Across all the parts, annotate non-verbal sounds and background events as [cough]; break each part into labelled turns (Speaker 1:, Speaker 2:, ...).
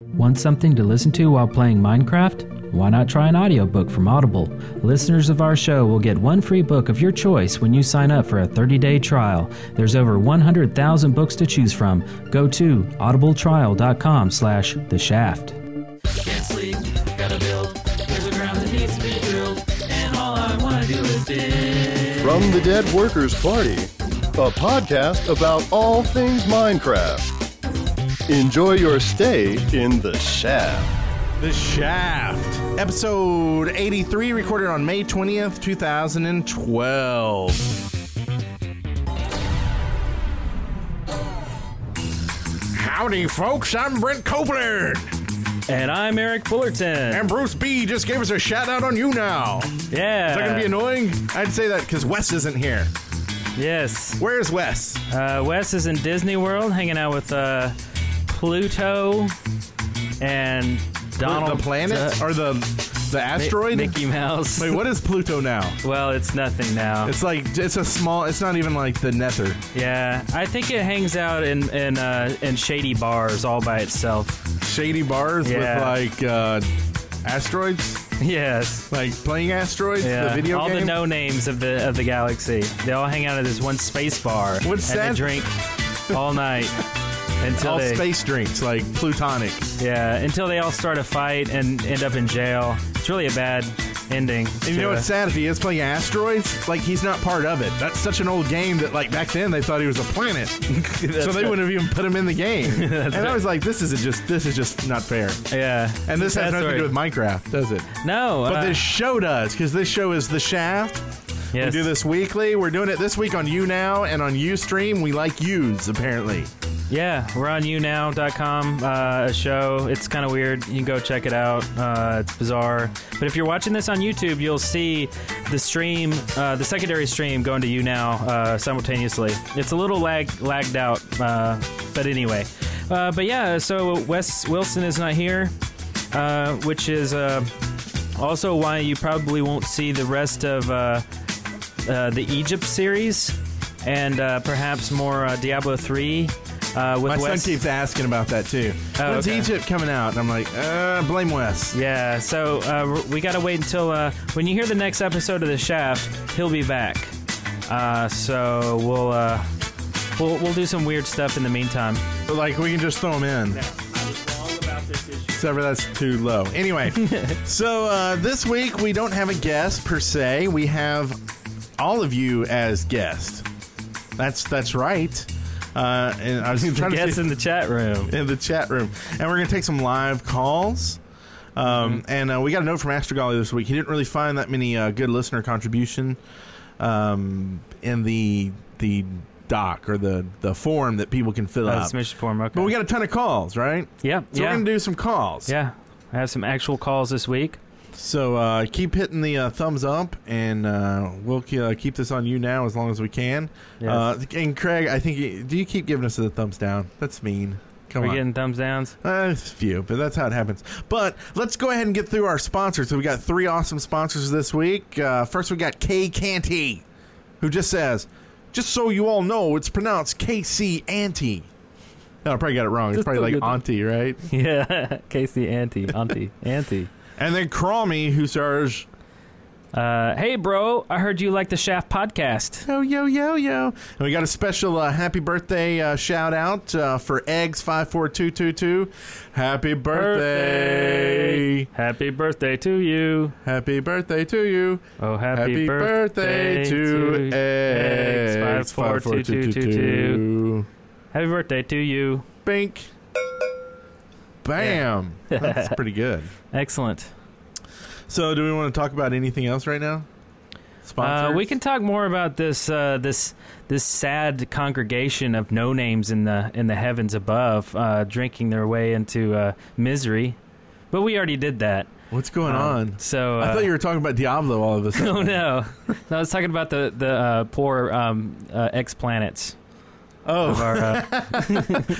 Speaker 1: Want something to listen to while playing Minecraft? Why not try an audiobook from Audible? Listeners of our show will get one free book of your choice when you sign up for a 30-day trial. There's over 100,000 books to choose from. Go to audibletrial.com slash the shaft.
Speaker 2: Can't sleep, gotta build. There's a ground that needs to be drilled, and all I wanna do is dig.
Speaker 3: From the Dead Workers Party, a podcast about all things Minecraft. Enjoy your stay in the shaft.
Speaker 4: The Shaft, episode 83, recorded on May 20th, 2012. Howdy, folks. I'm Brent Copeland.
Speaker 5: And I'm Eric Fullerton.
Speaker 4: And Bruce B just gave us a shout out on you now. Is
Speaker 5: Yeah.
Speaker 4: that going to be annoying? I'd say that because Wes isn't here.
Speaker 5: Yes.
Speaker 4: Where's Wes?
Speaker 5: Uh, Wes is in Disney World hanging out with uh, Pluto and Donald
Speaker 4: the planet?
Speaker 5: Duck,
Speaker 4: or the, the asteroid?
Speaker 5: Mickey Mouse.
Speaker 4: Wait, what is Pluto now?
Speaker 5: Well, it's nothing now.
Speaker 4: It's like, it's a small, it's not even like the Nether.
Speaker 5: [laughs] yeah, I think it hangs out in in uh, in shady bars all by itself.
Speaker 4: Shady bars
Speaker 5: Yeah.
Speaker 4: with like uh, asteroids?
Speaker 5: Yes.
Speaker 4: Like playing asteroids,
Speaker 5: Yeah.
Speaker 4: the video
Speaker 5: all
Speaker 4: game.
Speaker 5: the no names of the of the galaxy. They all hang out at this one space bar.
Speaker 4: What's
Speaker 5: and
Speaker 4: that?
Speaker 5: They drink all night until
Speaker 4: all
Speaker 5: they
Speaker 4: space drinks, like plutonic.
Speaker 5: Yeah, until they all start a fight and end up in jail. It's really a bad ending.
Speaker 4: And you know
Speaker 5: to-
Speaker 4: what's sad? If he is playing asteroids, like he's not part of it. That's such an old game that, like back then, they thought he was a
Speaker 5: [laughs]
Speaker 4: planet, so they wouldn't have even put him in the game. [laughs] and I was like, this is just this is just not fair.
Speaker 5: Yeah.
Speaker 4: And this has
Speaker 5: That's
Speaker 4: nothing to
Speaker 5: right.
Speaker 4: do with Minecraft, does it?
Speaker 5: No.
Speaker 4: But
Speaker 5: uh,
Speaker 4: this show does, because this show is the Shaft.
Speaker 5: yes.
Speaker 4: We do this weekly. We're doing it this week on You Now and on UStream. We like yous, apparently.
Speaker 5: Yeah, we're on younow.com, uh, a show. It's kind of weird. You can go check it out. Uh, it's bizarre. But if you're watching this on YouTube, you'll see the stream, uh, the secondary stream going to you now uh, simultaneously. It's a little lag lagged out, uh, but anyway. Uh, but yeah, so Wes Wilson is not here, uh, which is uh, also why you probably won't see the rest of. Uh, uh, the Egypt series, and uh, perhaps more uh, Diablo three. Uh,
Speaker 4: My
Speaker 5: with Wes.
Speaker 4: son keeps asking about that too.
Speaker 5: Oh,
Speaker 4: When's
Speaker 5: okay.
Speaker 4: Egypt coming out? And I'm like, uh, blame Wes.
Speaker 5: Yeah, so uh, we gotta wait until uh, when you hear the next episode of The Shaft, he'll be back. Uh, so we'll uh, we'll we'll do some weird stuff in the meantime.
Speaker 4: But like, we can just throw him in. Except for that's too low. Anyway, so uh, this week we don't have a guest per se. We have all of you as guests. That's that's right. Uh, and I was trying to
Speaker 5: Guess
Speaker 4: see-
Speaker 5: in the chat room.
Speaker 4: in the chat room. And we're going to take some live calls. Um,
Speaker 5: Mm-hmm.
Speaker 4: And uh, we got a note from Astrogolly this week. He didn't really find that many uh, good listener contribution um, in the the doc or the, the form that people can fill
Speaker 5: Uh,
Speaker 4: out.
Speaker 5: submission form. Okay.
Speaker 4: But we got a ton of calls, right?
Speaker 5: yeah,
Speaker 4: So
Speaker 5: yeah,
Speaker 4: we're going to do some calls.
Speaker 5: yeah. I have some actual calls this week.
Speaker 4: So uh, keep hitting the uh, thumbs up, and uh, we'll ke- uh, keep this on you now as long as we can.
Speaker 5: Yes.
Speaker 4: Uh, and Craig, I think you, do you keep giving us the thumbs down? That's mean. Come
Speaker 5: We're
Speaker 4: on.
Speaker 5: getting thumbs downs.
Speaker 4: Uh, it's few, but that's how it happens. But let's go ahead and get through our sponsors. So we got three awesome sponsors this week. Uh, first, we got K Canty, who just says, "Just so you all know, it's pronounced KC Ante." No, I probably got it wrong. It's
Speaker 5: Just
Speaker 4: probably
Speaker 5: a
Speaker 4: like
Speaker 5: little-
Speaker 4: Auntie, right?
Speaker 5: [laughs] Yeah, Casey, auntie, auntie, auntie.
Speaker 4: And then Crommy, who stars
Speaker 5: Uh, hey, bro, I heard you like the Shaft podcast.
Speaker 4: Yo Yo Yo Yo, and we got a special uh, happy birthday uh, shout out uh, for Eggs five four two two two. Happy birthday!
Speaker 5: Happy birthday to you.
Speaker 4: Happy birthday to you!
Speaker 5: Oh, happy,
Speaker 4: Happy birthday, to X
Speaker 5: X. 54222. Happy birthday to you.
Speaker 4: Bink. Bam. That's pretty good.
Speaker 5: [laughs] Excellent.
Speaker 4: So, do we want to talk about anything else right now? Sponsors?
Speaker 5: Uh, we can talk more about this uh, this this sad congregation of no names in the in the heavens above, uh, drinking their way into uh, misery. But we already did that.
Speaker 4: What's going
Speaker 5: Um,
Speaker 4: on?
Speaker 5: So uh,
Speaker 4: I thought
Speaker 5: [laughs]
Speaker 4: you were talking about Diablo all of a sudden.
Speaker 5: Oh no! No, I was talking about the the uh, poor um, uh, ex planets. Oh, of our, uh,
Speaker 4: [laughs]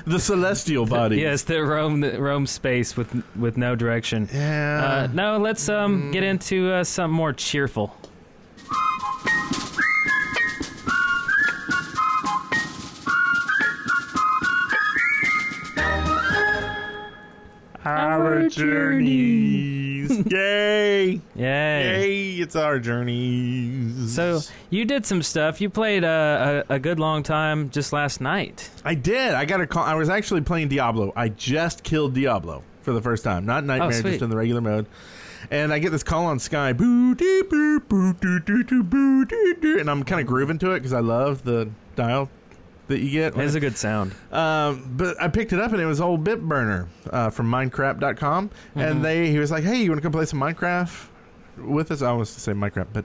Speaker 4: The celestial body.
Speaker 5: yes, the roam the roam space with with no direction.
Speaker 4: Yeah. Mm.
Speaker 5: Uh, no, let's um get into uh, something more cheerful.
Speaker 4: our journeys. Yay.
Speaker 5: Yay.
Speaker 4: Yay. It's our journeys.
Speaker 5: So you did some stuff. You played uh, a a good long time just last night.
Speaker 4: I did. I got a call. I was actually playing Diablo. I just killed Diablo for the first time. Not Nightmare,
Speaker 5: Oh, sweet.
Speaker 4: just in the regular mode. And I get this call on Sky. Boo, dee, boo, boo, doo, doo, doo, boo, doo, doo. And I'm kind of grooving to it because I love the dial that you get.
Speaker 5: It's a good sound.
Speaker 4: Um, but I picked it up and it was old Bitburner uh, from Minecraft.com,
Speaker 5: Mm-hmm.
Speaker 4: and they he was like, "Hey, you want to come play some Minecraft with us?" I was to say Minecraft, but.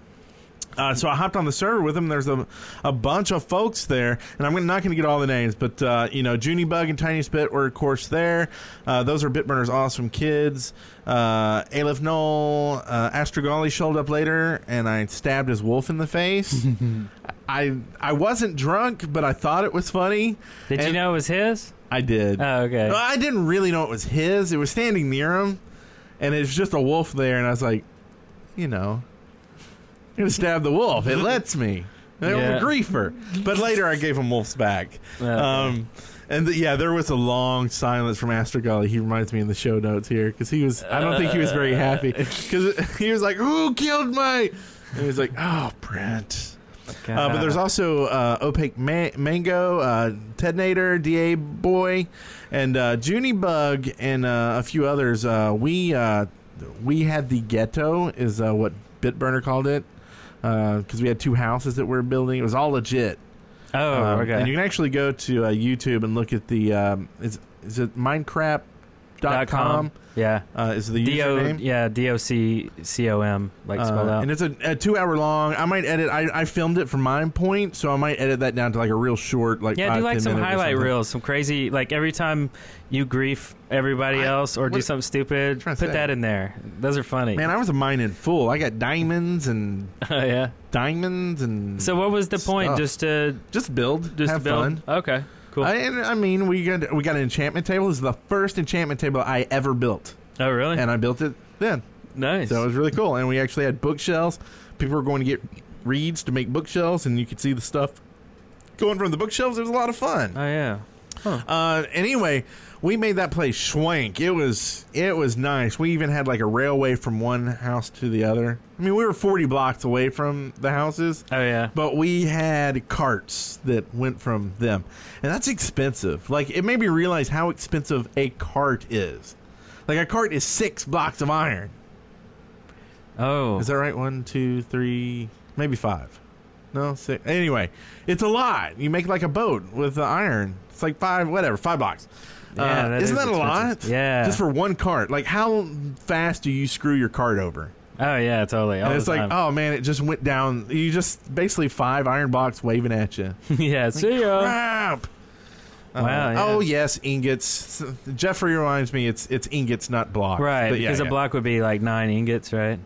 Speaker 4: Uh, so I hopped on the server with him. There's a, a bunch of folks there, and I'm not going to get all the names, but uh, you know, Junibug and Tiny Spit were of course there. Uh, those are Bitburner's awesome kids. Uh, Aleph Knoll, uh, Astrogali showed up later, and I stabbed his wolf in the face. I I wasn't drunk, but I thought it was funny.
Speaker 5: Did you
Speaker 4: And-
Speaker 5: know it was his?
Speaker 4: I did.
Speaker 5: Oh, okay.
Speaker 4: Well, I didn't really know it was his. It was standing near him, and it was just a wolf there, and I was like, you know, I'm gonna stab the wolf. It lets me. I'm
Speaker 5: Yeah.
Speaker 4: a griefer. But later, I gave him wolf's back.
Speaker 5: Okay.
Speaker 4: Um, and th- yeah, there was a long silence from Astrogali. He reminds me in the show notes here because he was. I don't think he was very happy
Speaker 5: Uh.
Speaker 4: because he was like, "Who killed my?" And he was like, "Oh, Brent." Uh, but there's also uh, Opaque Ma- Mango, uh, Ted Nader, DA Boy, and uh, Junie Bug, and uh, a few others. Uh, we uh, we had the ghetto, is uh, what Bitburner called it, because we had two houses that we were building. It was all legit.
Speaker 5: oh,
Speaker 4: Um,
Speaker 5: okay.
Speaker 4: And you can actually go to uh, YouTube and look at the um, is is it Minecraft. Dot com
Speaker 5: Yeah.
Speaker 4: uh, is the
Speaker 5: D O
Speaker 4: username.
Speaker 5: yeah D O C C O M like spelled
Speaker 4: Uh,
Speaker 5: out.
Speaker 4: And it's a, a two hour long. I might edit. I, I filmed it from my point, so I might edit that down to like a real short, like
Speaker 5: yeah,
Speaker 4: five,
Speaker 5: do like
Speaker 4: 10
Speaker 5: some
Speaker 4: minute or
Speaker 5: highlight
Speaker 4: something.
Speaker 5: reels, some crazy like every time you grief everybody
Speaker 4: I-
Speaker 5: else or do
Speaker 4: what-
Speaker 5: something stupid,
Speaker 4: trying
Speaker 5: put
Speaker 4: to say.
Speaker 5: that in there. Those are funny.
Speaker 4: Man, I was a mine in full. I got diamonds
Speaker 5: [laughs]
Speaker 4: and
Speaker 5: Oh, yeah.
Speaker 4: diamonds and
Speaker 5: So what was the point?
Speaker 4: Stuff.
Speaker 5: Just to
Speaker 4: just build,
Speaker 5: just
Speaker 4: have
Speaker 5: to build.
Speaker 4: fun.
Speaker 5: Okay, cool.
Speaker 4: I, and I mean, we got we got an enchantment table. This is the first enchantment table I ever built,
Speaker 5: oh really?
Speaker 4: and I built it then.
Speaker 5: nice.
Speaker 4: So it was really cool. And we actually had bookshelves. People were going to get reeds to make bookshelves, and you could see the stuff going from the bookshelves. It was a lot of fun.
Speaker 5: oh yeah.
Speaker 4: Uh, anyway, we made that place schwank. It was it was nice. We even had like a railway from one house to the other. I mean, we were forty blocks away from the houses,
Speaker 5: Oh yeah.
Speaker 4: but we had carts that went from them, and that's expensive. Like it made me realize how expensive a cart is. Like a cart is six blocks of iron.
Speaker 5: Oh.
Speaker 4: Is that right? One, two, three, maybe five. No, six. Anyway, it's a lot. You make like a boat with the iron. It's like five, whatever, five bucks.
Speaker 5: Yeah, that
Speaker 4: isn't
Speaker 5: is
Speaker 4: that a lot?
Speaker 5: expensive. Yeah.
Speaker 4: Just for one cart. Like, how fast do you screw your cart over?
Speaker 5: oh yeah. Totally. All
Speaker 4: and
Speaker 5: the
Speaker 4: it's like,
Speaker 5: time.
Speaker 4: oh man, it just went down. You just basically five iron blocks waving at you.
Speaker 5: [laughs] yeah. See ya.
Speaker 4: Crap. Uh,
Speaker 5: Wow, yeah.
Speaker 4: Oh yes, ingots. S- Jeffrey reminds me, it's it's ingots, not blocks.
Speaker 5: Right,
Speaker 4: But yeah,
Speaker 5: because
Speaker 4: yeah.
Speaker 5: a block would be like nine ingots, right?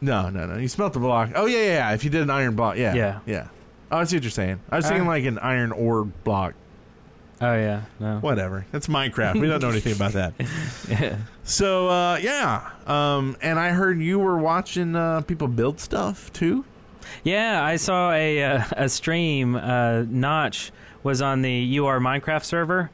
Speaker 4: No, no, no. You smelt the block. Oh yeah, yeah. yeah. If you did an iron block, yeah,
Speaker 5: Yeah.
Speaker 4: yeah. Oh, I see what you're saying. I was thinking
Speaker 5: Uh.
Speaker 4: like an iron ore block.
Speaker 5: Oh yeah. No.
Speaker 4: Whatever. That's [laughs] Minecraft. We don't know anything about
Speaker 5: [laughs]
Speaker 4: that.
Speaker 5: Yeah.
Speaker 4: So uh, yeah. Um, and I heard you were watching uh, people build stuff too.
Speaker 5: Yeah, I saw a uh, a stream. Uh, Notch was on the UR Minecraft server,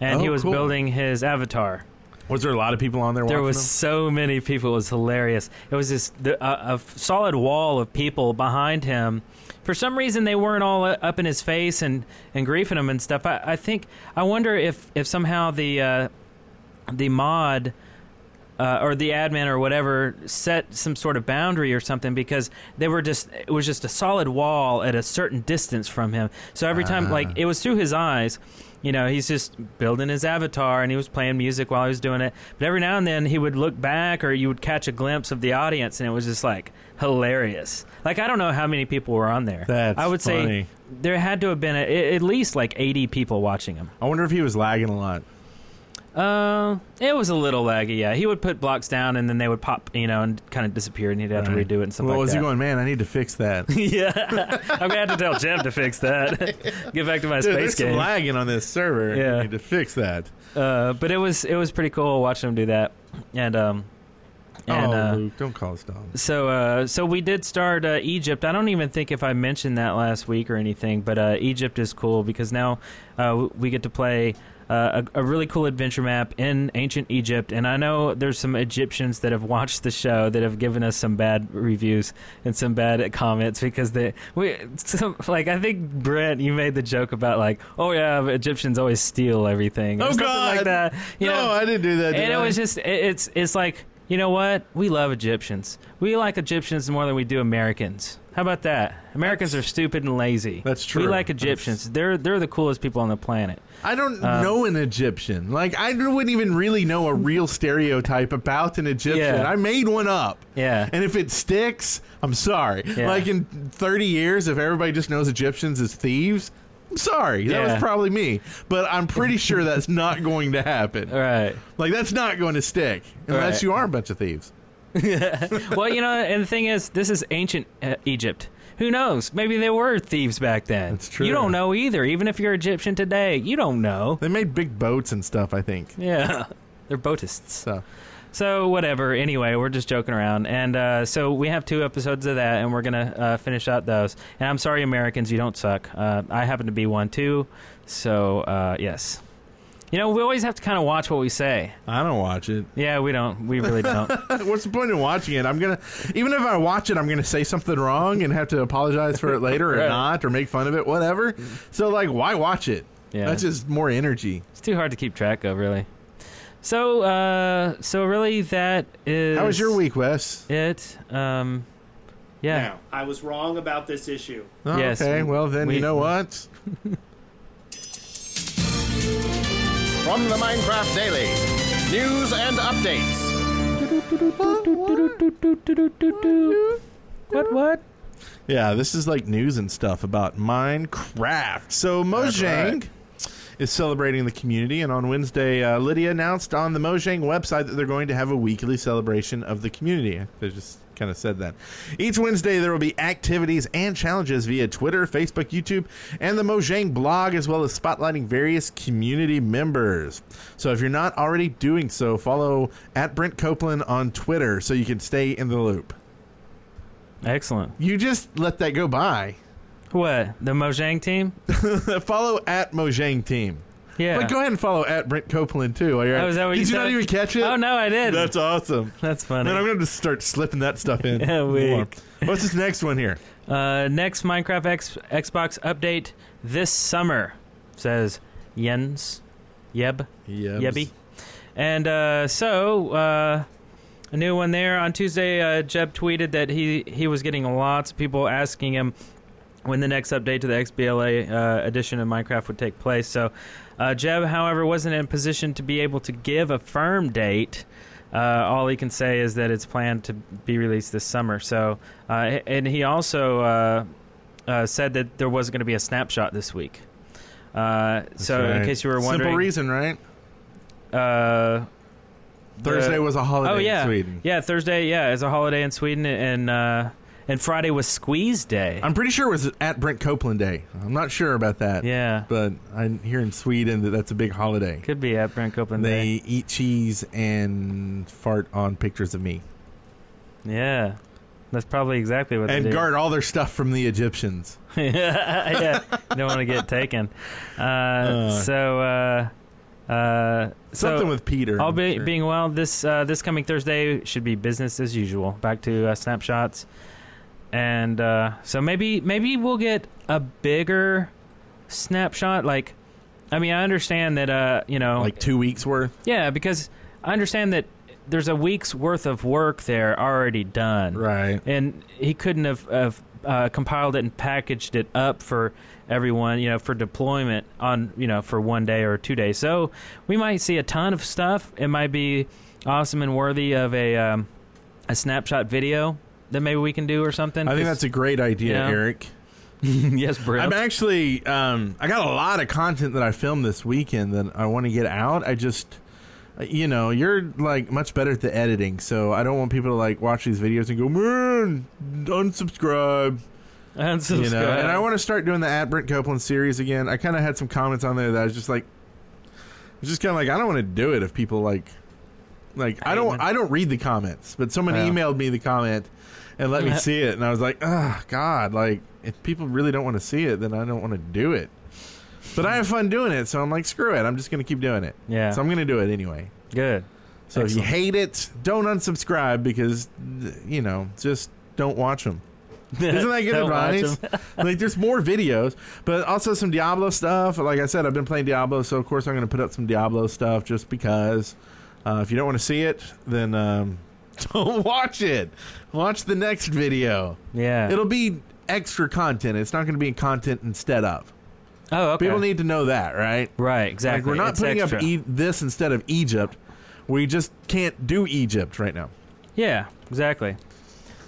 Speaker 5: and he
Speaker 4: Oh,
Speaker 5: was
Speaker 4: cool.
Speaker 5: building his avatar.
Speaker 4: Was there a lot of people on there?
Speaker 5: There
Speaker 4: watching
Speaker 5: was so many people; it was hilarious. It was just the, a, a f- solid wall of people behind him. For some reason, they weren't all uh, up in his face and and griefing him and stuff. I, I think I wonder if if somehow the uh, the mod uh, or the admin or whatever set some sort of boundary or something because they were just it was just a solid wall at a certain distance from him. So every time, like it was through his eyes. You know, he's just building his avatar and he was playing music while he was doing it. But every now and then he would look back or you would catch a glimpse of the audience and it was just like hilarious. Like, I don't know how many people were on there.
Speaker 4: That's
Speaker 5: I would
Speaker 4: funny.
Speaker 5: say there had to have been a, at least like 80 people watching him.
Speaker 4: I wonder if he was lagging a lot.
Speaker 5: Uh, it was a little laggy. Yeah, he would put blocks down, and then they would pop, you know, and kind of disappear, and he'd have
Speaker 4: Right.
Speaker 5: to redo it and stuff
Speaker 4: Well,
Speaker 5: like
Speaker 4: was
Speaker 5: that.
Speaker 4: he going, man, I need to fix that.
Speaker 5: [laughs] yeah, [laughs] I'm gonna have to tell Jim to fix that. [laughs] Get back to my
Speaker 4: Dude,
Speaker 5: space
Speaker 4: there's some
Speaker 5: game.
Speaker 4: lagging on this server.
Speaker 5: Yeah.
Speaker 4: I need to fix that.
Speaker 5: Uh, but it was it was pretty cool watching him do that, and um, and
Speaker 4: oh,
Speaker 5: uh,
Speaker 4: Luke, don't call us dumb.
Speaker 5: so uh, so we did start uh, Egypt. I don't even think if I mentioned that last week or anything, but uh, Egypt is cool because now uh, we get to play. Uh, a, a really cool adventure map in ancient Egypt, and I know there's some Egyptians that have watched the show that have given us some bad reviews and some bad comments because they we some, like I think Brent, you made the joke about like, oh yeah, but Egyptians always steal everything, or
Speaker 4: Oh,
Speaker 5: something
Speaker 4: God.
Speaker 5: like that. You
Speaker 4: no,
Speaker 5: know,
Speaker 4: I didn't do that. did
Speaker 5: and it
Speaker 4: I?
Speaker 5: was just it- it's it's like you know what we love Egyptians. We like Egyptians more than we do Americans. How about that? Americans are stupid and lazy.
Speaker 4: That's
Speaker 5: We
Speaker 4: true.
Speaker 5: like Egyptians. They're they're the coolest people on
Speaker 4: [laughs]
Speaker 5: the planet.
Speaker 4: I don't
Speaker 5: Um,
Speaker 4: know an Egyptian. Like I wouldn't even really know a real stereotype about an Egyptian.
Speaker 5: Yeah.
Speaker 4: I made one up.
Speaker 5: Yeah.
Speaker 4: And if it sticks, I'm sorry.
Speaker 5: Yeah.
Speaker 4: Like in 30 years, if everybody just knows Egyptians as thieves, I'm sorry. That
Speaker 5: Yeah.
Speaker 4: was probably me. But I'm pretty sure that's not going to happen.
Speaker 5: All [laughs] right.
Speaker 4: Like that's not going to stick unless
Speaker 5: Right.
Speaker 4: you are a bunch of thieves.
Speaker 5: well, you know, and the thing is, this is ancient uh, Egypt. Who knows? Maybe they were thieves back then.
Speaker 4: That's true.
Speaker 5: You don't know either. Even if you're Egyptian today, you don't know.
Speaker 4: They made big boats and stuff. I think.
Speaker 5: Yeah. [laughs] They're boatists.
Speaker 4: So
Speaker 5: So whatever. Anyway, we're just joking around, and uh, so we have two episodes of that, and we're gonna uh, finish out those. And I'm sorry, Americans, you don't suck. Uh, I happen to be one too. So uh, yes, you know we always have to kind of watch what we say.
Speaker 4: I don't watch it.
Speaker 5: Yeah, we don't. We really don't.
Speaker 4: [laughs] What's the point in watching it? I'm gonna even if I watch it, I'm gonna say something wrong and have to apologize for it later or
Speaker 5: [laughs] Right.
Speaker 4: not or make fun of it, whatever. So like, why watch it?
Speaker 5: Yeah.
Speaker 4: that's just more energy.
Speaker 5: it's too hard to keep track of, really. So uh, so really, that is.
Speaker 4: How was your week, Wes?
Speaker 5: It. Um, yeah.
Speaker 6: Now, I was wrong about this issue.
Speaker 4: Oh,
Speaker 5: Yes,
Speaker 4: okay, well then
Speaker 5: we-
Speaker 4: you know what?
Speaker 3: From the Minecraft Daily, news and updates.
Speaker 5: What? What?
Speaker 4: Yeah, this is like news and stuff about Minecraft. So Mojang is celebrating the community, and on Wednesday, uh, Lydia announced on the Mojang website that they're going to have a weekly celebration of the community. They just kind of said that. Each Wednesday, there will be activities and challenges via Twitter, Facebook, YouTube, and the Mojang blog, as well as spotlighting various community members. So if you're not already doing so, follow at Brent Copeland on Twitter so you can stay in the loop.
Speaker 5: Excellent.
Speaker 4: You just let that go by.
Speaker 5: What? The Mojang team?
Speaker 4: [laughs] follow at Mojang Team.
Speaker 5: Yeah.
Speaker 4: But go ahead and follow at Brent Copeland too. While you're at-
Speaker 5: Oh, is that what
Speaker 4: Did
Speaker 5: you
Speaker 4: you not
Speaker 5: said?
Speaker 4: even catch it?
Speaker 5: Oh no, I did.
Speaker 4: That's awesome.
Speaker 5: That's funny. [laughs]
Speaker 4: Man, I'm going to start slipping that stuff in.
Speaker 5: Yeah,
Speaker 4: more.
Speaker 5: weak.
Speaker 4: What's this next one here?
Speaker 5: Uh, next Minecraft X- Xbox update this summer says Jens Yeb
Speaker 4: Yebs.
Speaker 5: Yebby, and uh, so uh, a new one there on Tuesday. Uh, Jeb tweeted that he he was getting lots of people asking him when the next update to the XBLA uh, edition of Minecraft would take place. So, uh, Jeb, however, wasn't in a position to be able to give a firm date. Uh, all he can say is that it's planned to be released this summer. So, uh, and he also uh, uh, said that there was going to be a snapshot this week. Uh, so, in
Speaker 4: Right.
Speaker 5: case you were
Speaker 4: simple
Speaker 5: wondering,
Speaker 4: reason, right?
Speaker 5: uh,
Speaker 4: Thursday
Speaker 5: the-
Speaker 4: was a holiday
Speaker 5: oh yeah,
Speaker 4: in Sweden.
Speaker 5: yeah, Thursday, yeah, is a holiday in Sweden, and uh, and Friday was Squeeze Day.
Speaker 4: I'm pretty sure it was at Brent Copeland Day. I'm not sure about that.
Speaker 5: yeah,
Speaker 4: But I here in Sweden that that's a big holiday.
Speaker 5: could be at Brent Copeland Day.
Speaker 4: They eat cheese and fart on pictures of me
Speaker 5: Yeah, that's probably exactly what
Speaker 4: and
Speaker 5: they do.
Speaker 4: guard all their stuff from the Egyptians.
Speaker 5: [laughs] yeah, you don't want to get taken. Uh, so, uh, uh, so
Speaker 4: Something with Peter.
Speaker 5: all
Speaker 4: I'm
Speaker 5: be,
Speaker 4: sure.
Speaker 5: being well, this uh, this coming Thursday should be business as usual. Back to uh, snapshots, and uh, so maybe maybe we'll get a bigger snapshot. Like, I mean, I understand that uh, you know,
Speaker 4: like two weeks worth.
Speaker 5: yeah, because I understand that there's a week's worth of work there already done,
Speaker 4: Right.
Speaker 5: and he couldn't have, have uh, compiled it and packaged it up for everyone, you know, for deployment on, you know, for one day or two days. So we might see a ton of stuff. It might be awesome and worthy of a um, a snapshot video that maybe we can do or something.
Speaker 4: I think that's a great idea,
Speaker 5: Yeah.
Speaker 4: Eric.
Speaker 5: [laughs] yes, Brill.
Speaker 4: I'm
Speaker 5: [laughs]
Speaker 4: actually um, I got a lot of content that I filmed this weekend that I want to get out. I just you know, you're like much better at the editing, so I don't want people to like watch these videos and go, man, unsubscribe.
Speaker 5: And
Speaker 4: You know, and I want to start doing the at Brent Copeland series again. I kind of had some comments on there that I was just like, it's just kind of like I don't want to do it if people like, like I don't,
Speaker 5: Amen.
Speaker 4: I don't read the comments, but someone
Speaker 5: Yeah.
Speaker 4: emailed me the comment and
Speaker 5: [laughs]
Speaker 4: let me see it, and I was like, ah, God, like if people really don't want to see it, then I don't want to do it. But I have fun doing it, so I'm like, screw it, I'm just gonna keep doing it.
Speaker 5: Yeah.
Speaker 4: so I'm gonna do it anyway.
Speaker 5: Good.
Speaker 4: So if you hate it, don't unsubscribe because you know just don't watch them. Isn't that good
Speaker 5: [laughs] Don't watch
Speaker 4: advice? [laughs] like, there's more videos, but also some Diablo stuff. Like I said, I've been playing Diablo, so of course I'm going to put up some Diablo stuff just because. Uh, if you don't want to see it, then um, [laughs] don't watch it. Watch the next video.
Speaker 5: Yeah.
Speaker 4: It'll be extra content. It's not going to be content instead of.
Speaker 5: oh, okay.
Speaker 4: People need to know that, right?
Speaker 5: right. Exactly.
Speaker 4: Like, we're not
Speaker 5: It's
Speaker 4: putting
Speaker 5: extra.
Speaker 4: up e- this instead of Egypt. We just can't do Egypt right now.
Speaker 5: yeah. Exactly.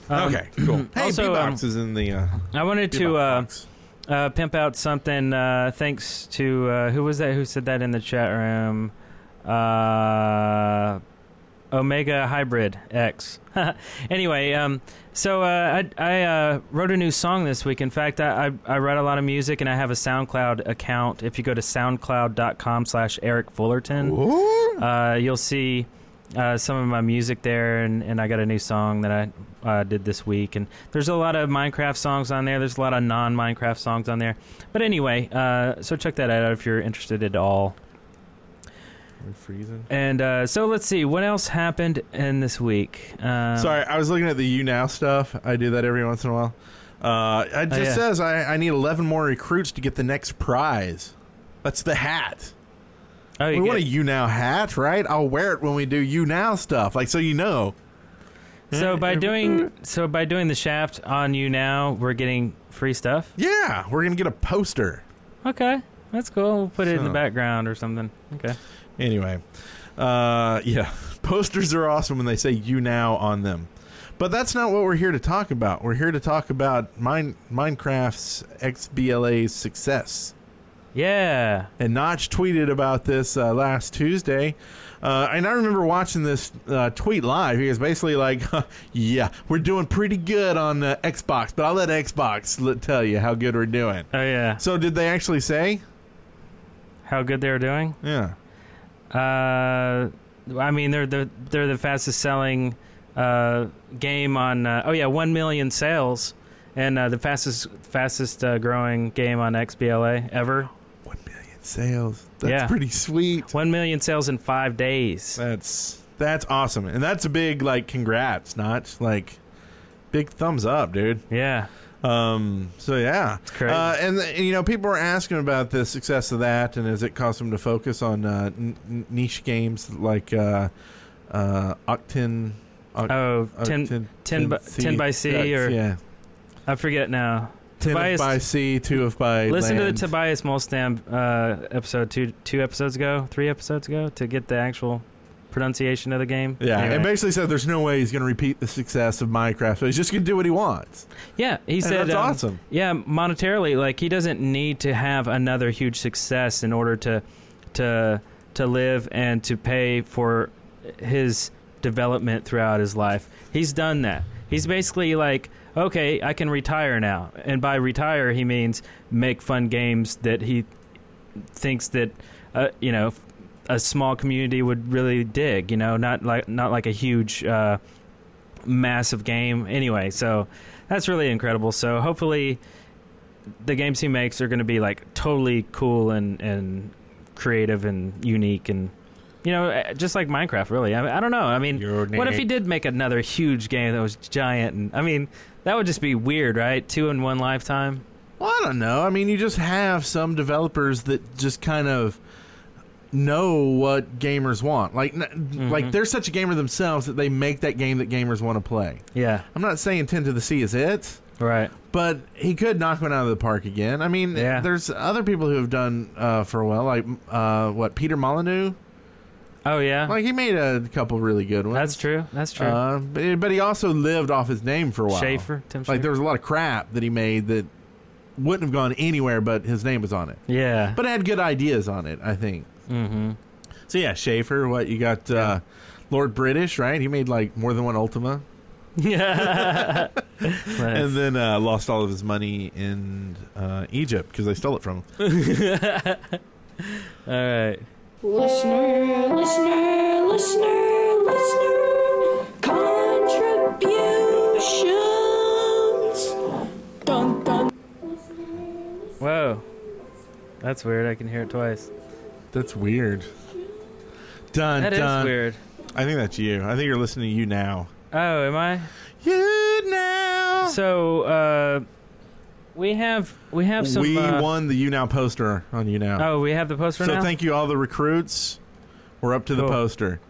Speaker 5: Um,
Speaker 4: okay,
Speaker 5: [clears throat]
Speaker 4: cool. [clears throat] Hey,
Speaker 5: also, um,
Speaker 4: Beatbox is in the. Uh,
Speaker 5: I wanted to uh, uh, pimp out something. Uh, thanks to uh, who was that? Who said that in the chat room? Uh, Omega Hybrid X. [laughs] anyway, um, so uh, I, I uh, wrote a new song this week. In fact, I, I, I write a lot of music, and I have a SoundCloud account. If you go to soundcloud.com/slash Eric Fullerton, uh, you'll see uh, some of my music there, and, and I got a new song that I uh, did this week. And there's a lot of Minecraft songs on there. There's a lot of non-Minecraft songs on there. But anyway, uh, so check that out if you're interested at all.
Speaker 4: We're freezing.
Speaker 5: And uh, so let's see what else happened in this week. Um,
Speaker 4: Sorry, I was looking at the you now stuff. I do that every once in a while. Uh, it just
Speaker 5: Oh, yeah.
Speaker 4: says I, I need 11 more recruits to get the next prize. That's the hat.
Speaker 5: oh,
Speaker 4: We
Speaker 5: you
Speaker 4: want a
Speaker 5: get-
Speaker 4: you now hat, right? I'll wear it when we do you now stuff, like so you know.
Speaker 5: so by doing so by doing the shaft on you now, we're getting free stuff.
Speaker 4: Yeah, we're gonna get a poster.
Speaker 5: Okay, that's cool. We'll put it in the
Speaker 4: So-
Speaker 5: background or something. Okay.
Speaker 4: Anyway, uh, yeah, [laughs] posters are awesome when they say "you now" on them, but that's not what we're here to talk about. We're here to talk about mine, Minecraft's XBLA's success.
Speaker 5: Yeah.
Speaker 4: And Notch tweeted about this uh, last Tuesday. Uh, and I remember watching this uh, tweet live. He was basically like, [laughs] Yeah, we're doing pretty good on uh, Xbox, but I'll let Xbox l- tell you how good we're doing.
Speaker 5: Oh yeah.
Speaker 4: So, did they actually say?
Speaker 5: How good they were doing.
Speaker 4: Yeah.
Speaker 5: Uh, I mean, they're the they're the fastest selling uh, game on. Uh, oh yeah, one million sales, and uh, the fastest fastest uh, growing game on XBLA ever.
Speaker 4: 1 million sales. That's
Speaker 5: Yeah.
Speaker 4: pretty sweet.
Speaker 5: One million sales in five days.
Speaker 4: That's that's awesome. And that's a big, like, congrats, Notch. Like, big thumbs up, dude.
Speaker 5: Yeah,
Speaker 4: Um, so yeah,
Speaker 5: crazy.
Speaker 4: Uh, and, and, you know, people are asking about the success of that, and has it caused them to focus on uh, n- n- niche games like uh, uh, Octin? Oc-
Speaker 5: Oh, 10 10 by- 10 by C or-
Speaker 4: yeah,
Speaker 5: I forget now.
Speaker 4: ten
Speaker 5: Tobias-
Speaker 4: of by C, two of by.
Speaker 5: Listen
Speaker 4: land.
Speaker 5: to the Tobias Molstam uh, episode two two episodes ago, three episodes ago, to get the actual pronunciation of the game.
Speaker 4: Yeah,
Speaker 5: Anyway.
Speaker 4: and basically said there's no way he's going to repeat the success of Minecraft. So he's just going to do what he wants.
Speaker 5: yeah. He
Speaker 4: And
Speaker 5: said
Speaker 4: that's
Speaker 5: um,
Speaker 4: awesome.
Speaker 5: Yeah, monetarily, like he doesn't need to have another huge success in order to to to live and to pay for his development throughout his life. He's done that. He's basically like, okay, I can retire now. And by retire, he means make fun games that he thinks that uh, you know a small community would really dig. You know, not like not like a huge. Uh, massive game anyway so that's really incredible so hopefully the games he makes are going to be like totally cool and and creative and unique and you know eh, just like minecraft really i, mean, I don't know i mean what if he did make another huge game that was giant and i mean that would just be weird right two in one lifetime
Speaker 4: Well, I don't know. I mean, [laughs] you just have some developers that just kind of know what gamers want. Like, n-
Speaker 5: Mm-hmm.
Speaker 4: like they're such a gamer themselves that they make that game that gamers want to play.
Speaker 5: yeah
Speaker 4: I'm not saying Ten to the Sea is it,
Speaker 5: right
Speaker 4: but he could knock one out of the park again. I mean,
Speaker 5: Yeah.
Speaker 4: there's other people who have done uh, for a while, like uh, what Peter Molyneux.
Speaker 5: oh yeah
Speaker 4: Like he made a couple really good ones.
Speaker 5: that's true that's true
Speaker 4: Uh, but, but he also lived off his name for a while.
Speaker 5: Schaefer, Tim
Speaker 4: Like
Speaker 5: Schaefer.
Speaker 4: there was a lot of crap that he made that wouldn't have gone anywhere, but his name was on it
Speaker 5: yeah
Speaker 4: but it had good ideas on it. I think. Mm-hmm. So yeah, Schaefer. What you got? Uh, Lord British, right? He made like more than one
Speaker 5: [laughs]
Speaker 4: Ultima,
Speaker 5: Yeah.
Speaker 4: and then uh, lost all of his money in uh, Egypt because they stole it from him.
Speaker 5: [laughs] All right.
Speaker 7: Listener, listener, listener, listener, contributions. Dun dun.
Speaker 5: [laughs] Whoa. That's weird. I can hear it twice.
Speaker 4: That's weird. Dun
Speaker 5: That is
Speaker 4: dun.
Speaker 5: weird.
Speaker 4: I think that's you. I think you're listening to you now.
Speaker 5: Oh, am I?
Speaker 4: You now.
Speaker 5: So uh, we have we have some.
Speaker 4: we
Speaker 5: uh,
Speaker 4: won the you now poster on you now.
Speaker 5: Oh, we have the poster
Speaker 4: so
Speaker 5: now.
Speaker 4: thank you all the recruits. We're up to the
Speaker 5: Cool.
Speaker 4: poster.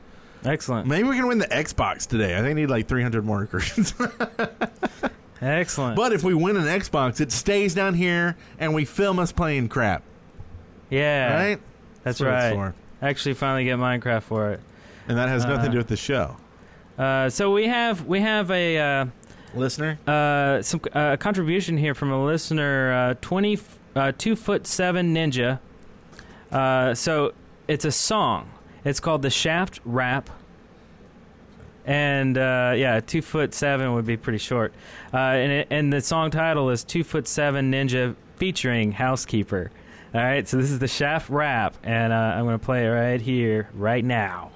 Speaker 5: Excellent.
Speaker 4: Maybe we can win the Xbox today. I think I need like 300 more recruits. [laughs]
Speaker 5: Excellent.
Speaker 4: but if we win an Xbox, it stays down here and we film us playing crap.
Speaker 5: yeah.
Speaker 4: Right?
Speaker 5: That's,
Speaker 4: what
Speaker 5: right.
Speaker 4: it's for.
Speaker 5: Actually, finally get Minecraft for it.
Speaker 4: And that has nothing to
Speaker 5: Uh,
Speaker 4: do with the show.
Speaker 5: Uh, so we have we have a. Uh,
Speaker 4: Listener?
Speaker 5: uh, some uh, contribution here from a listener, uh, twenty uh, two foot seven ninja. Uh, so it's a song. It's called the Shaft Rap. And uh, yeah, two foot seven would be pretty short. Uh, and it, and the song title is Two Foot Seven Ninja featuring Housekeeper. All right, so this is the Shaft Rap, and uh, I'm gonna play it right here, right now.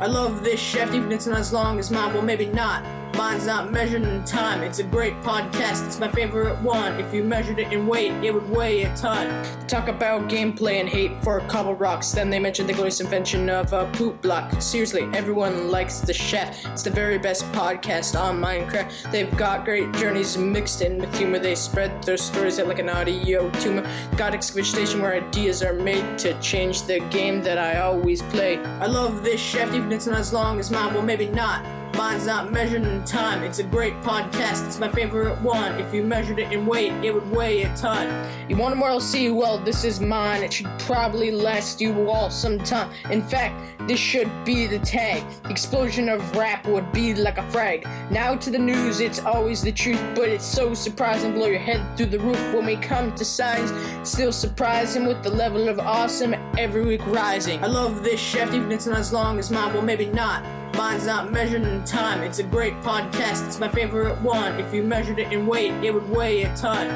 Speaker 8: I love this shaft, even if it's not as long as mine. Well, maybe not. Mine's not measured in time. It's a great podcast. It's my favorite one. If you measured it in weight, it would weigh a ton. Talk about gameplay and hate for cobble rocks. Then they mention the glorious invention of a poop block. Seriously, everyone likes the shaft. It's the very best podcast on Minecraft. They've got great journeys mixed in with humor. They spread their stories out like an audio tumor. Got excavation where ideas are made to change the game that I always play. I love this shaft, even if it's not as long as mine. Well, maybe not. Mine's not measured in time. It's a great podcast. It's my favorite one. If you measured it in weight, it would weigh a ton. You want a more LC? Well, this is mine. It should probably last you all some time. In fact, this should be the tag. The explosion of rap would be like a frag. Now to the news, it's always the truth, but it's so surprising. Blow your head through the roof when we come to science. Still surprising with the level of awesome every week rising. I love this shaft, even if it's not as long as mine. Well, maybe not. Mine's not measured in time. It's a great podcast. It's my favorite one. If you measured it in weight, it would weigh a ton.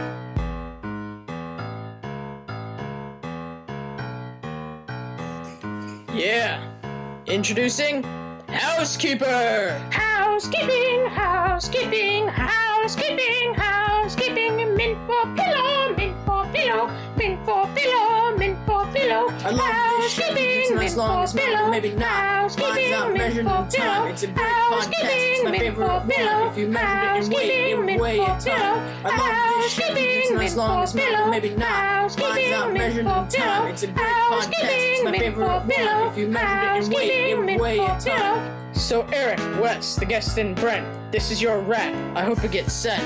Speaker 8: Yeah. Introducing Housekeeper.
Speaker 7: Housekeeping, housekeeping, housekeeping, housekeeping. Mint for pillow, mint for pillow, mint for pillow, mint for pillow.
Speaker 8: I love this shit. It's not as long as mine. Maybe not. Mine's not measured in time. It's a great podcast. It's my favorite one. If you measured it in weight, it would weigh a ton. I love this shit. It's not as long as mine. Maybe not. Mine's not measured in time. It's a great podcast. It's my favorite one. If you measured it in weight, it would weigh a ton. So, Eric, Wes, the guest, and Brent, this is your rap. I hope it gets sent.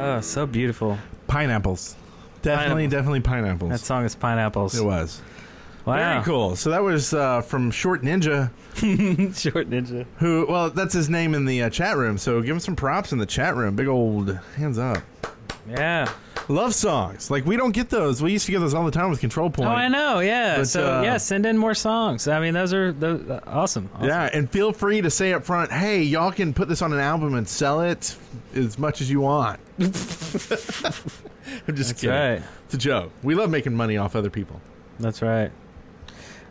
Speaker 5: Oh, so beautiful.
Speaker 4: Pineapples. Definitely,
Speaker 5: Pineapple.
Speaker 4: definitely pineapples.
Speaker 5: That song is pineapples.
Speaker 4: it was.
Speaker 5: Wow.
Speaker 4: Very cool. So that was uh, from Short Ninja,
Speaker 5: [laughs] Short ninja.
Speaker 4: who, well, that's his name in the uh, chat room. So give him some props in the chat room. Big old hands up.
Speaker 5: Yeah.
Speaker 4: Love songs. Like, we don't get those. We used to get those all the time with Control Point.
Speaker 5: Oh, I know. Yeah.
Speaker 4: But,
Speaker 5: so
Speaker 4: uh,
Speaker 5: yeah, send in more songs. I mean, those are those, uh, awesome. awesome.
Speaker 4: Yeah, and feel free to say up front, hey, y'all can put this on an album and sell it as much as you
Speaker 5: [laughs]
Speaker 4: want. I'm just
Speaker 5: That's
Speaker 4: kidding.
Speaker 5: right.
Speaker 4: It's a joke. We love making money off other people.
Speaker 5: That's right.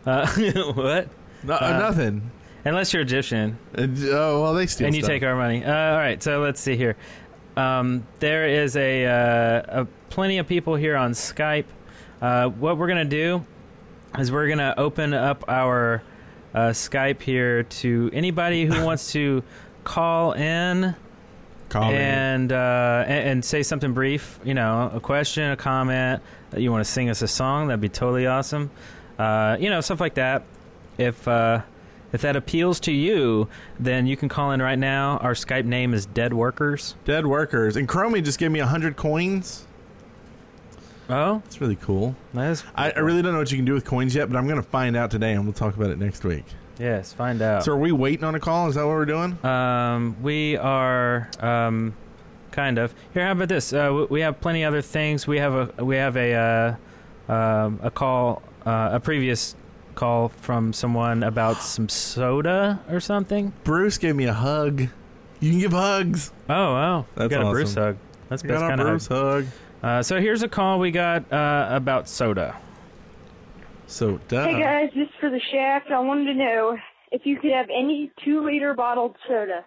Speaker 5: Uh, [laughs] what?
Speaker 4: No, uh,
Speaker 5: Uh,
Speaker 4: nothing.
Speaker 5: Unless you're Egyptian
Speaker 4: Uh, oh, well, they steal
Speaker 5: and you
Speaker 4: stuff.
Speaker 5: take our money. Uh, all right. So let's see here. Um, there is a, uh, a plenty of people here on Skype. Uh, what we're gonna do is we're gonna open up our uh, Skype here to anybody
Speaker 4: [laughs]
Speaker 5: who wants to call in.
Speaker 4: Call me.
Speaker 5: and, uh, and and say something brief. You know, a question, a comment. Uh, You want to sing us a song? That'd be totally awesome. Uh, you know, stuff like that. If uh, if that appeals to you, then you can call in right now. Our Skype name is Dead Workers.
Speaker 4: Dead workers. And Chromie just gave me 100 coins.
Speaker 5: Oh,
Speaker 4: It's really cool.
Speaker 5: that is,
Speaker 4: I, I really don't know what you can do with coins yet, but I'm going to find out today, and we'll talk about it next week.
Speaker 5: yes. Find out.
Speaker 4: So, are we waiting on a call? Is that what we're doing?
Speaker 5: Um, we are um, kind of here. How about this? Uh, we, we have plenty other things. We have a we have a uh, um, a call uh, a previous call from
Speaker 4: [gasps]
Speaker 5: someone about some soda or something.
Speaker 4: Bruce gave me a hug. You can give hugs.
Speaker 5: Oh wow, You
Speaker 4: That's
Speaker 5: got a Bruce
Speaker 4: awesome.
Speaker 5: hug. That's
Speaker 4: You got
Speaker 5: best
Speaker 4: a
Speaker 5: kind of
Speaker 4: Bruce
Speaker 5: hug.
Speaker 4: hug.
Speaker 5: Uh, so here's a call we got uh, about soda.
Speaker 4: So, duh.
Speaker 9: Hey guys, this is for the shaft. I wanted to know if you could have any two liter bottled soda,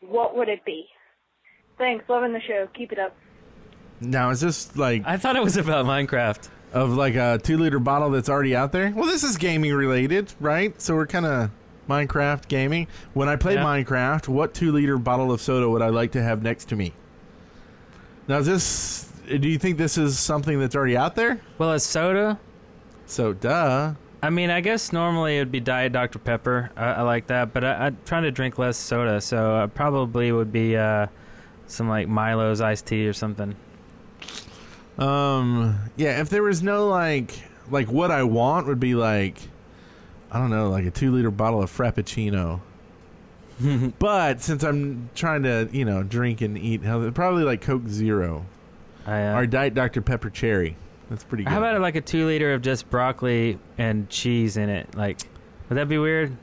Speaker 9: what would it be? Thanks, loving the show. Keep it up.
Speaker 4: Now, is this like
Speaker 5: I thought it was about Minecraft.
Speaker 4: of like a two liter bottle that's already out there? Well, this is gaming related, right? So we're kind of Minecraft gaming. When I play
Speaker 5: Yeah.
Speaker 4: Minecraft, what two liter bottle of soda would I like to have next to me? Now, is this? Do you think this is something that's already out there?
Speaker 5: Well, a soda.
Speaker 4: So, duh.
Speaker 5: I mean, I guess normally it'd be Diet Dr Pepper. I, I like that, but I, I'm trying to drink less soda, so I probably would be uh, some like Milo's iced tea or something.
Speaker 4: Um, yeah. If there was no like, like what I want would be like, I don't know, like a two liter bottle of
Speaker 5: [laughs]
Speaker 4: Frappuccino. but since I'm trying to, you know, drink and eat healthy, probably like Coke Zero
Speaker 5: I, uh,
Speaker 4: or Diet Dr Pepper Cherry. That's pretty good.
Speaker 5: how about uh, like a two liter of just broccoli and cheese in it? Like, would that be weird?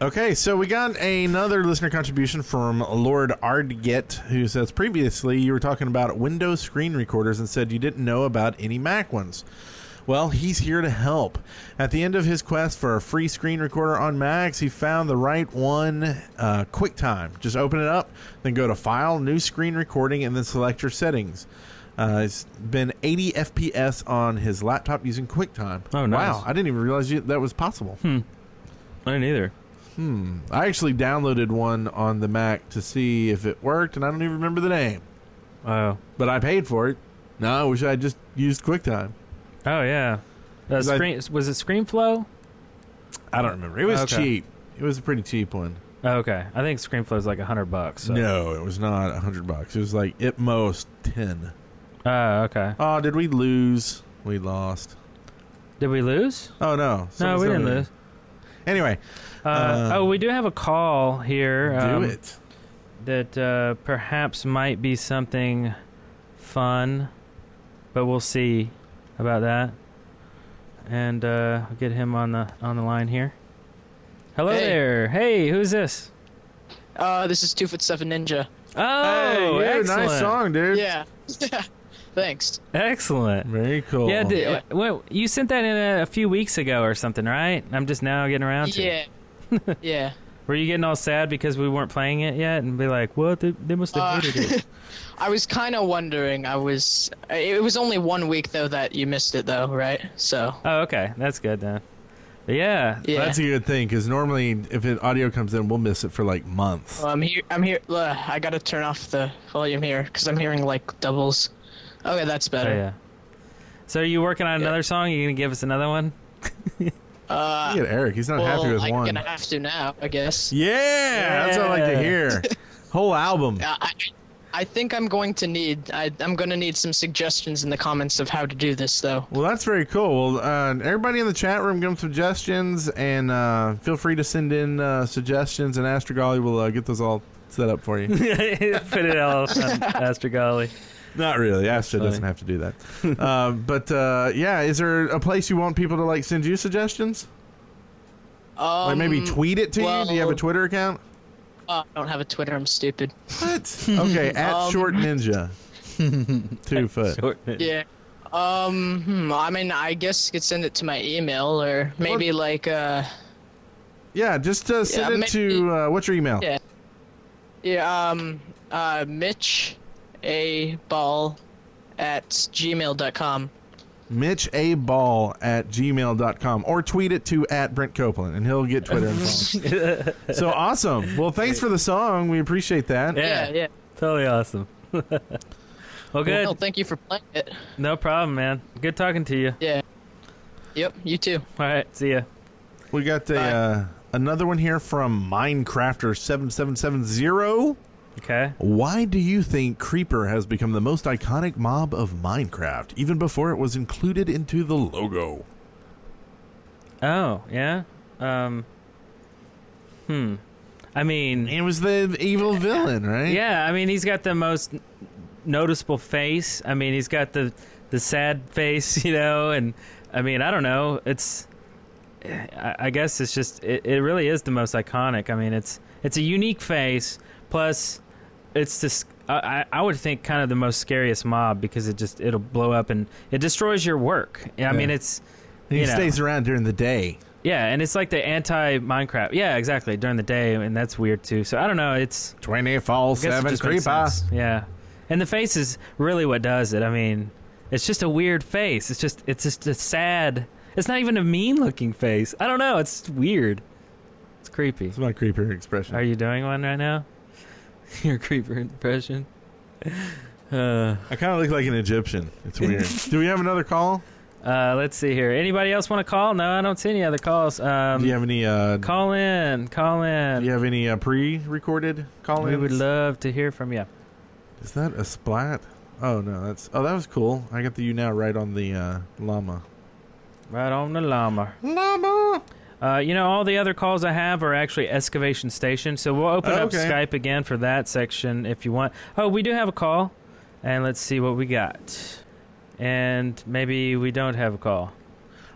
Speaker 4: Okay, so we got another listener contribution from Lord Ardget, who says previously you were talking about Windows screen recorders and said you didn't know about any Mac ones. Well, he's here to help. At the end of his quest for a free screen recorder on Macs, he found the right one uh, QuickTime. Just open it up, then go to File, New Screen Recording, and then select your settings. Uh, it's been 80 FPS on his laptop using QuickTime.
Speaker 5: Oh, nice. Hmm.
Speaker 4: Wow, I didn't even realize you, that was possible.
Speaker 5: I didn't either.
Speaker 4: Hmm. I actually downloaded one on the Mac to see if it worked, and I don't even remember the name.
Speaker 5: Oh,
Speaker 4: But I paid for it. No, I wish I had just used QuickTime.
Speaker 5: oh yeah. Uh,
Speaker 4: I-
Speaker 5: screen, was it ScreenFlow?
Speaker 4: I don't remember. It was
Speaker 5: Okay.
Speaker 4: cheap. It was a pretty cheap one.
Speaker 5: Oh, okay, I think ScreenFlow is like a hundred bucks. So.
Speaker 4: No, it was not a hundred bucks. It was like at most ten.
Speaker 5: Oh, okay.
Speaker 4: Oh, did we lose? We lost.
Speaker 5: Did we lose?
Speaker 4: Oh no.
Speaker 5: no,
Speaker 4: Someone's
Speaker 5: we didn't
Speaker 4: over there.
Speaker 5: lose.
Speaker 4: Anyway,
Speaker 5: Uh, oh, we do have a call here. um,
Speaker 4: Um, do it.
Speaker 5: that uh, perhaps might be something fun, but we'll see about that. And uh, I'll get him on the on the line here. Hello
Speaker 8: Hey.
Speaker 5: there. Hey, who's this?
Speaker 8: Uh, this is Two Foot Seven Ninja.
Speaker 4: hey,
Speaker 5: Oh,
Speaker 4: dude,
Speaker 5: excellent.
Speaker 4: nice song, dude.
Speaker 8: Yeah.
Speaker 5: [laughs]
Speaker 8: Thanks.
Speaker 5: Excellent.
Speaker 4: Very cool.
Speaker 5: Yeah, d-
Speaker 8: Yeah.
Speaker 5: well, you sent that in uh, a, a few weeks ago or something, right? I'm just now getting around to. it.
Speaker 8: Yeah. yeah.
Speaker 5: Were you getting all sad because we weren't playing it yet, and be like, "What? They, they must
Speaker 8: Uh,
Speaker 5: have [laughs]
Speaker 8: [laughs]
Speaker 5: hated it."
Speaker 8: I was kind of wondering. I was. It was only one week though that you missed it though, right? So.
Speaker 5: oh, okay, that's good then. But yeah,
Speaker 8: Yeah.
Speaker 4: That's a good thing because normally if it audio comes in, we'll miss it for like months.
Speaker 8: Well, I'm here. I'm here. Ugh, I gotta turn off the volume here because I'm hearing like doubles. Okay, that's
Speaker 5: Oh,
Speaker 8: better.
Speaker 5: yeah. So are you working on
Speaker 8: Yeah.
Speaker 5: another song? you gonna give us another one?
Speaker 8: Uh,
Speaker 4: Look at Eric. He's not happy
Speaker 8: well,
Speaker 4: with
Speaker 8: I'm
Speaker 4: one.
Speaker 8: gonna have to now, I guess.
Speaker 4: Yeah, that's what I like to
Speaker 5: Yeah. [laughs]
Speaker 4: hear. Whole album.
Speaker 8: Uh, I, I think I'm going to need. I, I'm gonna need some suggestions in the comments of how to do this though.
Speaker 4: Well, that's very cool. Well, uh, everybody in the chat room, give them suggestions, and uh, feel free to send in uh, suggestions, and Astrogali will uh, get those all set up for
Speaker 5: [laughs]
Speaker 4: you.
Speaker 5: Put
Speaker 8: [laughs]
Speaker 5: it all on Astrogolly.
Speaker 4: not really. Astro
Speaker 5: funny.
Speaker 4: doesn't have to do that. uh, but uh, yeah, is there a place you want people to like send you suggestions?
Speaker 8: Um,
Speaker 4: Like maybe tweet it to you? Do you have a
Speaker 8: well-
Speaker 4: Twitter account?
Speaker 8: uh, I don't have a Twitter. I'm stupid.
Speaker 4: What?
Speaker 8: [laughs]
Speaker 4: [laughs] Okay, at
Speaker 8: Um,
Speaker 4: Short Ninja. Two foot.
Speaker 8: Yeah. Um. Hmm, I mean, I guess you could send it to my email or maybe like uh.
Speaker 4: Yeah, just uh, send
Speaker 8: Yeah,
Speaker 4: it to uh, what's your email?
Speaker 8: Yeah. Yeah, um, uh, Mitch A Ball at gmail.com.
Speaker 4: Mitch A. Ball at gmail.com or tweet it to at Brent Copeland and he'll get Twitter
Speaker 5: [laughs]
Speaker 4: involved. so awesome. Well, thanks for the song. We appreciate that.
Speaker 8: Yeah,
Speaker 5: Yeah,
Speaker 8: yeah.
Speaker 5: totally awesome. well, good.
Speaker 8: Well, thank you for playing it.
Speaker 5: no problem, man. Good talking to you.
Speaker 8: Yeah. Yep, you too.
Speaker 5: All right, see ya.
Speaker 4: We got a,
Speaker 8: Bye.
Speaker 4: uh, another one here from Minecrafter7770.
Speaker 5: Okay.
Speaker 4: Why do you think Creeper has become the most iconic mob of Minecraft, even before it was included into the logo?
Speaker 5: Oh yeah. Um. Hmm. I mean,
Speaker 4: it was the evil villain, right?
Speaker 5: Yeah. I mean, he's got the most n- noticeable face. I mean, he's got the the sad face, [laughs] you know. And I mean, I don't know. It's. I, I guess it's just it, it. really is the most iconic. I mean, it's it's a unique face. Plus, it's this. I, I I would think kind of the most scariest mob because it just it'll blow up and it destroys your work. I mean, it's.
Speaker 4: He
Speaker 5: you know.
Speaker 4: stays around during the day.
Speaker 5: Yeah, and it's like the anti Minecraft. Yeah, exactly. During the day, and that's weird too. So I don't know. It's
Speaker 4: twenty four seven creeper.
Speaker 5: Yeah, and the face is really what does it. I mean, it's just a weird face. It's just it's just a sad. It's not even a mean looking face. I don't know. It's weird. It's creepy. It's
Speaker 4: my creeper expression.
Speaker 5: Are you doing one right now? [laughs] Your creeper impression. [laughs] Uh,
Speaker 4: I kind of look like an Egyptian. It's
Speaker 5: [laughs]
Speaker 4: weird. Do we have another call?
Speaker 5: Uh, let's see here. Anybody else want to call? No, I don't see any other calls. Um,
Speaker 4: Do you have any? Uh,
Speaker 5: call in. Call in.
Speaker 4: Do you have any uh, pre-recorded call-ins?
Speaker 5: We would love to hear from you.
Speaker 4: Is that a splat? Oh no, that's oh that was cool. I got the you now right on the uh, llama.
Speaker 5: Right on the llama.
Speaker 4: Llama.
Speaker 5: Uh, you know, all the other calls I have are actually excavation station. So we'll open up
Speaker 4: Okay.
Speaker 5: Skype again for that section if you want. Oh, we do have a call, and let's see what we got. And maybe we don't have a call.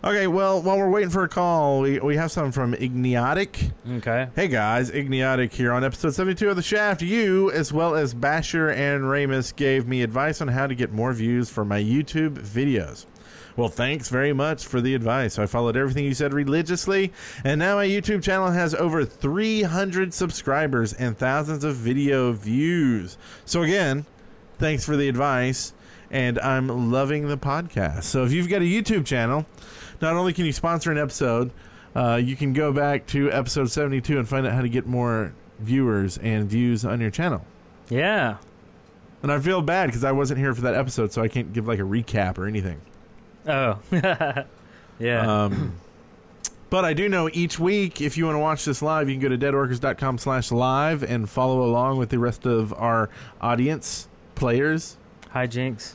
Speaker 4: Okay, well, while we're waiting for a call, we, we have something from Igniotic.
Speaker 5: Okay.
Speaker 4: Hey guys, Igniotic here on episode 72 of The Shaft. You, as well as Basher and Ramus, gave me advice on how to get more views for my YouTube videos. Well, thanks very much for the advice. I followed everything you said religiously, and now my YouTube channel has over 300 subscribers and thousands of video views. So, again, thanks for the advice and i'm loving the podcast so if you've got a youtube channel not only can you sponsor an episode uh, you can go back to episode 72 and find out how to get more viewers and views on your channel
Speaker 5: yeah
Speaker 4: and i feel bad because i wasn't here for that episode so i can't give like a recap or anything
Speaker 5: Oh. [laughs] yeah.
Speaker 4: um, but I do know each week, if you want to watch this live, you can go to deadworkers.com slash live and follow along with the rest of our audience players.
Speaker 5: Hijinks.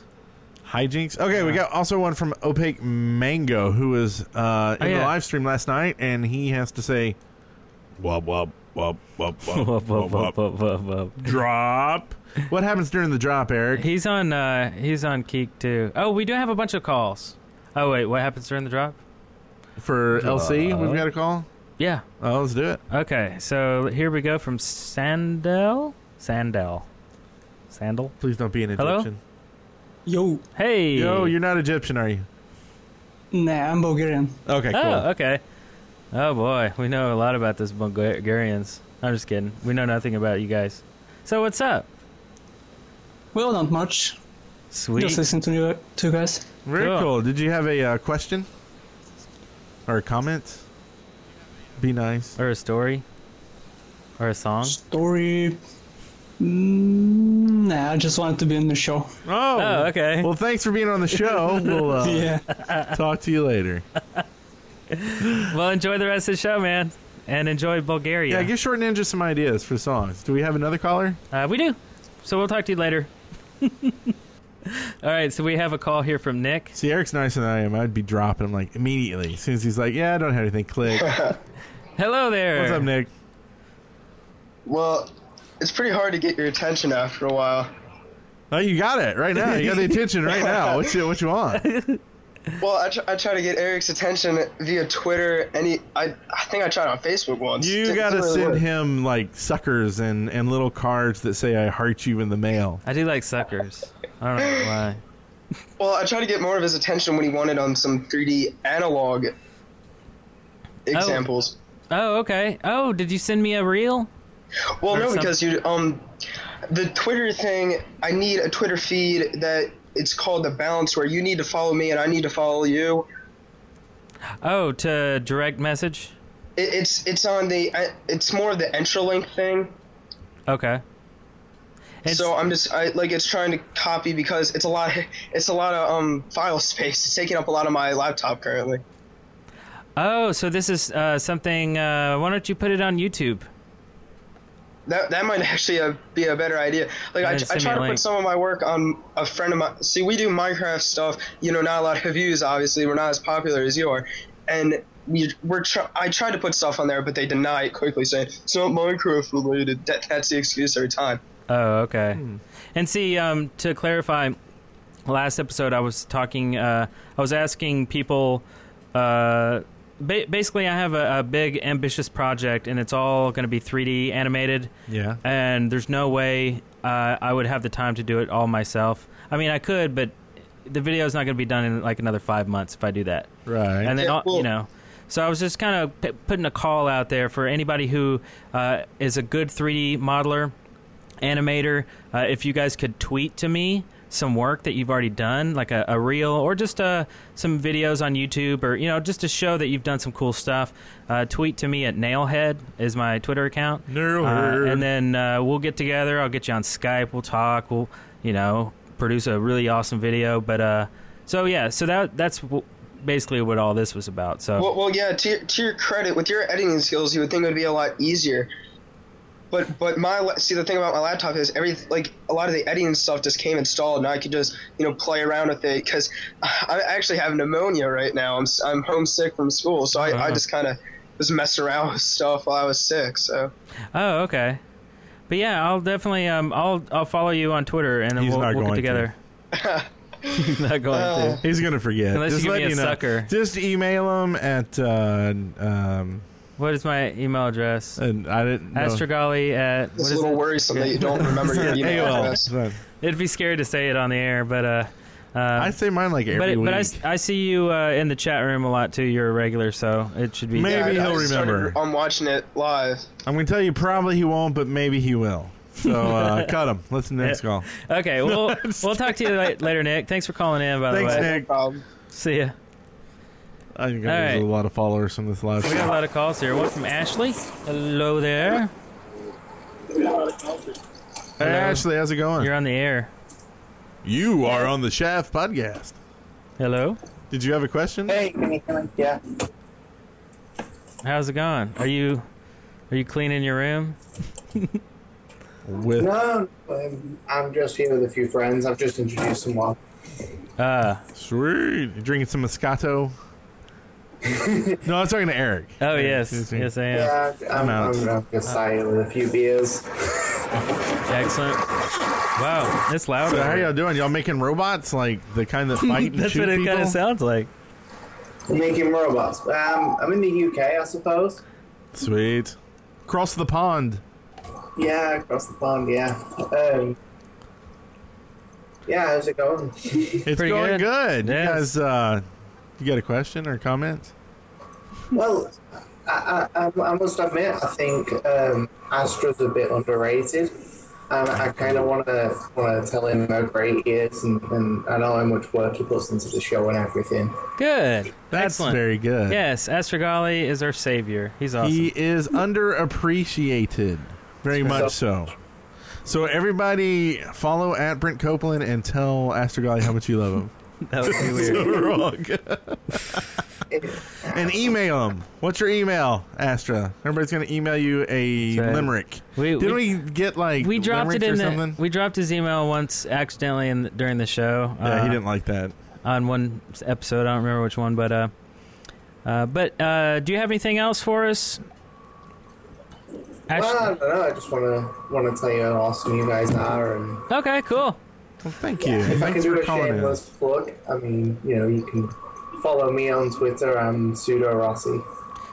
Speaker 4: Hijinks. Okay, we got also one from Opaque Mango, who was uh, in the
Speaker 5: Oh, yeah.
Speaker 4: live stream last night, and he has to say, Wub, wub, wub, [laughs] wub, wub, wub, wub, drop. What happens during the drop, Eric?
Speaker 5: He's on. Uh, he's on Keek too. Oh, we do have a bunch of calls. Oh wait, what happens during the drop?
Speaker 4: For LC, we've got a call?
Speaker 5: Yeah.
Speaker 4: Oh, let's do it.
Speaker 5: Okay, so here we go from Sandel. Sandel. Sandel.
Speaker 4: Please don't be an
Speaker 5: Hello?
Speaker 4: Egyptian.
Speaker 10: Yo.
Speaker 5: Hey.
Speaker 4: Yo, you're not Egyptian, are you?
Speaker 10: Nah, I'm Bulgarian.
Speaker 4: Okay, cool.
Speaker 5: Oh, okay. Oh boy, we know a lot about this Bulgarians. I'm just kidding. We know nothing about you guys. So what's up?
Speaker 10: Well, not much.
Speaker 5: Sweet.
Speaker 10: Just listen to you two guys.
Speaker 4: Very cool. Did you have a uh, question or a comment? Be nice.
Speaker 5: Or a story? Or a song?
Speaker 10: Story. Mm, nah, I just wanted to be in the show.
Speaker 4: Oh,
Speaker 5: okay.
Speaker 4: Well, thanks for being on the
Speaker 5: [laughs]
Speaker 4: show. we'll uh,
Speaker 10: Yeah.
Speaker 4: talk to you later.
Speaker 5: well, enjoy the rest of the show, man, and enjoy Bulgaria.
Speaker 4: Yeah, give Short Ninja some ideas for songs. Do we have another caller?
Speaker 5: Uh, we do. So we'll talk to you later. All right. So we have a call here from Nick.
Speaker 4: See, Eric's nicer than I am. I'd be dropping him like immediately as soon as he's like, "Yeah, I don't have anything." Click.
Speaker 5: Hello there.
Speaker 4: What's up, Nick?
Speaker 11: Well, it's pretty hard to get your attention after a while.
Speaker 4: Oh, you got it right now. You got the attention
Speaker 11: [laughs]
Speaker 4: right now. What you what you want?
Speaker 11: Well, I, tr- I try to get Eric's attention via Twitter. Any, I, I think I tried on Facebook once.
Speaker 4: You
Speaker 11: Didn't-
Speaker 4: got to
Speaker 11: didn't really
Speaker 4: send
Speaker 11: work.
Speaker 4: him like suckers and and little cards that say "I heart you" in the mail.
Speaker 5: I do like suckers. I don't know why.
Speaker 11: Well, I tried to get more of his attention when he wanted on some 3D analog examples.
Speaker 5: Oh, okay. Oh, did you send me a reel?
Speaker 11: Well,
Speaker 5: Or
Speaker 11: no,
Speaker 5: some-
Speaker 11: because you um, the Twitter thing. I need a Twitter feed that it's called the balance, where you need to follow me and I need to follow you.
Speaker 5: Oh, to direct message.
Speaker 11: It, it's it's on the I- it's more of the Entralink thing.
Speaker 5: Okay.
Speaker 11: so I'm just I, like it's trying to copy because it's a lot [laughs] it's a lot of um file space. It's taking up a lot of my laptop currently.
Speaker 5: Oh, so this is uh, something. Uh, why don't you put it on YouTube?
Speaker 11: That, that might [laughs] actually uh, be a better idea. Like I, I
Speaker 5: Yeah, send me
Speaker 11: try
Speaker 5: a
Speaker 11: to
Speaker 5: link.
Speaker 11: put some of my work on a friend of mine. See, we do Minecraft stuff. You know, not a lot of views. Obviously, we're not as popular as you are, and we we're try- I tried to put stuff on there, but they deny it quickly, saying it's not Minecraft related. That, that's the excuse every time.
Speaker 5: Oh, okay.
Speaker 4: Hmm.
Speaker 5: And see, um, to clarify, last episode I was talking, uh, I was asking people. Uh, ba- basically, I have a, a big, ambitious project, and it's all going to be 3D animated.
Speaker 4: Yeah.
Speaker 5: And there's no way uh, I would have the time to do it all myself. I mean, I could, but the video's not going to be done in like another five months if I do that.
Speaker 4: Right.
Speaker 5: And then,
Speaker 4: Yeah,
Speaker 5: all you
Speaker 4: well-
Speaker 5: know. So I was just kind of p- putting a call out there for anybody who uh, is a good 3D modeler, animator. Uh, if you guys could tweet to me some work that you've already done, like a, a reel or just uh, some videos on YouTube, or you know, just to show that you've done some cool stuff. Uh, tweet to me at Nailhead is my Twitter account.
Speaker 4: Nailhead.
Speaker 5: Uh, and then uh, we'll get together. I'll get you on Skype. We'll talk. We'll you know produce a really awesome video. But uh, so yeah, so that that's w- basically what all this was about.
Speaker 4: Uh,
Speaker 5: So
Speaker 11: Well, well yeah. To, your- to your credit, with your editing skills, you would think it would be a lot easier. But but my la- see the thing about my laptop is every like a lot of the editing stuff just came installed and I could just you know play around with it because [laughs] I actually have pneumonia right now. I'm s- I'm homesick from school, so I,
Speaker 4: Uh-huh.
Speaker 11: I just kind of just messed around with [laughs] stuff while I was sick. So
Speaker 5: oh okay, but yeah, I'll definitely um I'll I'll follow you on Twitter and then
Speaker 4: He's
Speaker 5: we'll,
Speaker 4: not
Speaker 5: we'll
Speaker 4: going
Speaker 5: get
Speaker 4: to.
Speaker 5: together. [laughs] not going to.
Speaker 4: [gasps] He's gonna forget.
Speaker 5: Unless
Speaker 4: just
Speaker 5: you give
Speaker 4: let
Speaker 5: me a
Speaker 4: know.
Speaker 5: sucker.
Speaker 4: Just email him at. Uh, um,
Speaker 5: what is my email address?
Speaker 4: And I didn't. know.
Speaker 5: Astrogali at.
Speaker 11: It's
Speaker 5: what
Speaker 11: a
Speaker 5: is
Speaker 11: little
Speaker 5: it?
Speaker 11: worrisome that you don't remember
Speaker 5: [laughs]
Speaker 11: your
Speaker 5: Yeah,
Speaker 11: email
Speaker 5: AOL.
Speaker 11: address.
Speaker 5: It'd be scary to say it on the air, but uh, uh I
Speaker 4: say mine like
Speaker 5: but,
Speaker 4: every
Speaker 5: But I
Speaker 4: week.
Speaker 5: s- I, see you uh, in the chat room a lot too. You're a regular, so it should be.
Speaker 4: Maybe
Speaker 11: Yeah, I- I
Speaker 4: he'll
Speaker 11: started-
Speaker 4: remember.
Speaker 11: I'm watching it live.
Speaker 4: I'm gonna tell you probably he won't, but maybe he will. So
Speaker 5: [laughs]
Speaker 4: uh, cut him. Let's the next call. [laughs]
Speaker 5: Okay, we'll we'll talk to you la- later, Nick. Thanks for calling in. By
Speaker 4: Thanks,
Speaker 5: the way,
Speaker 4: Nick. No
Speaker 5: See ya.
Speaker 4: I think
Speaker 5: All
Speaker 4: I
Speaker 5: right.
Speaker 4: lose a lot of followers from this live.
Speaker 5: We got a lot of calls here. One from Ashley. Hello there.
Speaker 4: Hey, Ashley, how's it going? You're
Speaker 5: on the air.
Speaker 4: You are on the Shaft podcast.
Speaker 5: Hello.
Speaker 4: Did you have a question?
Speaker 12: Hey, can you hear me? Yeah.
Speaker 5: How's it going? Are you are you cleaning your room?
Speaker 4: With
Speaker 12: No, I'm, um, I'm just here with a few friends. I've just introduced some more.
Speaker 5: uh,
Speaker 4: sweet. You drinking
Speaker 12: [laughs]
Speaker 4: some Moscato? no, I'm talking to Eric.
Speaker 5: Oh
Speaker 4: Eric,
Speaker 5: yes,
Speaker 4: is he-
Speaker 5: yes I am.
Speaker 12: Yeah, I'm, I'm, I'm
Speaker 5: Uh,
Speaker 12: just sighing with a few beers.
Speaker 5: [laughs] Excellent. Wow, it's loud.
Speaker 4: So how
Speaker 5: over
Speaker 4: y'all doing? Y'all making robots like the kind
Speaker 5: [laughs]
Speaker 4: that fight? and
Speaker 5: That's
Speaker 4: shoot
Speaker 5: what it kinda
Speaker 4: people?
Speaker 5: sounds like.
Speaker 12: Making robots. Um, I'm in the UK, I suppose.
Speaker 4: Sweet. Cross the pond.
Speaker 12: Yeah, across the pond. Yeah. Um, yeah, how's it going?
Speaker 4: It's going good. You guys, uh, you got a question or comment?
Speaker 12: Well, I, I, I- I must admit, I think um, Astra's a bit underrated. And I kind of want to want to tell him how great he is, and, and I know how much work he puts into the show and everything.
Speaker 5: Good.
Speaker 4: That's
Speaker 5: Excellent.
Speaker 4: very good.
Speaker 5: Yes, Astrogali is our savior. He's awesome.
Speaker 4: He is underappreciated. Very
Speaker 5: Sure.
Speaker 4: much so. So everybody follow at Brent Copeland and tell Astrogali how much you love him.
Speaker 5: [laughs] That would be
Speaker 3: [laughs]
Speaker 4: So
Speaker 5: weird.
Speaker 4: we're all good. and email him. What's your email, Astra? Everybody's gonna email you a
Speaker 5: That's right.
Speaker 4: limerick.
Speaker 5: We-
Speaker 4: Didn't
Speaker 5: we-
Speaker 4: we, get like
Speaker 5: we dropped it
Speaker 4: limericks
Speaker 5: in
Speaker 4: or
Speaker 5: the,
Speaker 4: something?
Speaker 5: we dropped his email once accidentally in during the show uh,
Speaker 4: Yeah, he didn't like that
Speaker 5: on one episode i don't remember which one but uh, uh but uh do you have anything else for us
Speaker 12: well, I don't know. I just want to want to tell you how awesome you guys are, and
Speaker 5: okay cool
Speaker 4: thank
Speaker 12: Yeah, if I can
Speaker 4: Thanks
Speaker 12: do
Speaker 4: for
Speaker 12: a
Speaker 4: calling in.
Speaker 12: shameless plug, I mean, you know, you can follow me on Twitter. I'm pseudo Rossi.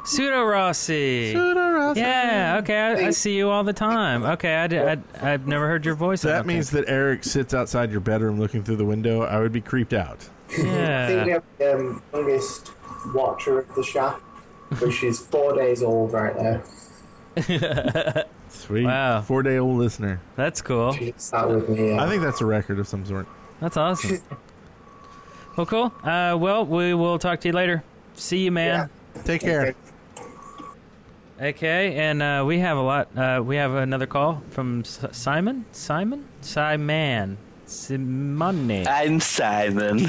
Speaker 5: pseudo rossi
Speaker 4: Pseudo Rossi.
Speaker 5: yeah okay I, I see you all the time okay i, did- I have never heard your voice I
Speaker 4: That
Speaker 5: don't
Speaker 4: means that Eric sits outside your bedroom looking through the window. I would be creeped out.
Speaker 12: I think we have the um, youngest watcher of the shaft, which is four days old right now.
Speaker 4: [laughs] Sweet. Four day old listener.
Speaker 5: That's cool.
Speaker 12: That would be, uh,
Speaker 4: I think that's a record of some sort.
Speaker 5: That's awesome. well, cool. Uh, well, we will talk to you later. See you, man.
Speaker 4: Take care.
Speaker 5: Okay, and uh, we have a lot. Uh, we have another call from S- Simon. Simon. Simon. Simone.
Speaker 13: I'm
Speaker 4: [laughs]
Speaker 13: Simon.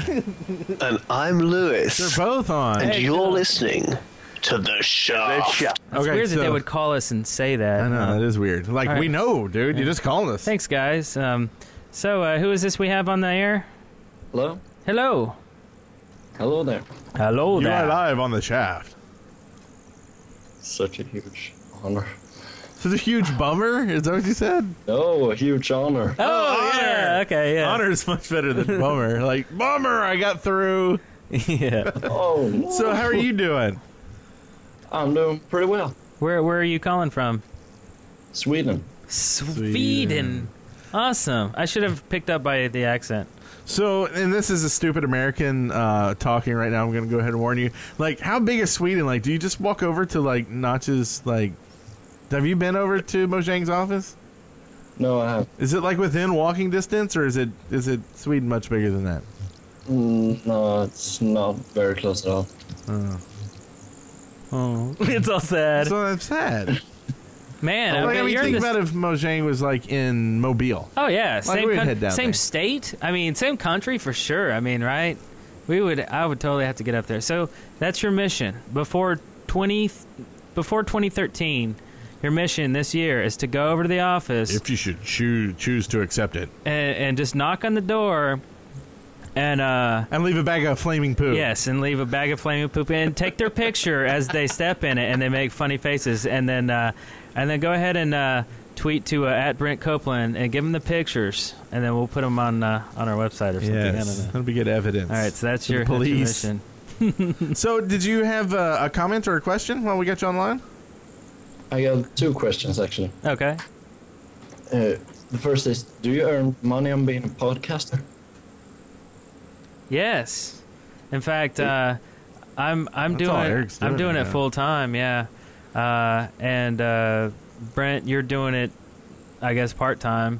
Speaker 13: and I'm Lewis.
Speaker 4: They're both on.
Speaker 13: And
Speaker 5: Hey,
Speaker 13: you're
Speaker 5: cool.
Speaker 13: listening to the shaft.
Speaker 5: It's weird that they would call us and say that. I
Speaker 4: know, it is weird. Like, we know, dude. You just called us.
Speaker 5: Thanks, guys. Um, so, uh, who is this we have on the air?
Speaker 14: Hello?
Speaker 5: Hello.
Speaker 14: Hello there.
Speaker 5: Hello
Speaker 4: you
Speaker 5: there.
Speaker 4: are live on the shaft.
Speaker 14: Such a huge honor.
Speaker 4: Such a huge bummer? Is that what you said?
Speaker 14: No, a huge honor.
Speaker 5: Oh, yeah. Okay, yeah.
Speaker 4: Honor is much better than bummer. like, bummer, I got through.
Speaker 5: [laughs] Yeah.
Speaker 14: oh.
Speaker 4: So, how are you doing?
Speaker 14: I'm doing pretty well.
Speaker 5: Where Where are you calling from?
Speaker 14: Sweden.
Speaker 5: Sweden. Awesome. I should have picked up by the accent.
Speaker 4: So, and this is a stupid American uh, talking right now. I'm going to go ahead and warn you. Like, how big is Sweden? Like, do you just walk over to like Notch's? Like, have you been over to Mojang's office?
Speaker 14: No, I have.
Speaker 4: Is it like within walking distance, or is it is it Sweden much bigger than that?
Speaker 14: Mm, no, it's not very close at all.
Speaker 4: Oh. [laughs]
Speaker 5: Oh, it's all sad.
Speaker 4: So I'm sad.
Speaker 5: Man,
Speaker 4: like,
Speaker 5: okay,
Speaker 4: I mean,
Speaker 5: you're in
Speaker 4: think
Speaker 5: this-
Speaker 4: about if Mojang was like in Mobile.
Speaker 5: Oh yeah,
Speaker 4: Like,
Speaker 5: same
Speaker 4: we'd
Speaker 5: coun-
Speaker 4: head down
Speaker 5: same
Speaker 4: there.
Speaker 5: state. I mean, same country for sure. I mean, right? We would. I would totally have to get up there. So that's your mission before twenty, before twenty thirteen. Your mission this year is to go over to the office
Speaker 4: If you should choose choose to accept it
Speaker 5: and, and just knock on the door, and uh,
Speaker 4: and leave a bag of flaming poop.
Speaker 5: Yes, and leave a bag of flaming poop and take their picture as they step in it, and they make funny faces, and then uh, and then go ahead and uh, tweet to uh, at Brent Copeland and give them the pictures, and then we'll put them on uh, on our website or something. I
Speaker 4: Yes,
Speaker 5: don't know.
Speaker 4: that'll be good evidence.
Speaker 5: All right, so that's
Speaker 4: To the
Speaker 5: your that's your
Speaker 4: police. [laughs]
Speaker 5: mission.
Speaker 4: so, did you have uh, a comment or a question while we got you online?
Speaker 14: I got two questions actually.
Speaker 5: Okay.
Speaker 14: Uh, the first is, do you earn money on being a podcaster?
Speaker 5: Yes. In fact, uh, I'm I'm
Speaker 14: That's
Speaker 5: doing,
Speaker 14: all Eric's doing
Speaker 5: I'm doing
Speaker 14: right
Speaker 5: it
Speaker 14: now.
Speaker 5: full time. Yeah, uh, and uh, Brent, you're doing it, I guess, part time.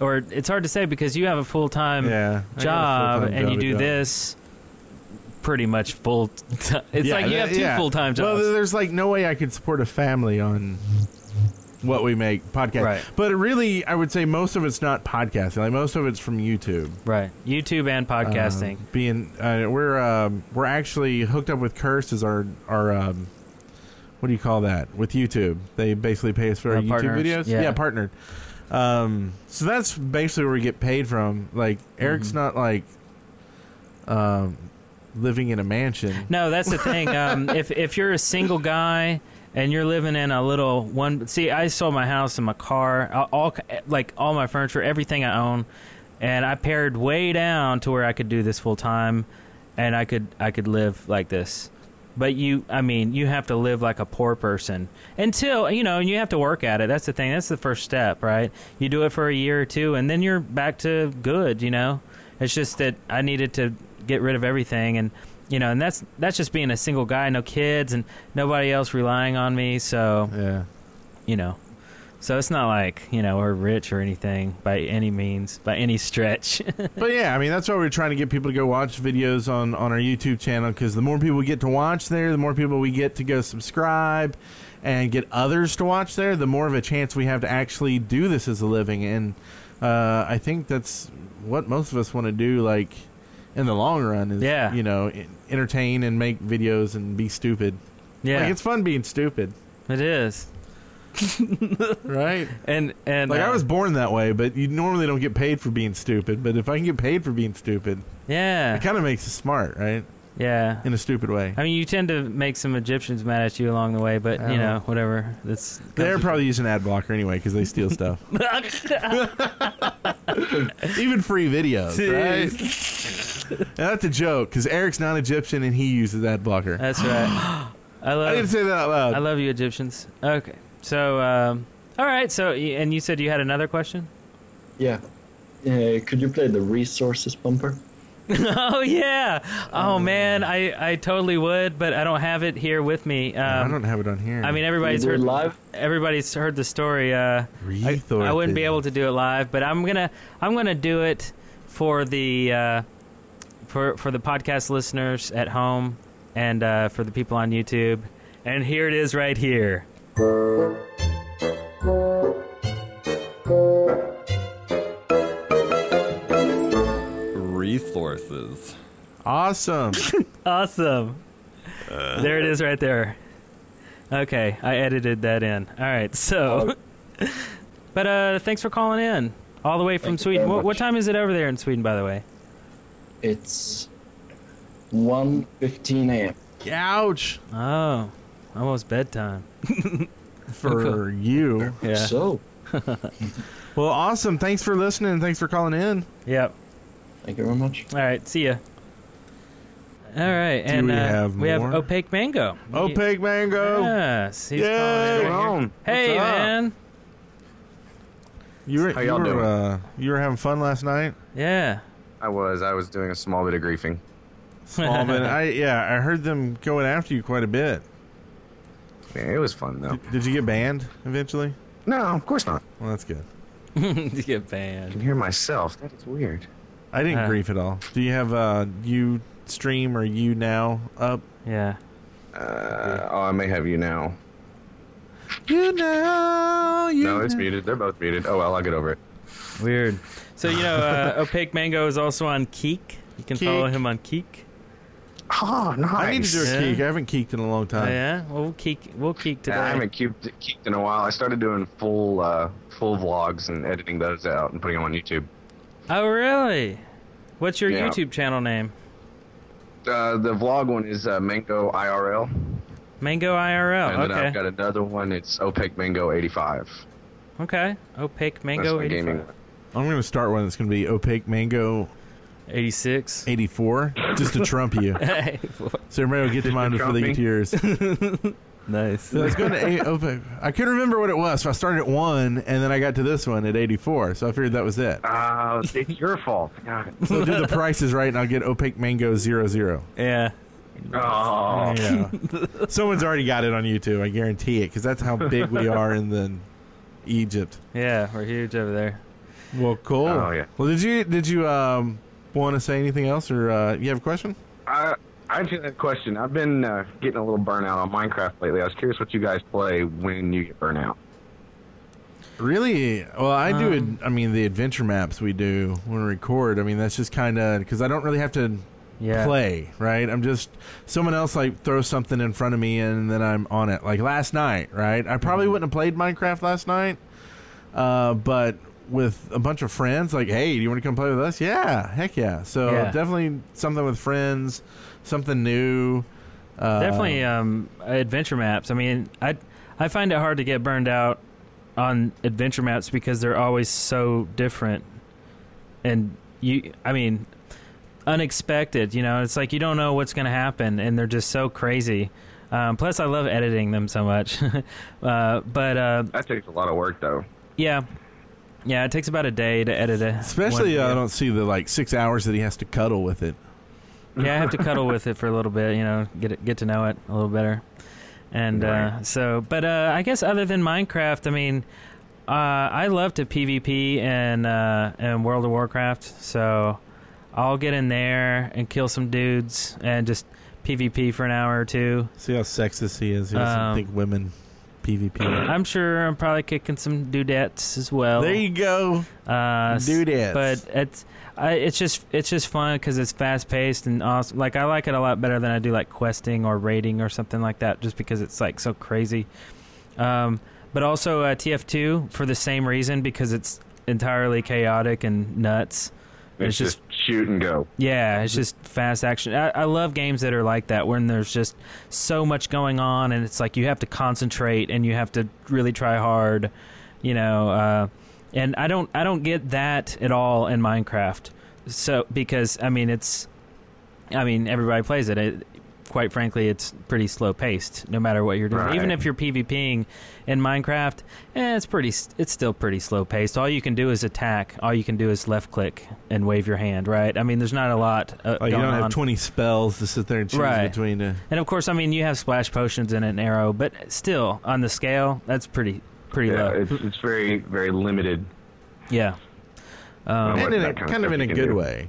Speaker 5: Or it's hard to say because you have a full time
Speaker 4: Yeah, I got a
Speaker 5: job
Speaker 4: full-time
Speaker 5: and you
Speaker 4: job,
Speaker 5: do
Speaker 4: yeah.
Speaker 5: this pretty much full. T- [laughs] it's
Speaker 4: Yeah,
Speaker 5: like you
Speaker 4: that-
Speaker 5: have two
Speaker 4: yeah.
Speaker 5: full time jobs.
Speaker 4: Well, there's like no way I could support a family on what we make podcast.
Speaker 5: Right.
Speaker 4: But really, I would say most of it's not podcasting. Like most of it's from YouTube.
Speaker 5: Right. YouTube and podcasting.
Speaker 4: Uh, being uh, we're um, we're actually hooked up with Curse as our our um, what do you call that with YouTube? They basically pay us for our
Speaker 5: Our
Speaker 4: YouTube
Speaker 5: partners,
Speaker 4: videos.
Speaker 5: yeah.
Speaker 4: partnered. Um, so that's basically where we get paid from. Like
Speaker 5: Mm-hmm.
Speaker 4: Eric's not like um, living in a mansion.
Speaker 5: [laughs] No, that's the thing. Um, if if you're a single guy and you're living in a little one, see, I sold my house and my car, all- all like all my furniture, everything I own, and I pared way down to where I could do this full time, and I could I could live like this. But you, I mean, you have to live like a poor person until you know, and you have to work at it. That's the thing. That's the first step, right? You do it for a year or two, and then you're back to good. You know, it's just that I needed to get rid of everything, and you know, and that's that's just being a single guy, no kids, and nobody else relying on me. So
Speaker 4: yeah,
Speaker 5: you know, so it's not like you know we're rich or anything by any means, by any stretch. [laughs]
Speaker 4: but yeah, I mean that's why we're trying to get people to go watch videos on on our YouTube channel because the more people we get to watch there, the more people we get to go subscribe and get others to watch there, the more of a chance we have to actually do this as a living. And uh, I think that's what most of us want to do, like in the long run, is
Speaker 5: Yeah.
Speaker 4: you know en- entertain and make videos and be stupid.
Speaker 5: Yeah.
Speaker 4: like it's
Speaker 5: [laughs]
Speaker 4: fun being stupid,
Speaker 5: it is.
Speaker 4: right?
Speaker 5: And and
Speaker 4: like I
Speaker 5: uh,
Speaker 4: was born that way, but you normally don't get paid for being stupid. But if I can get paid for being stupid,
Speaker 5: yeah,
Speaker 4: it kind of makes us smart, right?
Speaker 5: Yeah,
Speaker 4: in a stupid way.
Speaker 5: I mean, you tend to make some Egyptians mad at you along the way, but
Speaker 4: Oh.
Speaker 5: you know, whatever.
Speaker 4: [laughs]
Speaker 5: It's
Speaker 4: They're probably using ad blocker anyway because they steal
Speaker 5: [laughs]
Speaker 4: stuff, even free videos, right? Now, that's a joke because Eric's not Egyptian and he uses ad blocker.
Speaker 5: That's right. I love.
Speaker 4: I didn't say that out loud.
Speaker 5: I love you, Egyptians. Okay, so um, all right, so y- and you said you had another question. [laughs]
Speaker 14: Yeah. Uh, could you play the resources bumper?
Speaker 5: oh yeah. Oh
Speaker 4: Um,
Speaker 5: man, I, I totally would, but I don't have it here with me. Um,
Speaker 4: [gasps] I don't have it on here.
Speaker 5: I mean, everybody's
Speaker 4: Can you
Speaker 5: heard
Speaker 4: do it live?
Speaker 5: Everybody's heard the story. Uh, I, I wouldn't be able to do it live, but I'm gonna I'm gonna do it for the uh, for for the podcast listeners at home and uh, for the people on YouTube. And here it is, right here.
Speaker 15: Resources.
Speaker 4: Awesome.
Speaker 5: [laughs] awesome.
Speaker 15: Uh,
Speaker 5: There it is right there. Okay, I edited that in. All right, so. [laughs] but uh, thanks for calling in all the way from
Speaker 14: Oh. Thank you
Speaker 5: Sweden.
Speaker 14: very
Speaker 5: What, what
Speaker 14: much.
Speaker 5: time is it over there in Sweden, by the way?
Speaker 14: It's 1.15 a.m.
Speaker 4: Ouch.
Speaker 5: Oh, almost bedtime.
Speaker 4: [laughs] for you.
Speaker 5: Yeah.
Speaker 14: So.
Speaker 5: [laughs]
Speaker 4: well, awesome. Thanks for listening. and Thanks for calling in.
Speaker 5: Yep.
Speaker 14: Thank you very much.
Speaker 5: All right, see ya. All right,
Speaker 4: Do
Speaker 5: and
Speaker 4: we
Speaker 5: uh,
Speaker 4: have
Speaker 5: we
Speaker 4: more?
Speaker 5: have opaque mango.
Speaker 4: Opaque Oh, Mango.
Speaker 5: Yes, he's
Speaker 4: Yay.
Speaker 5: calling in right here.
Speaker 4: Wrong.
Speaker 5: Hey
Speaker 4: What's up?
Speaker 5: man.
Speaker 4: You were,
Speaker 13: How
Speaker 4: you
Speaker 13: y'all
Speaker 4: were,
Speaker 13: doing?
Speaker 4: Uh, you were having fun last night.
Speaker 5: Yeah.
Speaker 13: I was. I was doing a small bit of griefing. [laughs]
Speaker 4: Small bit. I yeah. I heard them going after you quite a bit.
Speaker 13: Yeah, it was fun though.
Speaker 4: Did, did you get banned eventually?
Speaker 13: No, of course
Speaker 5: [laughs]
Speaker 13: not.
Speaker 4: Well, that's good.
Speaker 5: you get
Speaker 13: I
Speaker 5: banned.
Speaker 13: can hear myself. That is weird.
Speaker 4: I didn't
Speaker 13: Uh.
Speaker 4: grief at all. Do you have uh you stream or you now up?
Speaker 5: Yeah.
Speaker 13: Uh, oh, I may have you now.
Speaker 4: You
Speaker 5: Oh,
Speaker 4: know. You
Speaker 13: no, it's
Speaker 4: know.
Speaker 13: muted. They're both muted. Oh well, I'll get over it.
Speaker 5: Weird. So you know, uh, opaque mango is also on Keek. You can follow
Speaker 4: Keek.
Speaker 5: him on Keek.
Speaker 13: Oh, nice.
Speaker 4: I need to do a
Speaker 5: Yeah.
Speaker 4: keek. I haven't keeked in a long
Speaker 5: Oh,
Speaker 4: time.
Speaker 5: yeah, well, we'll Keek. We'll Keek today.
Speaker 13: Yeah, I haven't keeped, keeped in a while. I started doing full uh, full vlogs and editing those out and putting them on YouTube.
Speaker 5: Oh really? What's your
Speaker 13: Yeah.
Speaker 5: YouTube channel name?
Speaker 13: Uh, the vlog one is uh, Mango IRL,
Speaker 5: Mango
Speaker 13: and
Speaker 5: IRL.
Speaker 13: then I've
Speaker 5: Oh, Okay.
Speaker 13: got another one. It's Opaque Mango 85.
Speaker 5: Okay. Opaque mango.
Speaker 13: my
Speaker 5: 85.
Speaker 13: gaming.
Speaker 4: I'm going to start one that's going to be opaque mango.
Speaker 5: 86.
Speaker 4: 84. Just to trump
Speaker 5: [laughs]
Speaker 4: you. So everybody will get to mine before they get to yours.
Speaker 5: [laughs] nice.
Speaker 4: So it's going to eight, opaque. I couldn't remember what it was. So I started at one, and then I got to this one at 84. So I figured that was it.
Speaker 13: Uh, it's your fault. God.
Speaker 4: So do the prices right, and I'll get opaque mango zero zero.
Speaker 5: Yeah.
Speaker 13: Oh.
Speaker 4: [laughs] Yeah. Someone's already got it on YouTube. I guarantee it because that's how big [laughs] we are in the Egypt.
Speaker 5: Yeah, we're huge over there.
Speaker 4: Well, cool.
Speaker 13: Oh, yeah.
Speaker 4: Well, did you did you um, want to say anything else, or uh, you have a question?
Speaker 13: I I just had a question. I've been uh, getting a little burnout on Minecraft lately. I was curious what you guys play when you get burnout.
Speaker 4: Really? Well, I do.
Speaker 5: Um,
Speaker 4: Ad- I mean, the adventure maps we do when we record. I mean, that's just kind of because I don't really have to
Speaker 5: Yeah.
Speaker 4: play, right? I'm just someone else like throws something in front of me, and then I'm on it. Like last night, right? I probably
Speaker 5: Mm-hmm.
Speaker 4: wouldn't have played Minecraft last night, uh, but with a bunch of friends, like, hey, do you want to come play with us? Yeah, heck yeah. So
Speaker 5: Yeah.
Speaker 4: definitely something with friends, something new. Uh,
Speaker 5: Definitely um, adventure maps. I mean, I I find it hard to get burned out on adventure maps because they're always so different, and you. I mean, unexpected. You know, it's like you don't know what's going to happen, and they're just so crazy. Um, plus, I love editing them so much. [laughs] uh, but uh,
Speaker 13: That takes a lot of work, though.
Speaker 5: yeah, yeah, it takes about a day to edit it.
Speaker 4: Especially, uh, I don't see the like six hours that he has to cuddle with it. [laughs]
Speaker 5: yeah, I have to cuddle with it for a little bit, you know, get it, get to know it a little better. And uh,
Speaker 13: Right.
Speaker 5: so, but uh, I guess other than Minecraft, I mean, uh, I love to PvP and uh, and World of Warcraft, so I'll get in there and kill some dudes and just PvP for an hour or two.
Speaker 4: See how sexist he is. He doesn't
Speaker 5: Um,
Speaker 4: think women PvP.
Speaker 5: I'm sure I'm probably kicking some dudettes as well.
Speaker 4: There you go.
Speaker 5: Uh, s-
Speaker 4: Dudettes.
Speaker 5: But it's I, it's just it's just fun because it's fast paced and awesome. Like I like it a lot better than I do like questing or raiding or something like that, just because it's like so crazy. Um, but also uh, TF2 for the same reason because it's entirely chaotic and nuts.
Speaker 13: It's, just, shoot and go.
Speaker 5: Yeah, it's just fast action. I, I love games that are like that when there's just so much going on and it's like you have to concentrate and you have to really try hard, you know. Uh, and I don't I don't get that at all in Minecraft. So because I mean it's I mean everybody plays it. it quite frankly, it's pretty slow paced no matter what you're doing.
Speaker 13: Right.
Speaker 5: Even if you're PvPing in Minecraft, eh, it's pretty s- it's still pretty slow paced. All you can do is attack. All you can do is left click and wave your hand, right? I mean, there's not a lot uh,
Speaker 4: Oh, you
Speaker 5: going
Speaker 4: don't
Speaker 5: on.
Speaker 4: have 20 spells to sit there and choose
Speaker 5: Right.
Speaker 4: between. Uh,
Speaker 5: and of course, I mean, you have splash potions and an arrow, but still on the scale, that's pretty pretty
Speaker 13: Yeah,
Speaker 5: low.
Speaker 13: it's, it's very, very limited.
Speaker 5: Yeah. Um,
Speaker 4: and in a, kind of in a good way.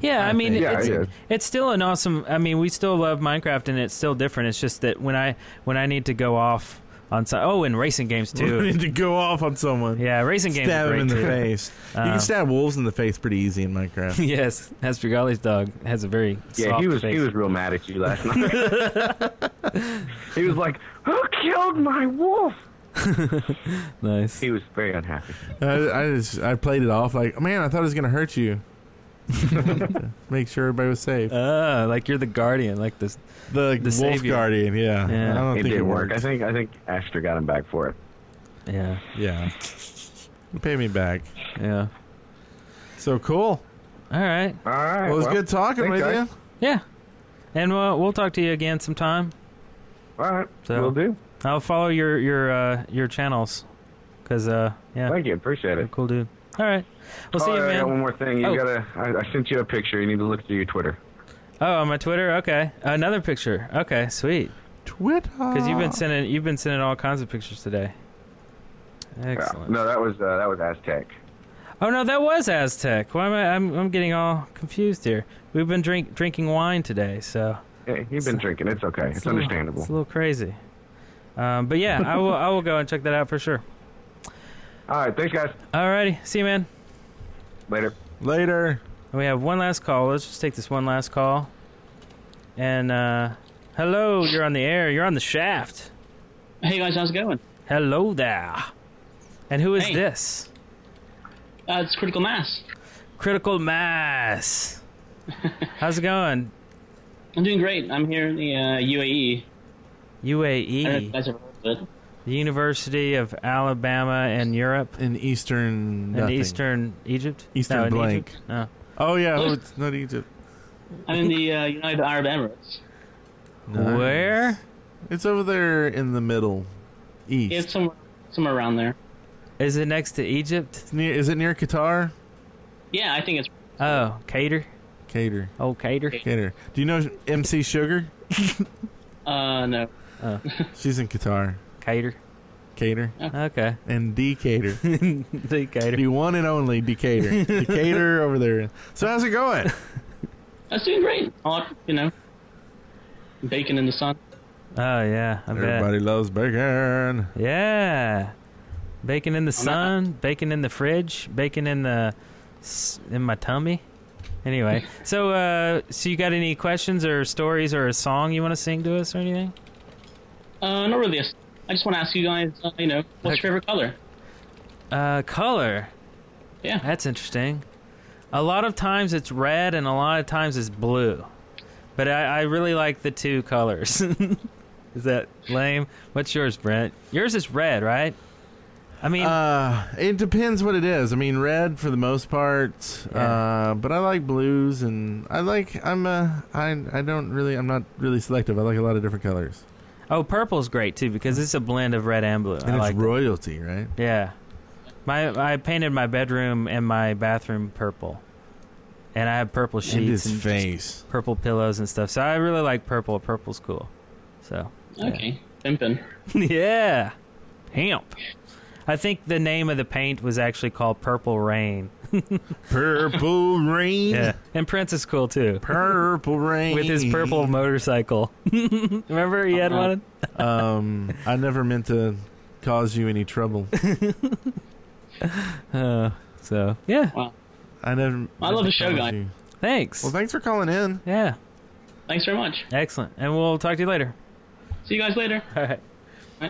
Speaker 5: Yeah, I, mean,
Speaker 13: think- Yeah,
Speaker 5: it's,
Speaker 13: yeah.
Speaker 5: it's still an awesome. I mean, we still love Minecraft, and it's still different. It's just that when I when I need to go off on some. Oh, and racing
Speaker 4: [laughs]
Speaker 5: games too.
Speaker 4: Ready to go off on someone.
Speaker 5: Yeah, racing games.
Speaker 4: Stab
Speaker 5: are
Speaker 4: him
Speaker 5: great
Speaker 4: in the
Speaker 5: too.
Speaker 4: face. You
Speaker 5: Uh,
Speaker 4: can stab wolves in the face pretty easy in Minecraft.
Speaker 5: [laughs] yes, Aspergali's dog has a very
Speaker 4: Yeah,
Speaker 5: soft
Speaker 4: he was- he
Speaker 5: face.
Speaker 4: was
Speaker 13: real mad at you
Speaker 5: [laughs]
Speaker 13: last night. he was like, "Who killed my wolf?"
Speaker 5: nice.
Speaker 13: He was very unhappy.
Speaker 4: I, I just I played it off like, man, I thought it was gonna hurt
Speaker 5: [laughs]
Speaker 4: you. Make sure everybody was safe.
Speaker 5: Uh, like you're the guardian, like this
Speaker 4: the,
Speaker 5: the
Speaker 4: wolf
Speaker 5: savior.
Speaker 4: guardian. Yeah, I don't
Speaker 13: it
Speaker 4: think
Speaker 13: did
Speaker 4: it
Speaker 13: work.
Speaker 4: worked.
Speaker 13: I think I think Astra got him back for it.
Speaker 5: Yeah.
Speaker 4: Yeah. Pay me back.
Speaker 5: Yeah.
Speaker 4: So cool.
Speaker 5: All right.
Speaker 13: All right.
Speaker 4: Well, it was well, good talking thanks, with guys.
Speaker 5: Yeah. And uh, we'll, we'll talk to you again sometime.
Speaker 13: All right.
Speaker 5: So
Speaker 13: Will do.
Speaker 5: I'll follow your your uh, your channels, cause uh yeah.
Speaker 13: Thank you. Appreciate it.
Speaker 5: Cool dude. All right. We'll see
Speaker 13: oh,
Speaker 5: you,
Speaker 13: I got
Speaker 5: man.
Speaker 13: One more thing. You
Speaker 5: Oh.
Speaker 13: gotta. I, I sent you a picture. You need to look through your Twitter.
Speaker 5: Oh, on my Twitter. Okay, another picture. Okay, sweet.
Speaker 4: Twitter.
Speaker 5: Because you've been sending you've been sending all kinds of pictures today. Excellent.
Speaker 13: No, that was uh, that was Aztec.
Speaker 5: Oh no, that was Aztec. Why am I? I'm, I'm getting all confused here. We've been drink drinking wine today, so
Speaker 13: Yeah, you've been drinking. It's okay. It's,
Speaker 5: a little-
Speaker 13: understandable.
Speaker 5: it's a little crazy. Um, but yeah, I will I will go and check that out for sure.
Speaker 13: All right, thanks guys.
Speaker 5: Alrighty, see you, man.
Speaker 13: Later.
Speaker 4: Later.
Speaker 5: We have one last call. Let's just take this one last call. And uh, hello, you're on the air. You're on the shaft.
Speaker 15: Hey guys, how's it going?
Speaker 5: Hello there. And who is this?
Speaker 15: Uh, it's critical mass. [laughs]
Speaker 5: Critical mass. How's it going?
Speaker 15: I'm doing great. I'm here in the uh, UAE. I don't know if you
Speaker 5: UAE,
Speaker 15: guys ever heard of it.
Speaker 5: the University of Alabama and Europe.
Speaker 4: In Eastern.
Speaker 5: In
Speaker 4: nothing.
Speaker 5: Eastern Egypt?
Speaker 4: Eastern
Speaker 5: No, in
Speaker 4: blank.
Speaker 5: Egypt? No.
Speaker 4: Oh yeah, oh, it's not Egypt.
Speaker 15: I'm in the uh, United Arab Emirates.
Speaker 4: Nice.
Speaker 5: Where?
Speaker 4: It's over there in the middle, east.
Speaker 15: It's somewhere, somewhere around there.
Speaker 5: Is it next to Egypt?
Speaker 4: It's near, is it near Qatar?
Speaker 15: Yeah, I think it's.
Speaker 5: Oh, Cater.
Speaker 4: Cater.
Speaker 5: Oh, Cater.
Speaker 4: Cater. Do you know MC
Speaker 5: [laughs]
Speaker 4: Sugar?
Speaker 15: Uh, no.
Speaker 4: She's in Qatar.
Speaker 5: Cater.
Speaker 4: Cater.
Speaker 5: Okay.
Speaker 4: And Decatur.
Speaker 5: [laughs] Decatur.
Speaker 4: The one and only Decatur. Decatur over there. So how's it going?
Speaker 15: That's doing great. Hot, you know, bacon in the sun.
Speaker 5: Oh yeah, I bet.
Speaker 4: Everybody loves bacon.
Speaker 5: Yeah, bacon in the sun, bacon in the fridge, bacon in the s- in my tummy. Anyway, so uh, so you got any questions or stories or a song you want to sing to us or anything?
Speaker 15: Uh, not really. I just want to ask you guys, uh, you know, what's your favorite color?
Speaker 5: Uh, color.
Speaker 15: Yeah.
Speaker 5: That's interesting. A lot of times it's red and a lot of times it's blue. But I, I really like the two colors. [laughs] is that lame? What's yours, Brent? Yours is red, right? I mean,
Speaker 4: uh, it depends what it is. I mean, red for the most part, uh, but I like blues and I like I'm a I I don't really I'm not really selective. I like a lot of different colors.
Speaker 5: Oh, purple's great too because it's a blend of red and blue.
Speaker 4: And
Speaker 5: I
Speaker 4: it's
Speaker 5: like that.
Speaker 4: royalty, right?
Speaker 5: Yeah. My I painted my bedroom and my bathroom purple. And I have purple
Speaker 4: his
Speaker 5: sheets just
Speaker 4: face.
Speaker 5: purple pillows and stuff. So I really like purple. Purple's cool. So
Speaker 15: Okay.
Speaker 5: [laughs]
Speaker 15: Pimpin.
Speaker 5: yeah. Hemp. I think the name of the paint was actually called Purple Rain. [laughs]
Speaker 4: Purple Rain.
Speaker 5: Yeah. And Prince is cool too.
Speaker 4: Purple Rain.
Speaker 5: [laughs] With his purple motorcycle. [laughs] Remember he had one?
Speaker 4: um, I never meant to cause you any trouble.
Speaker 5: [laughs] uh, so yeah,
Speaker 4: I never.
Speaker 15: I love the show,
Speaker 4: never
Speaker 15: guys.
Speaker 4: caused you-
Speaker 5: Thanks.
Speaker 4: Well, thanks for calling in.
Speaker 5: Yeah.
Speaker 15: Thanks very much.
Speaker 5: Excellent. And we'll talk to you later.
Speaker 15: See you guys later.
Speaker 5: [laughs] All right. All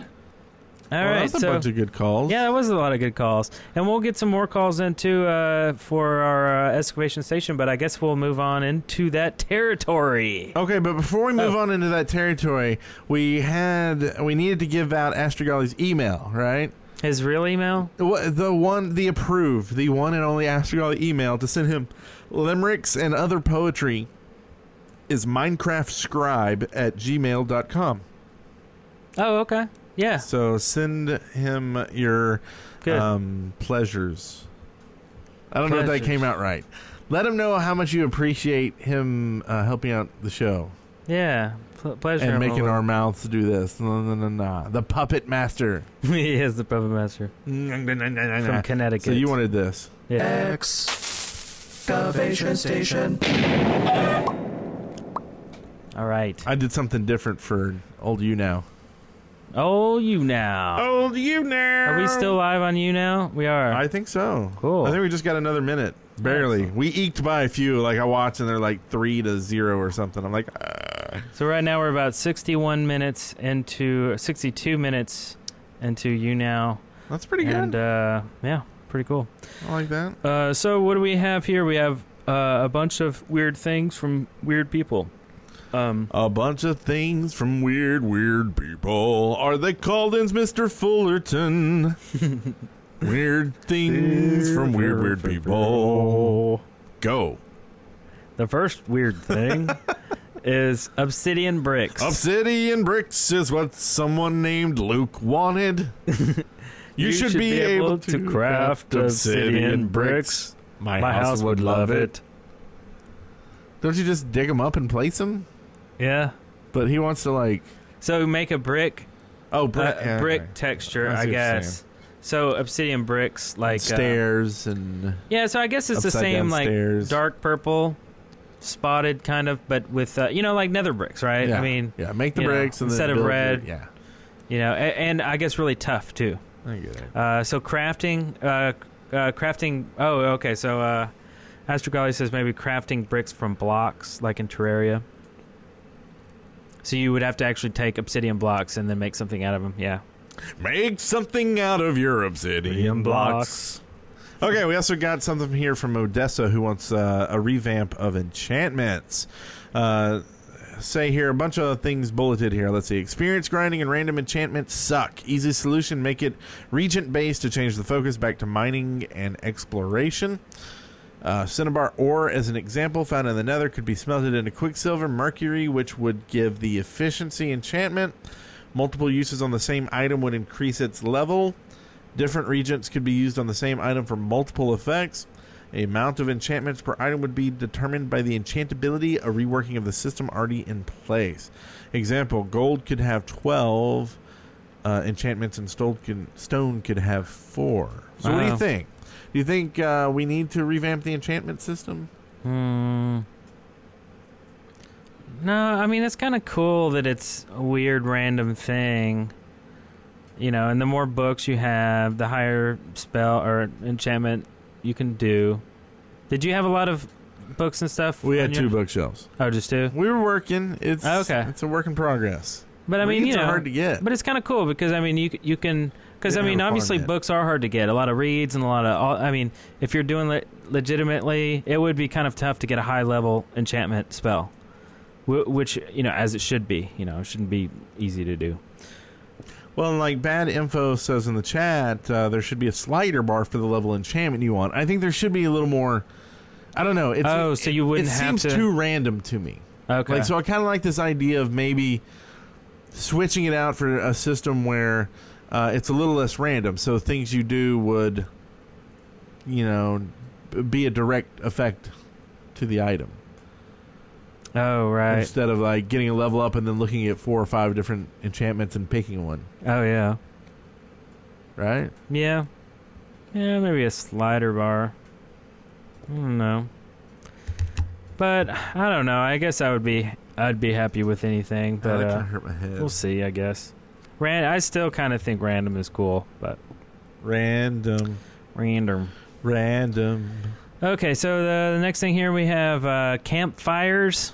Speaker 4: Well,
Speaker 5: right,
Speaker 4: that's a
Speaker 5: so-
Speaker 4: bunch of good calls.
Speaker 5: Yeah, that was a lot of good calls, and we'll get some more calls in too uh, for our uh, excavation station. But I guess we'll move on into that territory. Oh.
Speaker 4: Okay, but before we move on into that territory, we had we needed to give out Astrogali's email, right?
Speaker 5: His real email?
Speaker 4: The one, the approved, the one and only Astrogali email to send him limericks and other poetry is minecraftscribe at gmail.com.
Speaker 5: Oh, okay. Yeah.
Speaker 4: So send him your
Speaker 5: Good.
Speaker 4: um, pleasures. I don't know if that
Speaker 5: Pleasures.
Speaker 4: came out right. Let him know how much you appreciate him uh, helping out the show.
Speaker 5: Yeah, Pl- pleasure.
Speaker 4: and
Speaker 5: I'm
Speaker 4: making
Speaker 5: a-
Speaker 4: our mouths do this. No, no, no, no. The puppet master
Speaker 5: [laughs] he is the puppet master [laughs] from Connecticut.
Speaker 4: So you wanted this?
Speaker 5: Yeah.
Speaker 2: Excavation station.
Speaker 5: All right.
Speaker 4: I did something different for old you now.
Speaker 5: Oh, you now.
Speaker 4: Oh, you now.
Speaker 5: Are we still live on you now? We are.
Speaker 4: I think so. Cool. I think we just got another minute. Barely. We eked by a few. Like I watched, and they're like three to zero or something. I'm like, uh.
Speaker 5: So right now we're about 61 minutes into 62 minutes into you now.
Speaker 4: That's pretty good.
Speaker 5: And uh, yeah, pretty cool.
Speaker 4: I like that.
Speaker 5: Uh, so what do we have here? We have uh, a bunch of weird things from weird people. Um,
Speaker 4: a bunch of things from weird, weird people. Are they called ins, Mister [laughs] Fullerton? weird things from weird, weird people. Go.
Speaker 5: The first weird
Speaker 4: [laughs]
Speaker 5: thing is obsidian bricks.
Speaker 4: Obsidian bricks is what someone named Luke [laughs] wanted. you,
Speaker 5: You
Speaker 4: should, be, able, to craft obsidian bricks. My, house, would love it. Don't you just dig them up and place them?
Speaker 5: Yeah.
Speaker 4: But he wants to like.
Speaker 5: So we make a brick.
Speaker 4: Oh, brick,
Speaker 5: uh,
Speaker 4: yeah,
Speaker 5: brick
Speaker 4: okay.
Speaker 5: texture,
Speaker 4: I see
Speaker 5: I
Speaker 4: what you're
Speaker 5: guess.
Speaker 4: saying.
Speaker 5: So obsidian bricks, like uh,
Speaker 4: stairs and
Speaker 5: yeah, so I guess it's the
Speaker 4: upside
Speaker 5: same
Speaker 4: down
Speaker 5: like
Speaker 4: stairs.
Speaker 5: dark purple, spotted kind of, but with uh, you know like nether bricks, right?
Speaker 4: Yeah.
Speaker 5: I mean,
Speaker 4: Yeah, make the
Speaker 5: you know,
Speaker 4: bricks and then
Speaker 5: instead of
Speaker 4: build
Speaker 5: red,
Speaker 4: it, yeah.
Speaker 5: you know, and, and I guess really tough too.
Speaker 4: I get it.
Speaker 5: Uh, so crafting, uh, uh, crafting. Oh, okay. So uh, Astrogali says maybe crafting bricks from blocks, like in Terraria. So you would have to actually take obsidian blocks and then make something out of them. Yeah.
Speaker 4: Make something out of your obsidian blocks. Okay, we also got something here from Odessa who wants uh, a revamp of enchantments. Uh, say here a bunch of things bulleted here. Let's see. Experience grinding and random enchantments suck. Easy solution: make it regent based to change the focus back to mining and exploration. Uh, cinnabar ore, as an example, found in the nether, could be smelted into quicksilver, mercury, which would give the efficiency enchantment. Multiple uses on the same item would increase its level. Different regents could be used on the same item for multiple effects. A amount of enchantments per item would be determined by the enchantability, a reworking of the system already in place. Example: Gold could have twelve uh, enchantments, and stone can, stone could have four. So, what do
Speaker 5: Wow.
Speaker 4: you think? Do you think uh, we need to revamp the enchantment system?
Speaker 5: Hmm. No, I mean it's kind of cool that it's a weird random thing. You know, and the more books you have, the higher spell or enchantment you can do. Did you have a lot of books and stuff?
Speaker 4: We had
Speaker 5: on your-
Speaker 4: two bookshelves.
Speaker 5: Oh, just two.
Speaker 4: We were working. It's
Speaker 5: okay.
Speaker 4: It's a work in progress.
Speaker 5: But I mean,
Speaker 4: Reads
Speaker 5: you know,
Speaker 4: are hard to get.
Speaker 5: But it's kind of cool because I mean, you c- you can because
Speaker 4: We
Speaker 5: I
Speaker 4: didn't
Speaker 5: mean,
Speaker 4: have a farm
Speaker 5: obviously,
Speaker 4: yet.
Speaker 5: books are hard to get. A lot of reads and a lot of all, I mean, if you're doing it legitimately, it would be kind of tough to get a high level enchantment spell, wh- which you know, as it should be. You know, it shouldn't be easy to do.
Speaker 4: Well, and like bad info says in the chat, uh, there should be a slider bar for the level of enchantment you want. I think there should be a little more. I don't know. It's,
Speaker 5: Oh, so
Speaker 4: it-
Speaker 5: you wouldn't
Speaker 4: it
Speaker 5: have
Speaker 4: seems
Speaker 5: to-
Speaker 4: too random to me.
Speaker 5: Okay.
Speaker 4: Like so, I kind of like this idea of maybe switching it out for a system where uh, it's a little less random. So things you do would, you know, b- be a direct effect to the item
Speaker 5: Oh right.
Speaker 4: instead of like getting a level up and then looking at four or five different enchantments and picking one.
Speaker 5: Oh yeah.
Speaker 4: Right.
Speaker 5: Yeah. Yeah, maybe a slider bar. I don't know. But I don't know. I guess I would be I'd be happy with anything, but
Speaker 4: that
Speaker 5: uh,
Speaker 4: kinda hurt my head.
Speaker 5: We'll see, I guess. Ran I still kind of think random is cool, but
Speaker 4: Random.
Speaker 5: Random.
Speaker 4: Random.
Speaker 5: Okay, so the, the next thing here we have uh, campfires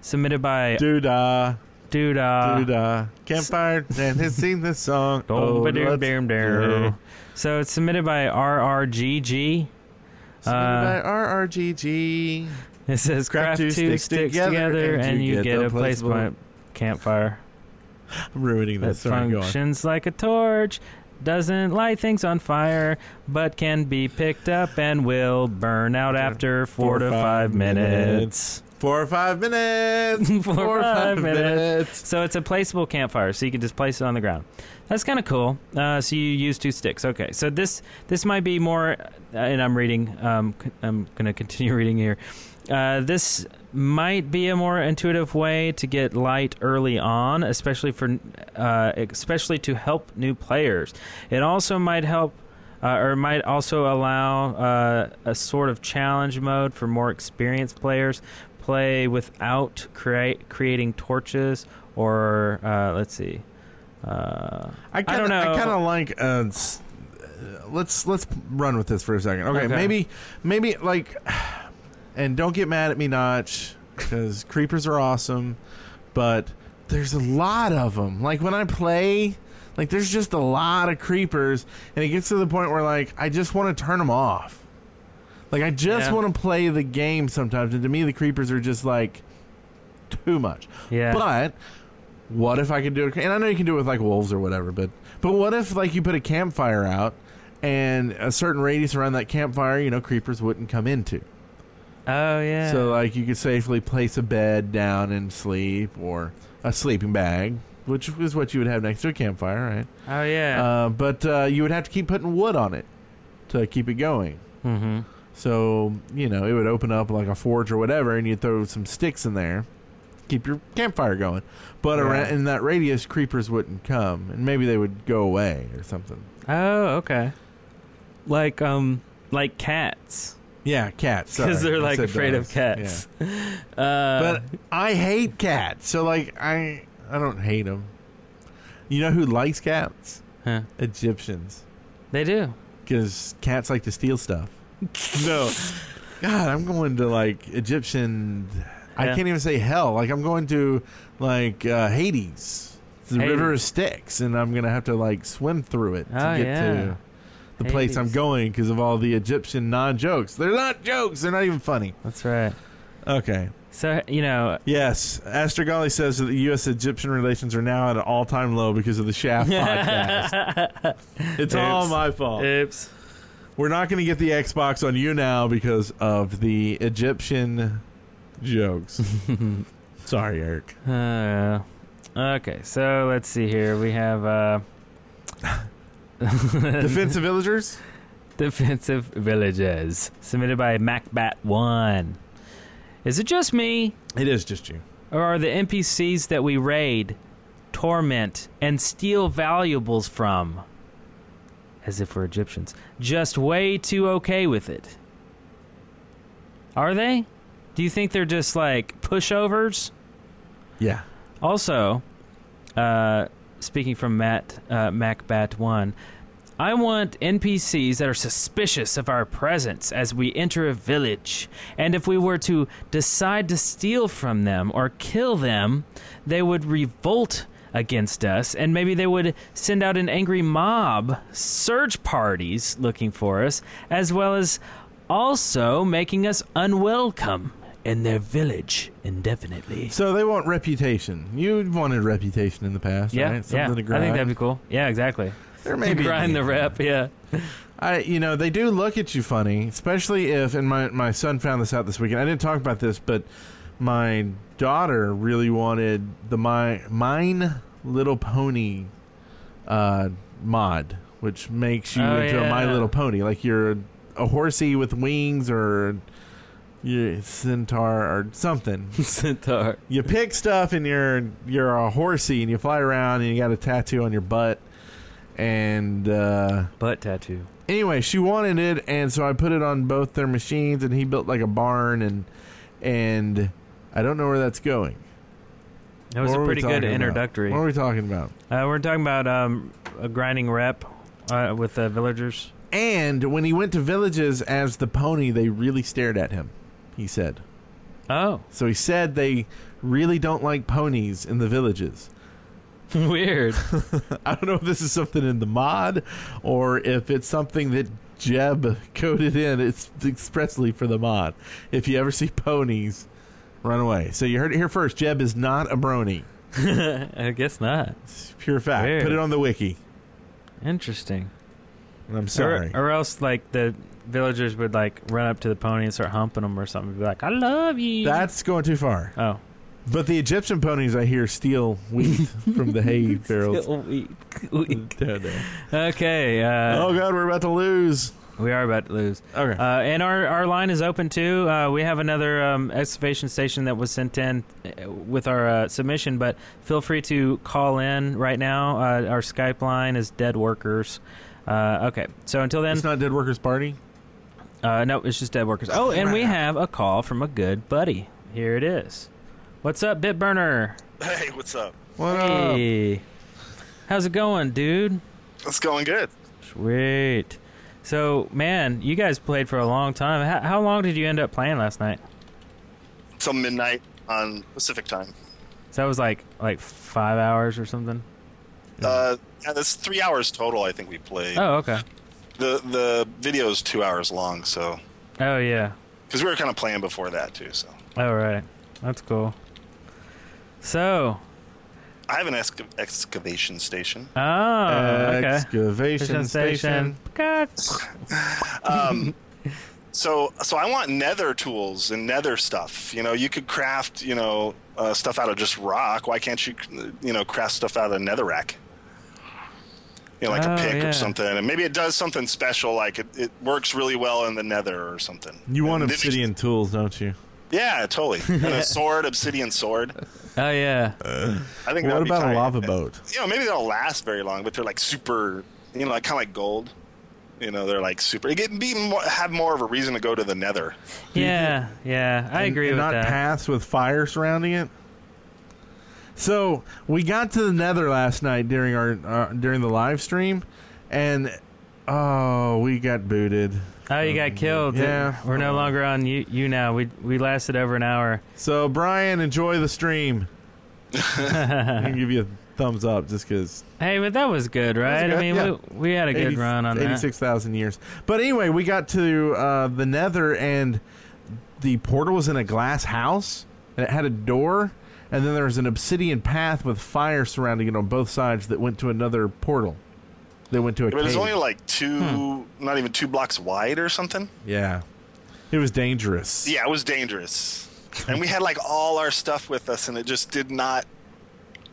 Speaker 5: submitted by
Speaker 4: Doodah.
Speaker 5: Doodah.
Speaker 4: Doodah. Campfire and has seen this song. Oh,
Speaker 5: Dum- ba- dum-
Speaker 4: let's
Speaker 5: dum-
Speaker 4: go.
Speaker 5: dum. So it's submitted by RRGG. uh,
Speaker 4: Submitted by RRGG.
Speaker 5: It says craft two sticks, together, and you get, a place by campfire.
Speaker 4: [laughs] I'm ruining
Speaker 5: that
Speaker 4: this. Sorry, go on.
Speaker 5: [laughs] functions like a torch, doesn't light things on fire, but can be picked up and will burn out after four, to five minutes.
Speaker 4: Four or five minutes.
Speaker 5: [laughs] Four, or five minutes. So it's a placeable campfire, so you can just place it on the ground. That's kind of cool. Uh, so you use two sticks. Okay, so this this might be more, uh, and I'm reading. Um, c- I'm gonna [laughs] continue reading here. Uh, this might be a more intuitive way to get light early on, especially for uh, especially to help new players. It also might help. Uh, or might also allow uh, a sort of challenge mode for more experienced players play without create, creating torches or uh, let's see Uh,
Speaker 4: I,
Speaker 5: I
Speaker 4: kinda,
Speaker 5: don't know.
Speaker 4: I kind of like. Uh, s- uh, let's let's run with this for a second. Okay,
Speaker 5: Okay.
Speaker 4: maybe maybe like, and don't get mad at me, Notch, because [laughs] creepers are awesome, but there's a lot of them. Like when I play, like there's just a lot of creepers, and it gets to the point where like I just want to turn them off. Like I just
Speaker 5: Yeah.
Speaker 4: want to play the game sometimes, and to me the creepers are just like too much.
Speaker 5: Yeah.
Speaker 4: But what if I could do it? And I know you can do it with like wolves or whatever, but but what if like you put a campfire out and a certain radius around that campfire, you know, creepers wouldn't come into.
Speaker 5: Oh yeah.
Speaker 4: So like you could safely place a bed down and sleep or a sleeping bag, which is what you would have next to a campfire, right?
Speaker 5: Oh yeah.
Speaker 4: Uh, but uh, you would have to keep putting wood on it to keep it going.
Speaker 5: Mm-hmm.
Speaker 4: So you know it would open up like a forge or whatever, and you'd throw some sticks in there, keep your campfire going. But
Speaker 5: Yeah.
Speaker 4: around in that radius, creepers wouldn't come, and maybe they would go away or something.
Speaker 5: Oh okay. Like um like cats.
Speaker 4: Yeah,
Speaker 5: [laughs]
Speaker 4: cats.
Speaker 5: Because
Speaker 4: sorry.
Speaker 5: they're
Speaker 4: I
Speaker 5: like
Speaker 4: said
Speaker 5: afraid of
Speaker 4: dogs.
Speaker 5: cats.
Speaker 4: Yeah.
Speaker 5: [laughs] Uh,
Speaker 4: but I hate cats, so like I I don't hate them. You know who likes cats?
Speaker 5: Huh.
Speaker 4: Egyptians.
Speaker 5: They do.
Speaker 4: Because cats like to steal
Speaker 5: [laughs]
Speaker 4: stuff. no. God, I'm going to like Egyptian. I
Speaker 5: Yeah.
Speaker 4: can't even say hell. Like I'm going to like uh, Hades, the
Speaker 5: Hades.
Speaker 4: river of Styx, and I'm gonna have to like swim through it to
Speaker 5: Oh,
Speaker 4: get
Speaker 5: yeah.
Speaker 4: to the place I'm going because of all the Egyptian non-jokes. They're not jokes. They're not even funny.
Speaker 5: That's right.
Speaker 4: Okay.
Speaker 5: So you know.
Speaker 4: Yes, Astrogali says that the U.S. Egyptian relations are now at an all-time low because of the
Speaker 5: [laughs]
Speaker 4: Shaft podcast. it's all
Speaker 5: Oops.
Speaker 4: my fault.
Speaker 5: Oops.
Speaker 4: We're not going to get the Xbox on you now because of the Egyptian
Speaker 5: [laughs]
Speaker 4: jokes. Sorry, Eric.
Speaker 5: Uh, okay, so let's see here. We have uh,
Speaker 4: [laughs] defensive villagers.
Speaker 5: Defensive villages submitted by MacBat One. Is it just me?
Speaker 4: It is just you.
Speaker 5: Or are the NPCs that we raid, torment, and steal valuables from, as if we're Egyptians, just way too okay with it? Are they? Do you think they're just like pushovers?
Speaker 4: Yeah.
Speaker 5: Also, uh, speaking from Matt uh, MacBat One, I want NPCs that are suspicious of our presence as we enter a village, and if we were to decide to steal from them or kill them, they would revolt against us, and maybe they would send out an angry mob, search parties looking for us, as well as also making us unwelcome in their village [laughs] indefinitely.
Speaker 4: So they want reputation. You wanted reputation in the past,
Speaker 5: Yeah,
Speaker 4: right?
Speaker 5: yeah. I think that'd be cool. Yeah, exactly.
Speaker 4: There
Speaker 5: To
Speaker 4: may be a
Speaker 5: grind
Speaker 4: need
Speaker 5: the
Speaker 4: for
Speaker 5: rep. Yeah.
Speaker 4: I, you know, they do look at you funny, especially if. And my my son found this out this weekend. I didn't talk about this, but my daughter really wanted the my mine Little Pony uh, mod, which makes you
Speaker 5: Oh,
Speaker 4: into a My
Speaker 5: yeah.
Speaker 4: Little Pony, like you're a, a horsey with wings or you're a centaur or something.
Speaker 5: [laughs] centaur.
Speaker 4: You pick stuff and you're you're a horsey and you fly around and you got a tattoo on your butt and uh,
Speaker 5: butt tattoo.
Speaker 4: Anyway, she wanted it, and so I put it on both their machines, and he built like a barn, and and I don't know where that's going.
Speaker 5: That was
Speaker 4: What
Speaker 5: a
Speaker 4: were we
Speaker 5: pretty good
Speaker 4: talking about?
Speaker 5: introductory.
Speaker 4: What are we talking about?
Speaker 5: Uh, we're talking about um, a grinding rep uh, with uh, villagers.
Speaker 4: And when he went to villages as the pony, they really stared at him. He said.
Speaker 5: Oh.
Speaker 4: So he said they really don't like ponies in the villages.
Speaker 5: [laughs] Weird.
Speaker 4: [laughs] I don't know if this is something in the mod or if it's something that Jeb coded in. It's expressly for the mod. If you ever see ponies, run away. So you heard it here first. Jeb is not a brony.
Speaker 5: [laughs] I guess not. It's
Speaker 4: pure fact. Put it on the wiki.
Speaker 5: Interesting.
Speaker 4: I'm sorry.
Speaker 5: Or, or else, like the villagers would like run up to the pony and start humping them or something. Be like, I love you.
Speaker 4: That's going too far.
Speaker 5: Oh.
Speaker 4: But the Egyptian ponies, I hear, steal
Speaker 5: [laughs]
Speaker 4: wheat from the hay barrels.
Speaker 5: Still weak, weak.
Speaker 4: [laughs]
Speaker 5: okay. Uh,
Speaker 4: oh God, we're about to lose.
Speaker 5: We are about to lose.
Speaker 4: Okay.
Speaker 5: Uh, and our, our line is open too. Uh, we have another um, excavation station that was sent in uh, with our uh, submission, but feel free to call in right now. Uh, our Skype line is Dead Workers. Uh, okay. So until then,
Speaker 4: It's not Dead Workers Party.
Speaker 5: Uh, no, it's just Dead Workers. Oh, and we have a call from a good buddy. Here it is. What's up, Bitburner?
Speaker 16: Hey, what's up?
Speaker 5: hey. How's it going, dude?
Speaker 16: It's going good.
Speaker 5: Sweet. So, man, you guys played for a long time. How, how long did you end up playing last night?
Speaker 16: Till midnight on Pacific time.
Speaker 5: So that was like like five hours or something.
Speaker 16: Uh, yeah, that's three hours total. I think we played.
Speaker 5: Oh, okay.
Speaker 16: The the video is two hours long, so
Speaker 5: Oh yeah.
Speaker 16: because we were kind of playing before that too. So
Speaker 5: All right. That's cool. So,
Speaker 16: I have an exca- excavation station.
Speaker 5: oh, okay.
Speaker 4: Excavation
Speaker 5: Station, station.
Speaker 16: um, so so I want nether tools and nether stuff. You know, you could craft you know uh, stuff out of just rock. Why can't you you know craft stuff out of netherrack? You know, like
Speaker 4: Oh,
Speaker 16: a pick
Speaker 4: yeah.
Speaker 16: or something, and maybe it does something special. Like it, it works really well in the nether or something.
Speaker 4: You want
Speaker 16: And
Speaker 4: obsidian tools, don't you?
Speaker 16: Yeah,
Speaker 4: [laughs]
Speaker 16: totally. And a sword, obsidian sword.
Speaker 5: Oh yeah.
Speaker 16: I think.
Speaker 4: what
Speaker 16: that'd be
Speaker 4: about a
Speaker 16: tight.
Speaker 4: lava boat?
Speaker 16: You know, maybe they don't last very long, but they're like super. You know, like kind of like gold. You know, they're like super. It get be more, have more of a reason to go to the nether.
Speaker 5: Yeah, yeah, I
Speaker 4: and,
Speaker 5: agree
Speaker 4: and
Speaker 5: with
Speaker 4: not
Speaker 5: that.
Speaker 4: paths with fire surrounding it. So we got to the Nether last night during our uh, during the live stream, and oh, we got booted.
Speaker 5: Oh, you got killed.
Speaker 4: Yeah.
Speaker 5: We're no longer on you, you now. We we lasted over an hour.
Speaker 4: So Brian, enjoy the stream. I can give you a thumbs up just because.
Speaker 5: Hey, but that was good, right? I mean, we, we had a good run on that.
Speaker 4: Eighty-six thousand years. But anyway, we got to uh, the Nether, and the portal was in a glass house, and it had a door, and then there was an obsidian path with fire surrounding it on both sides that went to another portal. That went to a
Speaker 16: But it's
Speaker 4: cave.
Speaker 16: only like two,
Speaker 4: Hmm.
Speaker 16: not even two blocks wide or something.
Speaker 4: yeah, it
Speaker 16: [laughs]
Speaker 4: was dangerous.
Speaker 16: Yeah, it was dangerous. And we had like all our stuff with us, and it just did not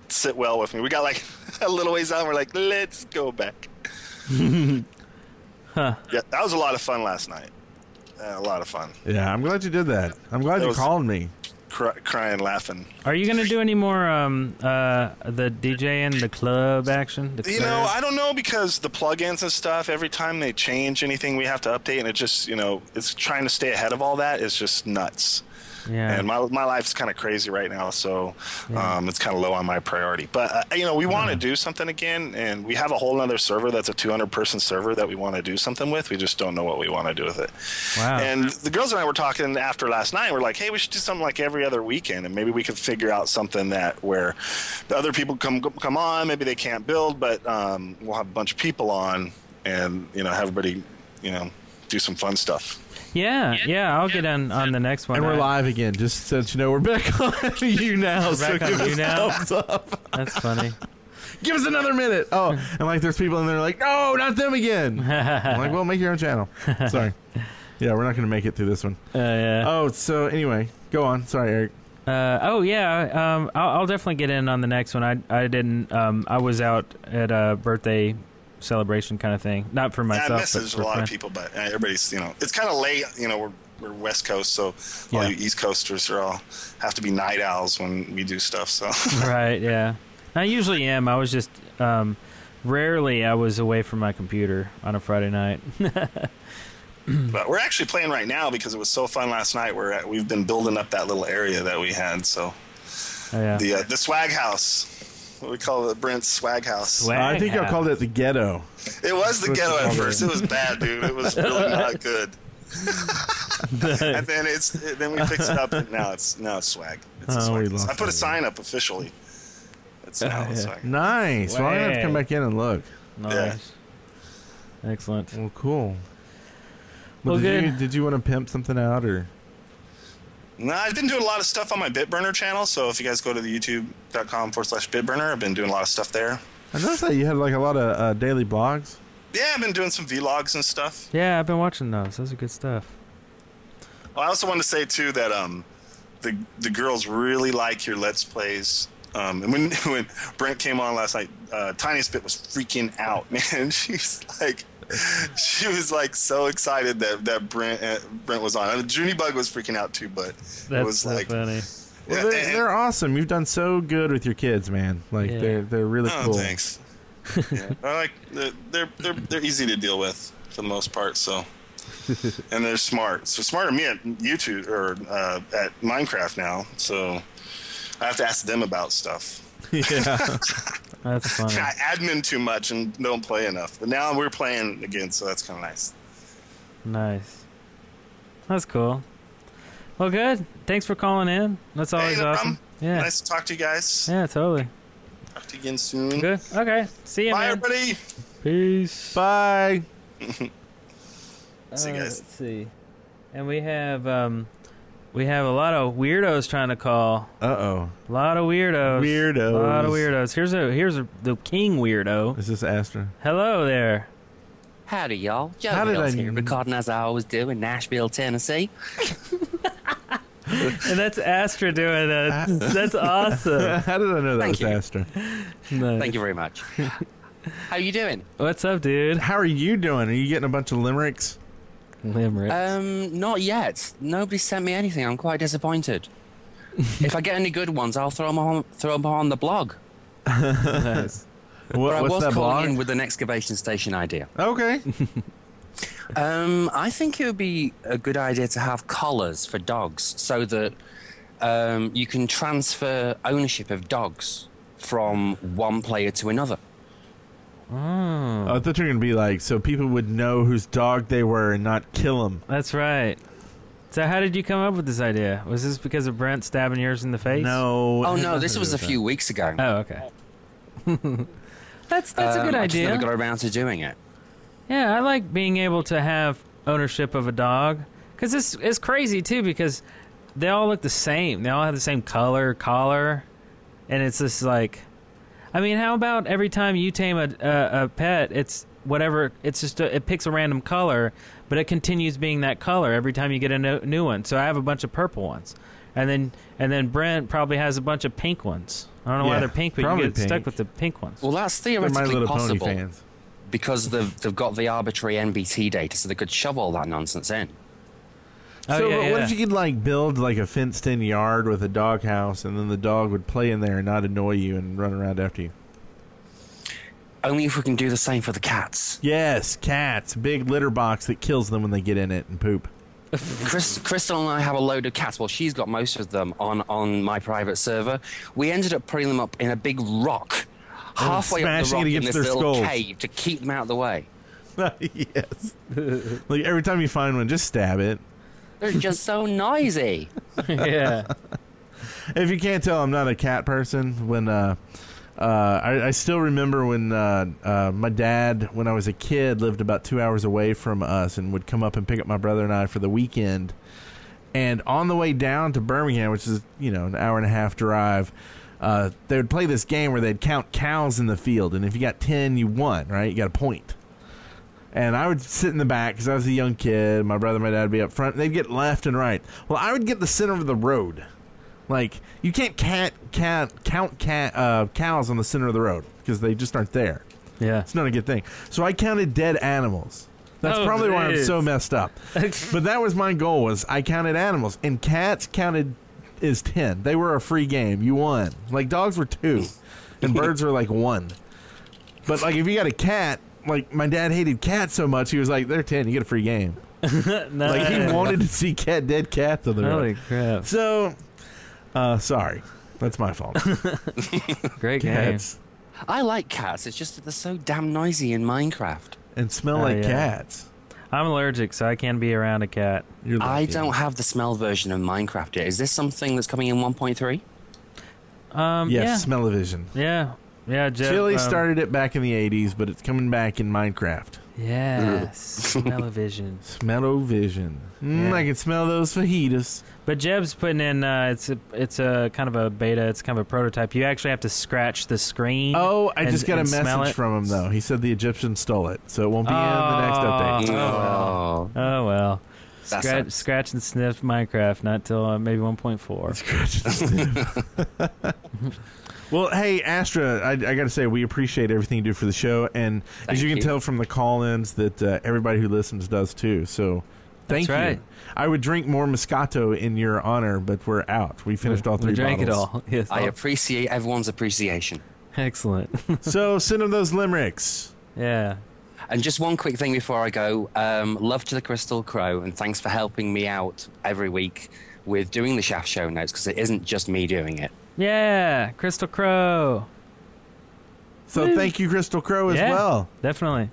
Speaker 16: sit well with me. We got like [laughs] a little ways out, and we're like, let's go back.
Speaker 5: huh.
Speaker 16: Yeah, that was a lot of fun last night. Uh, a lot of fun.
Speaker 4: Yeah, I'm glad you did that. I'm glad
Speaker 16: That
Speaker 4: you
Speaker 16: was-
Speaker 4: called me.
Speaker 16: Cry- crying, laughing.
Speaker 5: Are you gonna do any more um uh the DJ and the club action? The
Speaker 16: You
Speaker 5: club?
Speaker 16: know, I don't know because the plugins and stuff, every time they change anything, we have to update, and it just, you know, it's trying to stay ahead of all that is just nuts.
Speaker 5: Yeah.
Speaker 16: And my, my life's kind of crazy right now, so
Speaker 5: Yeah. Mm-hmm.
Speaker 16: um, it's kind of low on my priority. But, uh, you know, we want to do something again, and we have a whole other server that's a 200 person server that we want to do something with. We just don't know what we want to do with it.
Speaker 5: Wow.
Speaker 16: And the girls and I were talking after last night. We're like, hey, we should do something like every other weekend, and maybe we could figure out something that where the other people come come on. Maybe they can't build, but um, we'll have a bunch of people on, and you know, have everybody, you know, do some fun stuff.
Speaker 5: yeah, yeah, I'll get on on the next one.
Speaker 4: And we're
Speaker 5: I-
Speaker 4: live again, just so that you know we're back [laughs] on you now. so
Speaker 5: Back on
Speaker 4: give
Speaker 5: you
Speaker 4: us
Speaker 5: now.
Speaker 4: thumbs up.
Speaker 5: That's funny.
Speaker 4: give us another minute. Oh, and like there's people in there like, no, not them
Speaker 5: [laughs]
Speaker 4: again. I'm like, well, make your own channel. Sorry. Yeah, we're not going to make it through this one. Oh, so anyway, go on. [laughs] Sorry, Eric.
Speaker 5: Uh, oh yeah, um, I'll, I'll definitely get in on the next one. I I didn't. Um, I was out at a birthday celebration kind of thing, not for
Speaker 16: Yeah, I
Speaker 5: myself. but
Speaker 16: messaged
Speaker 5: for
Speaker 16: a lot
Speaker 5: friends.
Speaker 16: of people, but uh, everybody's, you know, it's kind of late. You know, we're we're West Coast, so all
Speaker 5: Yeah.
Speaker 16: you East Coasters are all have to be night owls when we do stuff. So [laughs]
Speaker 5: [laughs] right. Yeah. I usually am. I was just um, rarely I was away from my computer on a Friday night. [laughs]
Speaker 16: But we're actually playing right now because it was so fun last night. We're at, we've been building up that little area that we had. So
Speaker 5: Oh, yeah.
Speaker 16: the uh, the swag house, what we call it, Brent's swag house.
Speaker 4: I think y'all called it
Speaker 16: [laughs]
Speaker 4: the
Speaker 5: [laughs]
Speaker 4: ghetto.
Speaker 16: It was the
Speaker 4: What
Speaker 16: ghetto
Speaker 4: you
Speaker 16: at
Speaker 4: call
Speaker 16: first. It was bad, dude. It was really
Speaker 4: [laughs]
Speaker 16: not good. Oh,
Speaker 5: and
Speaker 16: then it's then we fixed it up, and now it's now it's swag. It's a
Speaker 4: Oh,
Speaker 16: swag
Speaker 4: we
Speaker 16: house.
Speaker 4: lost
Speaker 16: I put a sign up officially. It's now
Speaker 4: [laughs] Yeah.
Speaker 16: the swag.
Speaker 4: Nice. Well, I'm going to have to come
Speaker 5: Way.
Speaker 4: back in and look.
Speaker 5: Nice. Excellent.
Speaker 4: Well, cool. Well,
Speaker 5: Well,
Speaker 4: did,
Speaker 5: good.
Speaker 4: you, did you want to pimp something out or?
Speaker 16: No, I've been doing a lot of stuff on my Bitburner channel. So if you guys go to the youtube.com forward slash Bitburner, I've been doing a lot of stuff there.
Speaker 4: I noticed that you had like a lot of uh, daily blogs.
Speaker 16: Yeah, I've been doing some vlogs and stuff.
Speaker 5: Yeah, I've been watching those. Those are good stuff.
Speaker 16: Well, I also want to say too that um, the the girls really like your let's plays. Um, and when [laughs] when Brent came on last night, uh, Tiniest Bit was freaking out, [laughs] man. She's like, she was like so excited that that Brent uh, Brent was on. I mean, Junie Bug was freaking out too, but it
Speaker 5: That's
Speaker 16: was
Speaker 5: so
Speaker 16: like, [laughs]
Speaker 5: funny.
Speaker 4: Well, they're, they're awesome. You've done so good with your kids, man. Like
Speaker 16: Yeah.
Speaker 4: they're they're really
Speaker 16: Oh,
Speaker 4: cool.
Speaker 16: thanks. yeah, [laughs] I like they're, they're they're they're easy to deal with for the most part. So, and they're smart. So smarter than me at YouTube or uh, at Minecraft now. So I have to ask them about stuff.
Speaker 4: [laughs] yeah.
Speaker 5: That's funny.
Speaker 16: [laughs] I admin too much and don't play enough. But now we're playing again, so that's kind of nice.
Speaker 5: Nice. That's cool. Well, good. Thanks for calling in. That's always
Speaker 16: no
Speaker 5: awesome. Yeah.
Speaker 16: Nice to talk to you guys.
Speaker 5: Yeah, totally.
Speaker 16: Talk to you again soon.
Speaker 5: Good. Okay. See you,
Speaker 16: Bye,
Speaker 5: man.
Speaker 16: everybody.
Speaker 5: Peace.
Speaker 16: [laughs]
Speaker 4: Bye.
Speaker 16: See you guys.
Speaker 5: Let's [laughs] see. And we have um, we have a lot of weirdos trying to call.
Speaker 4: Uh oh.
Speaker 5: A lot of weirdos.
Speaker 4: Weirdos.
Speaker 5: A lot of weirdos. Here's a here's a, the king weirdo.
Speaker 4: Is this Astra?
Speaker 5: Hello there.
Speaker 17: Howdy, y'all. Joe
Speaker 5: How did
Speaker 17: Mills
Speaker 5: I-
Speaker 17: here, recording as I always do in Nashville, Tennessee.
Speaker 5: [laughs] and that's Astra doing that.
Speaker 17: [laughs]
Speaker 5: That's
Speaker 4: [laughs]
Speaker 5: awesome.
Speaker 4: How did I know that
Speaker 17: Thank
Speaker 4: was
Speaker 17: you.
Speaker 4: Astra?
Speaker 17: Thank you very
Speaker 16: [laughs]
Speaker 17: much. How you doing?
Speaker 5: What's up, dude?
Speaker 4: How are you doing? Are you getting a bunch of limericks?
Speaker 5: Limericks.
Speaker 17: Um, not yet. Nobody sent me anything. I'm quite disappointed. if I get any good ones, I'll throw them on, throw 'em on the
Speaker 5: [laughs]
Speaker 17: blog.
Speaker 4: nice.
Speaker 17: but I
Speaker 4: what's
Speaker 17: was
Speaker 4: that
Speaker 17: calling
Speaker 4: blog?
Speaker 17: in with an excavation station idea.
Speaker 4: Okay.
Speaker 17: Um, I think it would be a good idea to have collars for dogs so that um, you can transfer ownership of dogs from one player to another.
Speaker 5: Oh.
Speaker 4: I thought you were going to be like, so people would know whose dog they were and not kill them.
Speaker 5: That's right. So how did you come up with this idea? Was this because of Brent stabbing yours in the face?
Speaker 4: No.
Speaker 17: Oh, no, this
Speaker 5: [laughs]
Speaker 17: was a [laughs] few weeks ago.
Speaker 5: Oh, okay. that's that's a
Speaker 17: Um,
Speaker 5: good
Speaker 17: I just
Speaker 5: idea.
Speaker 17: never got around to doing it.
Speaker 5: Yeah, I like being able to have ownership of a dog because it's it's crazy too because they all look the same. They all have the same color, collar, and it's just like, I mean, how about every time you tame a a, a pet, it's whatever. It's just a, it picks a random color, but it continues being that color every time you get a no, new one. So I have a bunch of purple ones, and then and then Brent probably has a bunch of pink ones. I don't know why
Speaker 17: Yeah,
Speaker 5: they're pink, but you
Speaker 17: probably
Speaker 5: get stuck
Speaker 17: pink.
Speaker 5: with the pink ones.
Speaker 17: Well, that's
Speaker 5: They're My
Speaker 17: theoretically
Speaker 5: Little Pony
Speaker 17: possible
Speaker 5: fans.
Speaker 17: because they've, they've got the arbitrary NBT data, so they could shove all that nonsense in.
Speaker 16: Oh,
Speaker 4: so but what if you could like build like a fenced in yard with a dog house and then the dog would play in there and not annoy you and run around after you?
Speaker 17: Only if we can do the same for the cats.
Speaker 4: Yes, cats. Big litter box that kills them when they get in it and poop. [laughs]
Speaker 17: Chris, Crystal and I have a load of cats. Well, she's got most of them on, on my private server. We ended up putting them up in a big rock,
Speaker 4: And
Speaker 17: halfway up the
Speaker 4: smashing it
Speaker 17: rock in
Speaker 4: against
Speaker 17: this
Speaker 4: their
Speaker 17: little
Speaker 4: skulls.
Speaker 17: cave to keep them out of the way.
Speaker 4: yes. like every time you find one, just stab it.
Speaker 17: They're just
Speaker 4: [laughs]
Speaker 17: so noisy.
Speaker 5: yeah.
Speaker 4: If you can't tell, I'm not a cat person. When uh, uh, I, I still remember when uh, uh, my dad, when I was a kid, lived about two hours away from us and would come up and pick up my brother and I for the weekend. And on the way down to Birmingham, which is you know an hour and a half drive, uh, they would play this game where they'd count cows in the field, and if you got ten, you won. Right, you got a point. And I would sit in the back because I was a young kid. My brother and my dad would be up front. And they'd get left and right. Well, I would get the center of the road. Like you can't cat, cat, count cat, uh, cows on the center of the road because they just aren't there.
Speaker 5: Yeah,
Speaker 4: it's not a good thing. So I counted dead animals. That's
Speaker 5: Oh,
Speaker 4: probably why I'm
Speaker 5: jeez.
Speaker 4: so messed
Speaker 5: [laughs]
Speaker 4: up. but that was my goal was I counted animals and cats counted is 10. They were a free game. You won. Like dogs were 2
Speaker 5: [laughs]
Speaker 4: and birds were like 1. But like if you got a cat, like my dad hated cats so much he was like they're 10, you get a free
Speaker 5: [laughs]
Speaker 4: game. Like he wanted to see cat dead cats on the
Speaker 5: Holy
Speaker 4: road.
Speaker 5: crap.
Speaker 4: So uh sorry. That's my fault.
Speaker 5: [laughs] Great
Speaker 4: Cats.
Speaker 17: I like cats. It's just that they're so damn noisy in Minecraft.
Speaker 4: And smell
Speaker 5: Oh,
Speaker 4: like
Speaker 5: yeah.
Speaker 4: cats.
Speaker 5: I'm allergic, so I can't be around a cat.
Speaker 17: I don't have the smell version of Minecraft yet. Is this something that's coming in 1.3?
Speaker 5: Um,
Speaker 4: yes,
Speaker 5: yeah.
Speaker 4: smell-o-vision.
Speaker 5: Yeah, yeah. Jeff,
Speaker 4: Chili
Speaker 5: um,
Speaker 4: started it back in the 80s, but it's coming back in Minecraft.
Speaker 5: Yeah, smell-o-vision.
Speaker 4: Smell-o-vision. Mm,
Speaker 5: Yeah.
Speaker 4: I can smell those fajitas.
Speaker 5: But Jeb's putting in. Uh, it's a, it's a kind of a beta. It's kind of a prototype. You actually have to scratch the screen.
Speaker 4: Oh, I
Speaker 5: and-
Speaker 4: just got a
Speaker 5: and smell
Speaker 4: message
Speaker 5: it.
Speaker 4: from him, though. He said the Egyptians stole it, so it won't be in the next update.
Speaker 5: Oh, well. Oh, well.
Speaker 4: That
Speaker 5: Scratch,
Speaker 4: sucks.
Speaker 5: scratch and sniff Minecraft, not till uh, maybe
Speaker 4: [laughs]
Speaker 5: 1.4.
Speaker 4: Scratch and sniff. Well, hey, Astra, I, I got to say, we appreciate everything you do for the show. And as
Speaker 5: Thank
Speaker 4: you can
Speaker 5: you.
Speaker 4: tell from the call ins, that uh, everybody who listens does too. So thank
Speaker 5: That's
Speaker 4: you.
Speaker 5: right.
Speaker 4: I would drink more Moscato in your honor, but we're out. We finished all [laughs] three bottles.
Speaker 5: [laughs]
Speaker 17: I appreciate everyone's appreciation.
Speaker 5: Excellent. [laughs]
Speaker 4: so send him those limericks.
Speaker 5: Yeah.
Speaker 17: And just one quick thing before I go. Um, love to the Crystal Crow, and thanks for helping me out every week with doing the Shaft show notes because it isn't just me doing it.
Speaker 5: Yeah, Crystal Crow.
Speaker 4: So
Speaker 5: Woo.
Speaker 4: thank you, Crystal Crow, as
Speaker 5: Yeah,
Speaker 4: well.
Speaker 5: Definitely.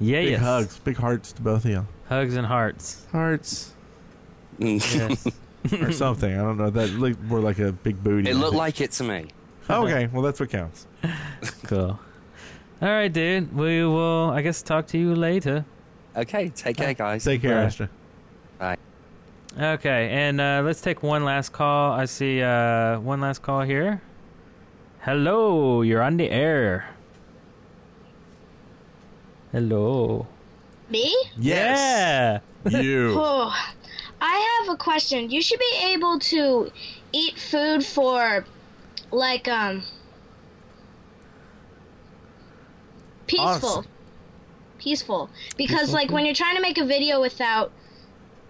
Speaker 5: Yeah,
Speaker 4: Big
Speaker 5: yes.
Speaker 4: hugs, big hearts to both of you.
Speaker 5: Hugs and hearts.
Speaker 4: Hearts.
Speaker 17: [laughs]
Speaker 5: Yes.
Speaker 4: or something. I don't know. That looked more like a big booty.
Speaker 17: It
Speaker 4: I
Speaker 17: looked
Speaker 4: think.
Speaker 17: like it to me.
Speaker 4: okay, well that's what counts.
Speaker 5: cool. All right, dude. We will, I guess, talk to you later.
Speaker 17: Okay, take care, guys.
Speaker 4: Take
Speaker 5: Uh,
Speaker 4: care, Astra.
Speaker 17: Bye.
Speaker 5: Okay, and uh, let's take one last call. I see uh, one last call here. Hello, you're on the air. Hello.
Speaker 18: Me?
Speaker 5: Yes. Yeah.
Speaker 18: Oh, I have a question. You should be able to eat food for, like, um, peaceful.
Speaker 7: Awesome.
Speaker 18: Peaceful. Because,
Speaker 7: Peaceful
Speaker 18: like, when
Speaker 7: food.
Speaker 18: you're trying to make a video without,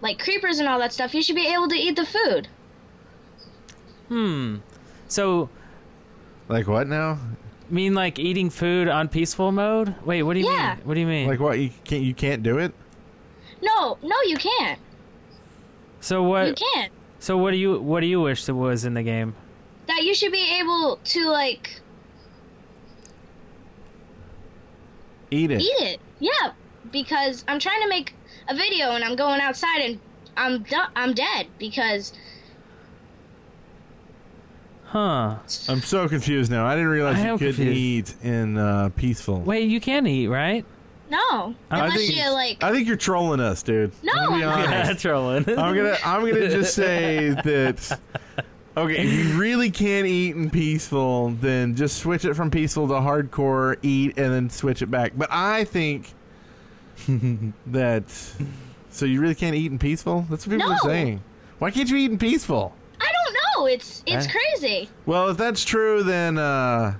Speaker 18: like, creepers and all that stuff, you should be able to eat the food.
Speaker 5: [laughs] Hmm. So,
Speaker 4: Like what now?
Speaker 5: mean like eating food on peaceful mode? Wait, what do you
Speaker 18: Yeah.
Speaker 5: mean? What do you mean?
Speaker 4: Like what? You can't. You can't do it.
Speaker 18: No, no, you can't.
Speaker 5: So what?
Speaker 18: You can't.
Speaker 5: So what do you what do you wish that was in the game?
Speaker 18: That you should be able to, like,
Speaker 4: Eat it.
Speaker 18: eat it. Yeah, because I'm trying to make a video and I'm going outside and I'm du- I'm dead because
Speaker 5: Huh.
Speaker 4: I'm so confused now. I didn't realize
Speaker 5: I
Speaker 4: you
Speaker 5: am
Speaker 4: could eat
Speaker 5: confused.
Speaker 4: in uh, peaceful.
Speaker 5: Wait, you can eat, right?
Speaker 18: no, unless you like
Speaker 4: I think you're trolling us, dude.
Speaker 18: No,
Speaker 4: I'm
Speaker 18: I'm not.
Speaker 5: Yeah, [laughs] trolling.
Speaker 4: I'm gonna I'm gonna just
Speaker 5: [laughs]
Speaker 4: say that. Okay, if you really can't eat in peaceful, then just switch it from peaceful to hardcore. Eat and then switch it back. But I
Speaker 5: [laughs]
Speaker 4: think that so you really can't eat in peaceful. That's what people are
Speaker 18: No.
Speaker 4: saying. Why can't you eat in peaceful?
Speaker 18: I don't know. It's it's
Speaker 4: Eh?
Speaker 18: crazy.
Speaker 4: Well, if that's true, then uh,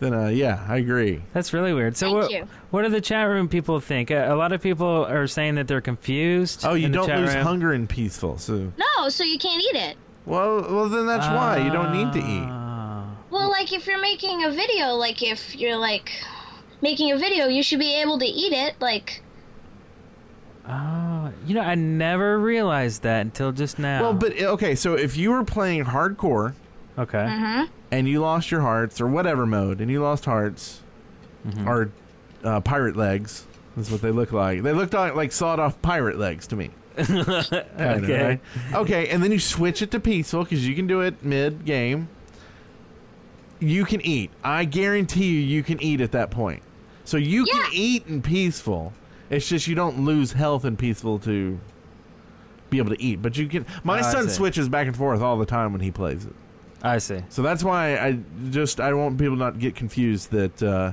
Speaker 4: then uh, yeah, I agree.
Speaker 5: That's really weird. So
Speaker 18: Thank
Speaker 5: what
Speaker 18: you.
Speaker 5: what do the chat room people think? A, a lot of people are saying that they're confused.
Speaker 4: Oh, you
Speaker 5: in the
Speaker 4: don't
Speaker 5: chat
Speaker 4: lose
Speaker 5: room.
Speaker 4: hunger in peaceful. So
Speaker 18: No, so you can't eat it.
Speaker 4: well, well then that's why you don't need to eat. Hmm.
Speaker 18: Well, like if you're making a video, like if you're like making a video, you should be able to eat it. Like
Speaker 5: Oh, you know, I never realized that until just now.
Speaker 4: Well, but eh, okay, so if you were playing hardcore,
Speaker 5: okay,
Speaker 12: Mm-hmm.
Speaker 18: Mhm.
Speaker 4: and you lost your hearts or whatever mode, and you lost hearts
Speaker 5: Mm-hmm.
Speaker 4: or uh, pirate legs. That's what they look like. They looked like, like sawed off pirate legs
Speaker 5: [laughs]
Speaker 4: to me. Kinda,
Speaker 5: Okay.
Speaker 4: right? Okay, and then you switch it to peaceful because you can do it mid game. You can eat. I guarantee you, you can eat at that point. So you can eat in peaceful. It's just you don't lose health in peaceful to be able to eat. But you can. My
Speaker 5: Oh, I
Speaker 4: son
Speaker 5: see.
Speaker 4: switches back and forth all the time when he plays it.
Speaker 5: I see.
Speaker 4: So that's why I just I want people not to get confused that uh,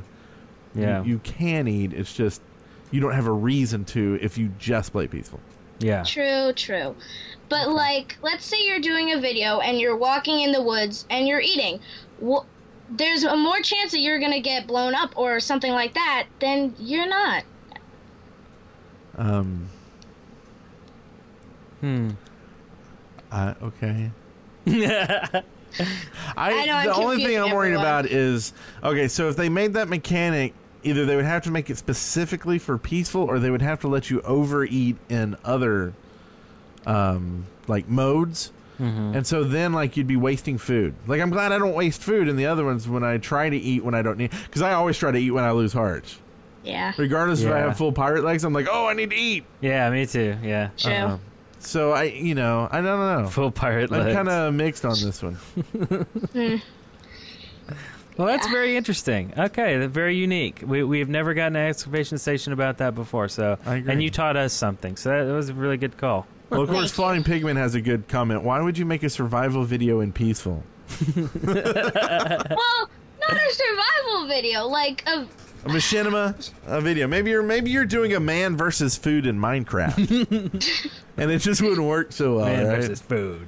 Speaker 5: Yeah.
Speaker 4: you, you can eat. It's just you don't have a reason to if you just play peaceful.
Speaker 5: Yeah.
Speaker 18: true, true. But like, let's say you're doing a video and you're walking in the woods and you're eating. Well, there's a more chance that you're gonna get blown up or something like that than you're not.
Speaker 4: Um.
Speaker 5: Hmm.
Speaker 4: I
Speaker 5: [laughs]
Speaker 4: okay.
Speaker 5: I,
Speaker 18: I know, I'm
Speaker 4: the only thing
Speaker 18: confusing
Speaker 4: I'm worried
Speaker 18: everyone.
Speaker 4: about is okay. So if they made that mechanic, either they would have to make it specifically for peaceful, or they would have to let you overeat in other, um, like modes.
Speaker 5: Mhm.
Speaker 4: And so then, like, you'd be wasting food. Like, I'm glad I don't waste food in the other ones when I try to eat when I don't need. Because I always try to eat when I lose hearts.
Speaker 18: Yeah.
Speaker 4: Regardless if I
Speaker 5: Yeah.
Speaker 4: have full pirate legs, I'm like, oh, I need to eat.
Speaker 5: Yeah, me too. Yeah. Uh-huh.
Speaker 18: True.
Speaker 4: Uh, so I, you know, I don't know.
Speaker 5: Full pirate
Speaker 4: I'm
Speaker 5: legs.
Speaker 4: kind of mixed on this one.
Speaker 18: Hmm.
Speaker 5: Well, that's very interesting. Okay, they're very unique. We we have never gotten an excavation station about that before. So, and you taught us something. So that, that was a really good call.
Speaker 4: Well, of course, Flying Pigman has a good comment. Why would you make a survival video in peaceful?
Speaker 18: well, not a survival video, like a
Speaker 4: A machinima, a video. Maybe you're maybe you're doing a man versus food in Minecraft, and it just wouldn't work so well.
Speaker 5: Man
Speaker 4: right?
Speaker 5: versus food.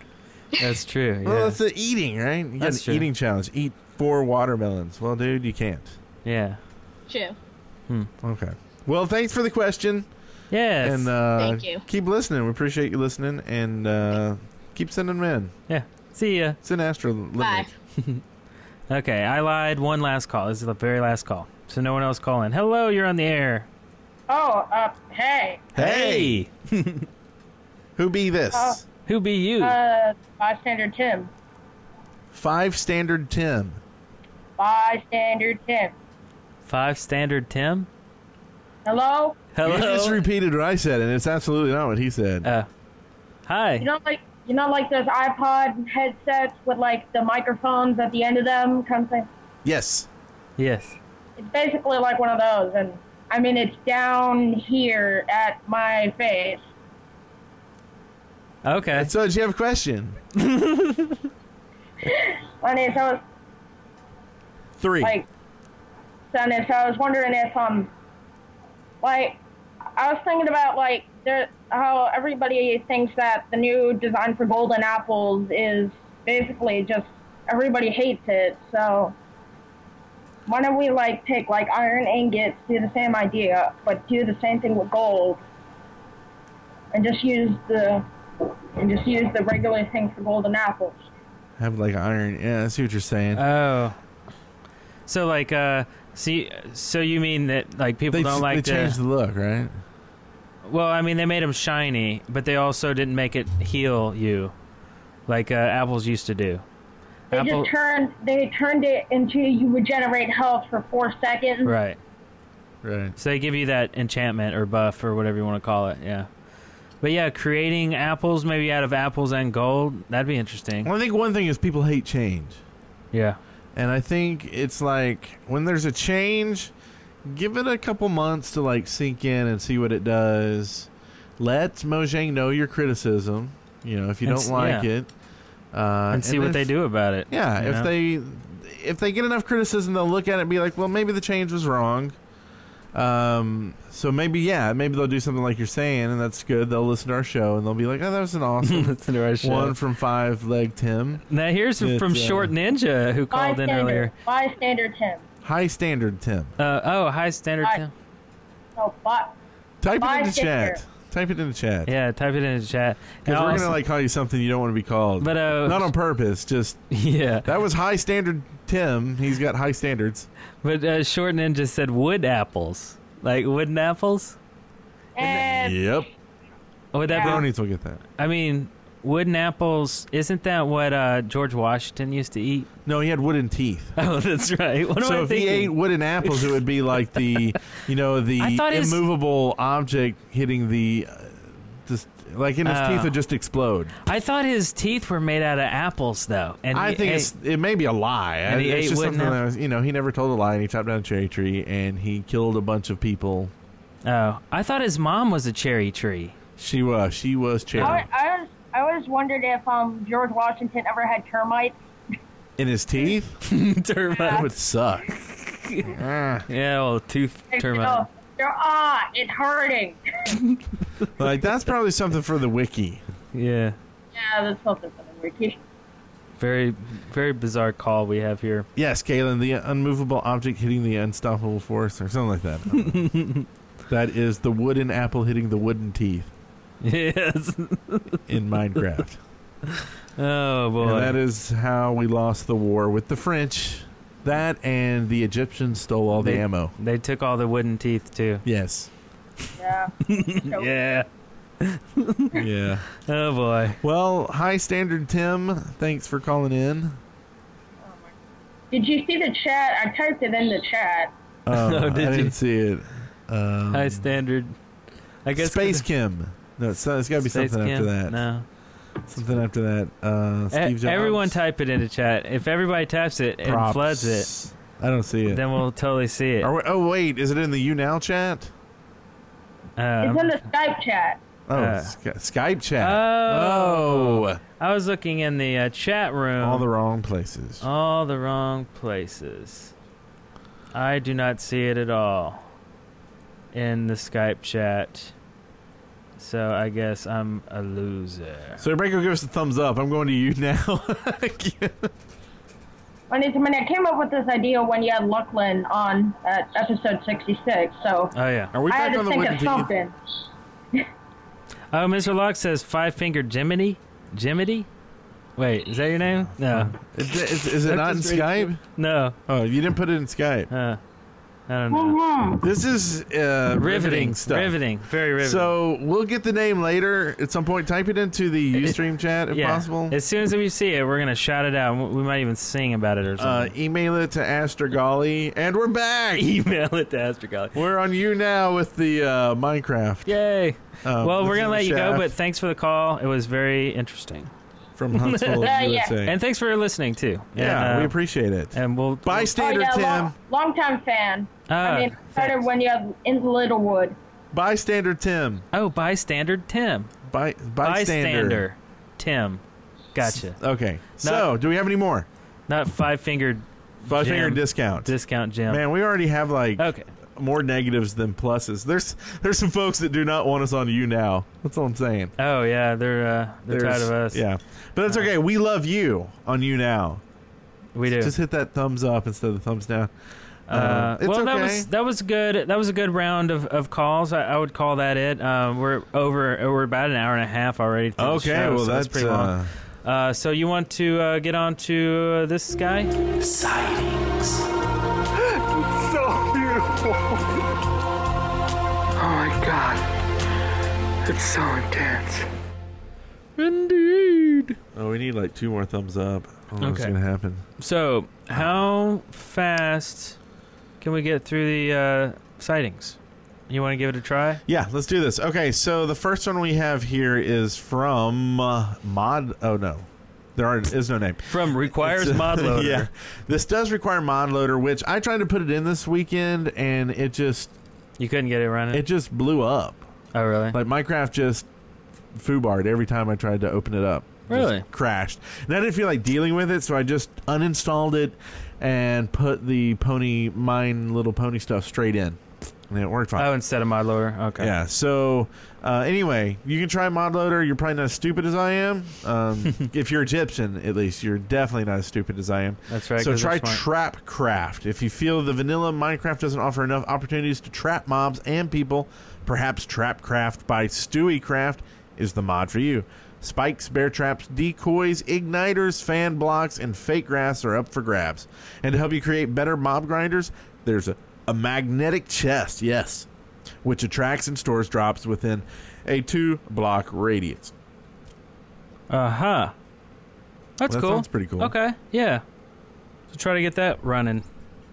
Speaker 5: That's true. Yeah.
Speaker 4: Well, that's the eating, right? You got
Speaker 5: That's
Speaker 4: an
Speaker 5: true.
Speaker 4: eating challenge. Eat four watermelons. Well, dude, you can't.
Speaker 5: Yeah. Hmm.
Speaker 18: true.
Speaker 4: Okay. Well, thanks for the question.
Speaker 5: Yes.
Speaker 4: And uh,
Speaker 18: Thank you.
Speaker 4: keep listening. We appreciate you listening, and uh, keep sending them in.
Speaker 5: Yeah. See ya.
Speaker 4: It's an astro.
Speaker 18: Bye.
Speaker 5: [laughs] Okay, I lied. One last call. This is the very last call. So no one else calling. Hello, you're on the air.
Speaker 9: Oh, uh, hey.
Speaker 4: Hey. Who be this?
Speaker 9: Uh,
Speaker 5: Who be you?
Speaker 9: Uh, bystander Tim.
Speaker 4: Five standard Tim.
Speaker 9: Five standard Tim.
Speaker 5: [laughs] Five standard Tim.
Speaker 9: Hello?
Speaker 4: You just repeated what I said, and it's absolutely not what he said.
Speaker 5: Uh, hi.
Speaker 9: You know like you know like those iPod headsets with like the microphones at the end of them kind of thing?
Speaker 4: Yes.
Speaker 5: Yes.
Speaker 9: It's basically like one of those and I mean it's down here at my face.
Speaker 5: Okay.
Speaker 4: so, did you have a question?
Speaker 9: Funny, so it's
Speaker 4: Three.
Speaker 9: Like, son, if I was wondering if um, like, I was thinking about like there, how everybody thinks that the new design for golden apples is basically just everybody hates it. So why don't we like take like iron ingots, do the same idea, but do the same thing with gold, and just use the and just use the regular thing for golden apples.
Speaker 4: Have like iron. Yeah, I see what you're saying.
Speaker 5: Oh. So like uh see so you mean that like people
Speaker 4: They,
Speaker 5: don't
Speaker 4: they
Speaker 5: like to
Speaker 4: changed the look, right?
Speaker 5: Well, I mean they made them shiny, but they also didn't make it heal you like uh, apples used to do.
Speaker 9: They just turned they turned it into you regenerate health for four seconds.
Speaker 5: Right.
Speaker 4: Right.
Speaker 5: So they give you that enchantment or buff or whatever you want to call it. Yeah. But yeah, creating apples maybe out of apples and gold, that'd be interesting.
Speaker 4: Well, I think one thing is people hate change.
Speaker 5: Yeah.
Speaker 4: And I think it's like when there's a change, give it a couple months to like sink in and see what it does. Let Mojang know your criticism. You know, if you
Speaker 5: And
Speaker 4: don't
Speaker 5: s-
Speaker 4: like
Speaker 5: yeah.
Speaker 4: it, uh,
Speaker 5: And see what they do about it,
Speaker 4: Yeah,
Speaker 5: you
Speaker 4: if
Speaker 5: know?
Speaker 4: they if they get enough criticism, they'll look at it and be like, well, maybe the change was wrong. Um, so maybe yeah, maybe they'll do something like you're saying, and that's good. They'll listen to our show and they'll be like, oh, that
Speaker 5: [laughs]
Speaker 4: was an awesome
Speaker 5: Listen to our show.
Speaker 4: one from Five Leg Tim.
Speaker 5: Now here's
Speaker 4: It's,
Speaker 5: from
Speaker 4: uh,
Speaker 5: Short Ninja who called in
Speaker 9: Bystander.
Speaker 5: earlier.
Speaker 9: Bystander Tim.
Speaker 4: High standard Tim.
Speaker 5: Uh, oh, high standard
Speaker 9: Hi.
Speaker 5: Tim.
Speaker 9: No, by,
Speaker 4: Type it in the
Speaker 9: bystander.
Speaker 4: chat. Type it in the chat.
Speaker 5: Yeah, type it in the chat.
Speaker 4: Because
Speaker 5: And
Speaker 4: we're
Speaker 5: also-
Speaker 4: gonna like call you something you don't want to be called,
Speaker 5: But, uh,
Speaker 4: not on purpose. Just
Speaker 5: [laughs] yeah,
Speaker 4: that was high standard Tim. He's got high standards.
Speaker 5: But [laughs] uh, Short Ninja said wood apples, like wooden apples. Oh,
Speaker 9: And
Speaker 4: Yep.
Speaker 5: Would that be?
Speaker 4: Bronies will get that.
Speaker 5: I mean, wooden apples. Isn't that what uh, George Washington used to eat?
Speaker 4: No, he had wooden teeth.
Speaker 5: [laughs] Oh, that's right. What am
Speaker 4: so
Speaker 5: I
Speaker 4: if he
Speaker 5: thinking?
Speaker 4: ate wooden apples, it would be like the you know the
Speaker 5: I thought his-
Speaker 4: immovable object hitting the uh, just like in his
Speaker 5: Oh.
Speaker 4: teeth would just explode.
Speaker 5: [laughs] I thought his teeth were made out of apples, though. And
Speaker 4: I
Speaker 5: he
Speaker 4: think
Speaker 5: ate-
Speaker 4: it's, it may be a lie.
Speaker 5: And he
Speaker 4: I- it's
Speaker 5: ate
Speaker 4: just
Speaker 5: wooden
Speaker 4: something that was, you know he never told a lie. and He chopped down a cherry tree and he killed a bunch of people.
Speaker 5: Oh, I thought his mom was a cherry tree.
Speaker 4: She was. She was cherry.
Speaker 9: I, I was I always wondered if um George Washington ever had termites.
Speaker 4: In his
Speaker 5: [laughs]
Speaker 4: teeth?
Speaker 5: termite.
Speaker 4: That would suck.
Speaker 5: [laughs] yeah, well, tooth
Speaker 9: Like, oh, they're- ah, it's hurting. [laughs]
Speaker 4: like, that's probably something for the wiki.
Speaker 5: Yeah.
Speaker 9: yeah, that's something for the wiki.
Speaker 5: Very, very bizarre call we have here. [laughs]
Speaker 4: Yes, Kaylin, the unmovable object hitting the unstoppable force or something like that. I don't
Speaker 5: [laughs]
Speaker 4: know. that is the wooden apple hitting the wooden teeth
Speaker 5: Yes.
Speaker 4: in Minecraft.
Speaker 5: oh, boy.
Speaker 4: And that is how we lost the war with the French. That and the Egyptians stole all the
Speaker 5: They-
Speaker 4: ammo.
Speaker 5: They took all the wooden teeth too.
Speaker 4: Yes.
Speaker 9: Yeah.
Speaker 5: [laughs] yeah.
Speaker 4: yeah.
Speaker 5: [laughs] Oh boy.
Speaker 4: Well, high standard Tim, thanks for calling
Speaker 5: [laughs]
Speaker 4: in.
Speaker 9: Did you see the chat? I typed it in the chat.
Speaker 4: Um,
Speaker 5: Oh, did
Speaker 4: I
Speaker 5: you?
Speaker 4: didn't see it. Um,
Speaker 5: High standard. I guess
Speaker 4: Space Kim. No, it's, it's got to be
Speaker 5: Space
Speaker 4: something after
Speaker 5: Kim?
Speaker 4: that.
Speaker 5: No.
Speaker 4: Something after that. Uh,
Speaker 5: E-
Speaker 4: Steve Jobs.
Speaker 5: everyone type it in the chat. If everybody taps it and
Speaker 4: Props.
Speaker 5: floods it,
Speaker 4: I don't see it.
Speaker 5: then we'll totally see it.
Speaker 4: Are we, oh wait, is it in the you now chat?
Speaker 5: Um,
Speaker 9: It's in the Skype chat.
Speaker 4: Oh,
Speaker 5: Uh.
Speaker 4: Sky- Skype chat.
Speaker 5: Oh. I was looking in the uh, chat room.
Speaker 4: uh, All the wrong places.
Speaker 5: All the wrong places. I do not see it at all in the Skype chat. So I guess I'm a loser. Oh,
Speaker 4: So everybody go give us a thumbs up. I'm going to you [laughs] now.
Speaker 9: And it's, I mean, I came up with this idea when you had Lucklin on at episode 66, so
Speaker 5: Oh yeah.
Speaker 4: Are
Speaker 9: I had to think of something.
Speaker 5: Oh, Mr. Locke says five finger Jiminy. Jiminy? Wait, is that your name? No.
Speaker 4: Is it- is- is it
Speaker 5: That's
Speaker 4: not in
Speaker 5: just really
Speaker 4: Skype?
Speaker 5: No.
Speaker 4: Oh, you didn't put it in Skype.
Speaker 5: Uh, I don't know.
Speaker 4: This is uh, riveting,
Speaker 5: Riveting,
Speaker 4: stuff.
Speaker 5: riveting, very riveting.
Speaker 4: So we'll get the name later at some point. Type it into
Speaker 5: [laughs]
Speaker 4: the UStream chat if
Speaker 5: yeah.
Speaker 4: possible.
Speaker 5: As soon as we see it, we're gonna shout it out. and We might even sing about it or
Speaker 4: Uh,
Speaker 5: something.
Speaker 4: email it to Astragali, and we're back.
Speaker 5: Email it to Astragali.
Speaker 4: We're on you now with the uh, Minecraft.
Speaker 5: Yay!
Speaker 4: Uh,
Speaker 5: well, we're
Speaker 4: this
Speaker 5: gonna
Speaker 4: is
Speaker 5: let you go,
Speaker 4: Shaft
Speaker 5: but thanks for the call. It was very interesting.
Speaker 9: [laughs]
Speaker 4: from Huntsville,
Speaker 9: Uh, yeah.
Speaker 4: USA.
Speaker 5: and thanks for listening too.
Speaker 4: yeah,
Speaker 5: and, uh,
Speaker 4: we appreciate it.
Speaker 5: And we'll
Speaker 4: bystander
Speaker 9: oh, yeah,
Speaker 4: Tim.
Speaker 9: Long, longtime fan.
Speaker 5: Ah,
Speaker 9: I mean, started when you had in Littlewood.
Speaker 4: Bystander Tim.
Speaker 5: Oh, bystander Tim.
Speaker 4: By bystander.
Speaker 5: bystander Tim. Gotcha.
Speaker 4: Okay. So, do we have any more?
Speaker 5: Not five fingered.
Speaker 4: Five finger discount.
Speaker 5: Discount gem.
Speaker 4: Man, we already have like
Speaker 5: okay.
Speaker 4: more negatives than pluses. There's there's some folks that do not want us on you now. That's all I'm saying.
Speaker 5: Oh yeah, they're uh, they're
Speaker 4: There's-
Speaker 5: tired of us. Uh,
Speaker 4: Yeah, but that's okay. We love you on you now.
Speaker 5: We do.
Speaker 4: Just hit that thumbs up instead of the thumbs down.
Speaker 5: Uh,
Speaker 4: it's
Speaker 5: well,
Speaker 4: okay.
Speaker 5: that was that was good. That was a good round of, of calls. I, I would call that it. Um, we're over. We're about an hour and a half already. through the
Speaker 4: Okay,
Speaker 5: show,
Speaker 4: well,
Speaker 5: so
Speaker 4: that's,
Speaker 5: pretty long. Uh, so you want to uh, get on to uh, this guy?
Speaker 2: Sightings. so beautiful.
Speaker 19: Oh my god. It's so intense.
Speaker 5: Indeed.
Speaker 4: Oh, we need like two more thumbs up. I don't know what's
Speaker 5: Okay.
Speaker 4: gonna happen.
Speaker 5: So how fast can we get through the uh, sightings? You want to give it a try?
Speaker 4: Yeah, let's do this. Okay, so the first one we have here is from uh, Mod. Oh no, there are, is no name.
Speaker 5: From requires
Speaker 4: It's- uh,
Speaker 5: mod
Speaker 4: [laughs]
Speaker 5: loader.
Speaker 4: yeah, this does require mod loader, which I tried to put it in this weekend, and it just
Speaker 5: you couldn't get it running.
Speaker 4: It just blew up.
Speaker 5: Oh really?
Speaker 4: Like Minecraft just foobarred every time I tried to open it up. Just
Speaker 5: Really?
Speaker 4: crashed. And I didn't feel like dealing with it, so I just uninstalled it and put the pony mine little pony stuff straight in, and it worked fine.
Speaker 5: Oh, instead of mod loader. Okay.
Speaker 4: Yeah. So uh, anyway, you can try mod loader. You're probably not as stupid as I am.
Speaker 5: [laughs]
Speaker 4: Um, if you're Egyptian, at least you're definitely not as stupid as I am.
Speaker 5: That's right,
Speaker 4: So
Speaker 5: 'cause
Speaker 4: try
Speaker 5: I'm smart.
Speaker 4: trap craft. If you feel the vanilla Minecraft doesn't offer enough opportunities to trap mobs and people, perhaps trap craft by Stewie Craft is the mod for you. Spikes, bear traps, decoys, igniters, fan blocks, and fake grass are up for grabs. And to help you create better mob grinders, there's a, a magnetic chest. Yes, which attracts and stores drops within a two block radius.
Speaker 5: Uh huh. That's
Speaker 4: Well, that
Speaker 5: cool.
Speaker 4: sounds pretty cool.
Speaker 5: Okay. Yeah. So try to get that running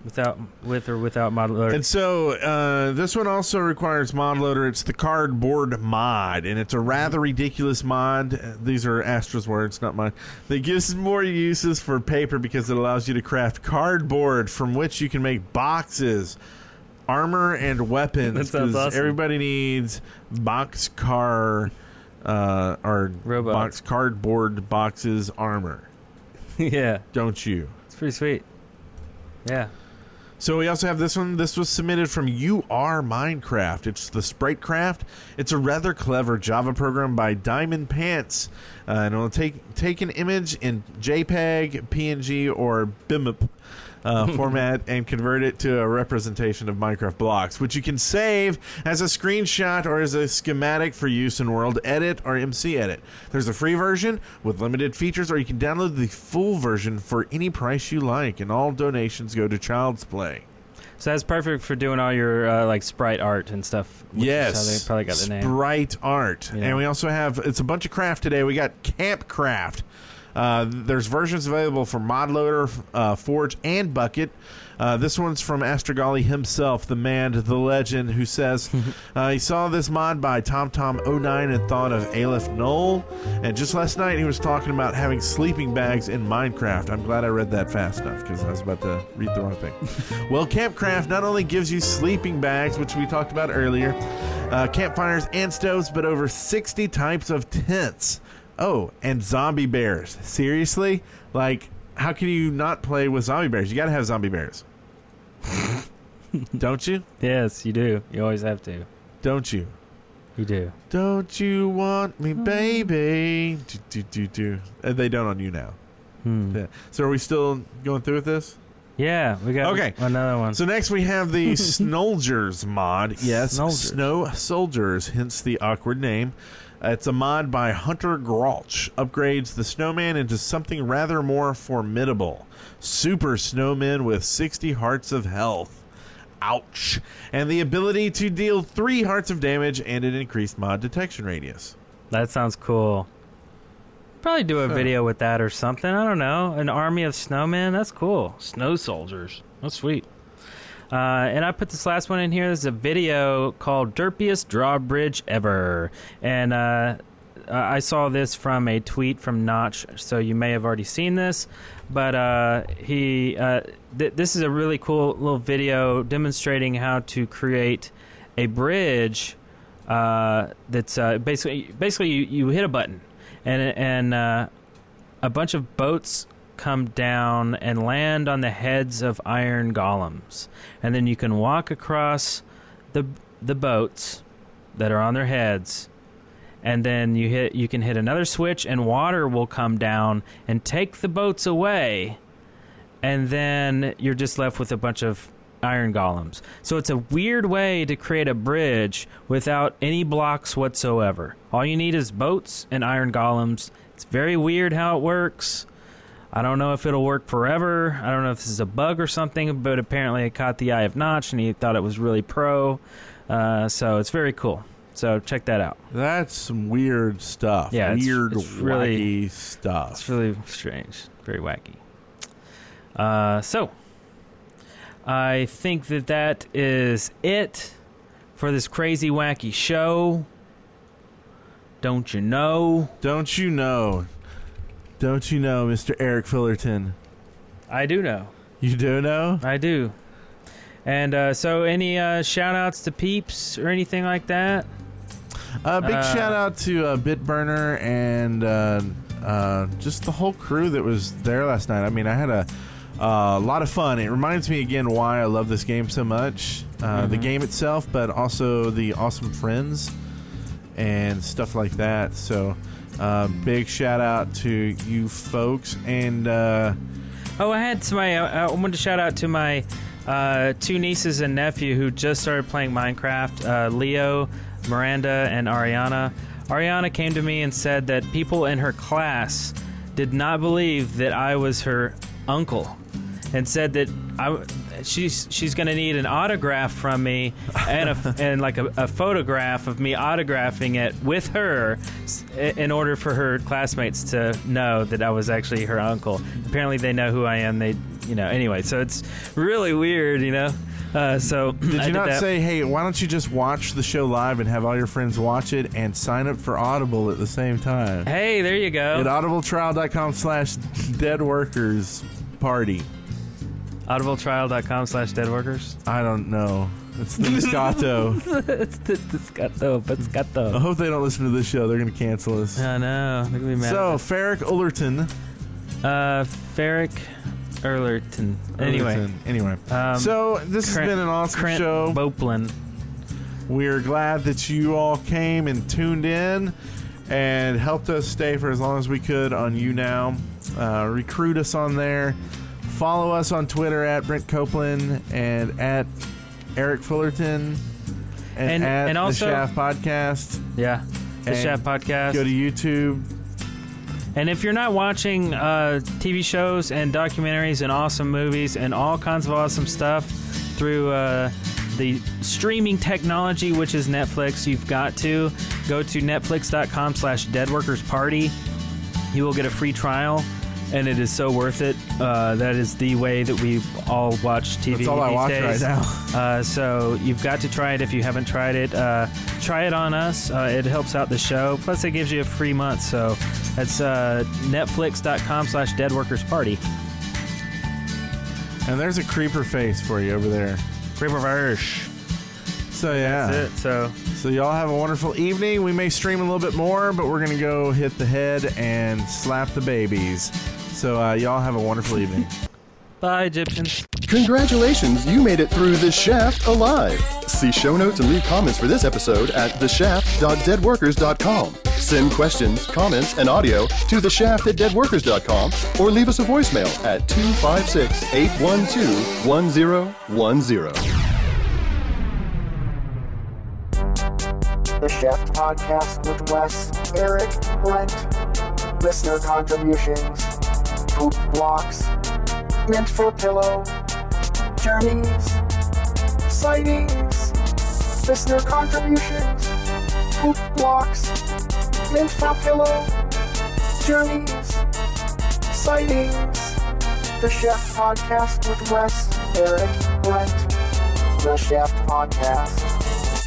Speaker 5: without with or without mod loader.
Speaker 4: And so uh, this one also requires mod loader. It's the cardboard mod, and it's a rather ridiculous mod. Uh, These are Astra's words, not mine. That gives more uses for paper because it allows you to craft cardboard from which you can make boxes, armor, and weapons.
Speaker 5: That sounds
Speaker 4: 'cause
Speaker 5: awesome.
Speaker 4: Everybody needs box car uh, or box cardboard boxes armor.
Speaker 5: [laughs] yeah.
Speaker 4: Don't you?
Speaker 5: It's pretty sweet. Yeah.
Speaker 4: So we also have this one. This was submitted from You Are Minecraft. It's the Sprite Craft. It's a rather clever Java program by Diamond Pants, uh, and it'll take take an image in JPEG, PNG, or BIMP
Speaker 5: [laughs]
Speaker 4: uh, format and convert it to a representation of Minecraft blocks, which you can save as a screenshot or as a schematic for use in World Edit or MC Edit. There's a free version with limited features, or you can download the full version for any price you like, and all donations go to Child's Play.
Speaker 5: So that's perfect for doing all your uh, like sprite art and stuff. which is
Speaker 4: Yes,
Speaker 5: how they probably got the name.
Speaker 4: Sprite art,
Speaker 5: Yeah.
Speaker 4: and we also have it's a bunch of craft today. We got Camp Craft. Uh, there's versions available for ModLoader, uh, Forge, and Bucket. Uh, this one's from Astragali himself, the man, the legend, who says uh, he saw this mod by TomTom09 and thought of Aleph Knoll. And just last night, he was talking about having sleeping bags in Minecraft. I'm glad I read that fast enough because I was about to read the wrong
Speaker 5: [laughs]
Speaker 4: thing. well, Campcraft not only gives you sleeping bags, which we talked about earlier, uh, campfires and stoves, but over 60 types of tents. Oh, and zombie bears. Seriously? Like, how can you not play with zombie bears? You got to have zombie
Speaker 5: [laughs]
Speaker 4: bears. Don't you?
Speaker 5: Yes, you do. You always have to.
Speaker 4: Don't you?
Speaker 5: You do.
Speaker 4: Don't you want me, baby? Do, do, do, do. And they don't on you now. Yeah. So are we still going through with this?
Speaker 5: Hmm. Yeah, we got
Speaker 4: okay.
Speaker 5: another one.
Speaker 4: So next we have
Speaker 5: [laughs]
Speaker 4: the Snolgers mod. Yes,
Speaker 5: Snolgers.
Speaker 4: Snow Soldiers, hence the awkward name. Uh, It's a mod by Hunter Grolch. Upgrades the snowman into something rather more formidable. Super snowmen with 60 hearts of health. Ouch. And the ability to deal three hearts of damage and an increased mod detection radius.
Speaker 5: That sounds cool. Probably do a
Speaker 4: Sure.
Speaker 5: video with that or something. I don't know. An army of snowmen. That's cool. Snow soldiers. That's sweet. Uh, and I put this last one in here. This is a video called "Derpiest Drawbridge Ever," and uh, I saw this from a tweet from Notch. So you may have already seen this, but uh, he uh, th- this is a really cool little video demonstrating how to create a bridge uh, that's uh, basically basically you, you hit a button and and uh, a bunch of boats come down and land on the heads of iron golems, and then you can walk across the the boats that are on their heads, and then you hit you can hit another switch, and water will come down and take the boats away and then you're just left with a bunch of iron golems. So it's a weird way to create a bridge without any blocks whatsoever. All you need is boats and iron golems. It's very weird how it works. I don't know if it'll work forever. I don't know if this is a bug or something, but apparently it caught the eye of Notch and he thought it was really pro. Uh, so it's very cool. So check that out.
Speaker 4: That's some weird stuff.
Speaker 5: Yeah, it's-
Speaker 4: weird,
Speaker 5: it's really-
Speaker 4: wacky stuff. It's
Speaker 5: really strange. Very wacky. Uh, so, I think that that is it for this crazy, wacky show. Don't you know?
Speaker 4: Don't you know? Don't you know, Mr. Eric Fullerton?
Speaker 5: I do know.
Speaker 4: You do know?
Speaker 5: I do. And uh, so, any uh, shout outs to peeps or anything like that?
Speaker 4: Uh, big
Speaker 5: Uh,
Speaker 4: shout out to uh, Bitburner and uh, uh, just the whole crew that was there last night. I mean, I had a uh, lot of fun. It reminds me again why I love this game so much uh, the
Speaker 5: Mhm.
Speaker 4: game itself, but also the awesome friends and stuff like that. So, uh, big shout out to you folks. And
Speaker 5: [clears throat]
Speaker 4: uh,
Speaker 5: Oh, I had to my. I I wanted to shout out to my uh, two nieces and nephew who just started playing Minecraft. Uh, Leo, Miranda, and Ariana. Ariana came to me and said that people in her class did not believe that I was her uncle, and said that I. She's she's gonna need an autograph from me
Speaker 4: [laughs]
Speaker 5: and a, and like a, a photograph of me autographing it with her s- in order for her classmates to know that I was actually her uncle. Apparently, they know who I am. They, you know, anyway. So it's really weird, you know. Uh, so
Speaker 4: did you
Speaker 5: I
Speaker 4: not
Speaker 5: that.
Speaker 4: say, hey, why don't you just watch the show live and have all your friends watch it and sign up for Audible at the same time?
Speaker 5: Hey, there you go.
Speaker 4: at audibletrial.com slash dead workers party
Speaker 5: audibletrial.com slash dead workers
Speaker 4: i don't know it's the
Speaker 5: [laughs]
Speaker 4: Moscato.
Speaker 5: it's the Piscato, Piscato.
Speaker 4: i hope they don't listen to this show they're gonna cancel us
Speaker 5: I know. They're gonna be mad.
Speaker 4: so Ferric Ullerton.
Speaker 5: Uh, Ferric Ullerton. Anyway.
Speaker 4: Ullerton. Anyway.
Speaker 5: Um,
Speaker 4: so this
Speaker 5: Crent-
Speaker 4: has been an awesome
Speaker 5: Crent
Speaker 4: show
Speaker 5: Bopeland.
Speaker 4: we're glad that you all came and tuned in and helped us stay for as long as we could on you now uh, recruit us on there follow us on twitter at brent copeland and at eric fullerton and,
Speaker 5: And-
Speaker 4: at
Speaker 5: and also-
Speaker 4: the shaft podcast
Speaker 5: Yeah. The
Speaker 4: And
Speaker 5: Shaft Podcast.
Speaker 4: go to youtube
Speaker 5: And if you're not watching uh, TV shows and documentaries and awesome movies and all kinds of awesome stuff through uh, the streaming technology, which is Netflix, you've got to go to netflix.com slash deadworkersparty. You will get a free trial, and it is so worth it. Uh, that is the way that we all watch TV
Speaker 4: That's all I
Speaker 5: these
Speaker 4: watch right
Speaker 5: days.
Speaker 4: now.
Speaker 5: [laughs] Uh, so you've got to try it if you haven't tried it. Uh, try it on us. Uh, it helps out the show. Plus, it gives you a free month. So that's uh, netflix.com slash deadworkersparty.
Speaker 4: and there's a creeper face for you over there
Speaker 5: creeper verse
Speaker 4: so yeah
Speaker 5: That's it. So
Speaker 4: So y'all have a wonderful evening. We may stream a little bit more, but we're gonna go hit the head and slap the babies. So uh, y'all have a wonderful
Speaker 5: [laughs]
Speaker 4: evening.
Speaker 5: Bye, Egyptians.
Speaker 3: Congratulations, you made it through The Shaft alive. See show notes and leave comments for this episode at theshaft.deadworkers.com. Send questions, comments, and audio to theshaft at deadworkers.com or leave us a voicemail at 256 812 1010.
Speaker 1: The Chef Podcast with Wes, Eric, Brent. Listener contributions. Poop blocks. Mint for pillow. Journeys.
Speaker 12: sightings, listener contributions, poop blocks, mint for pillow, journeys, sightings, the Chef Podcast with Wes, Eric, Brent, the Chef Podcast.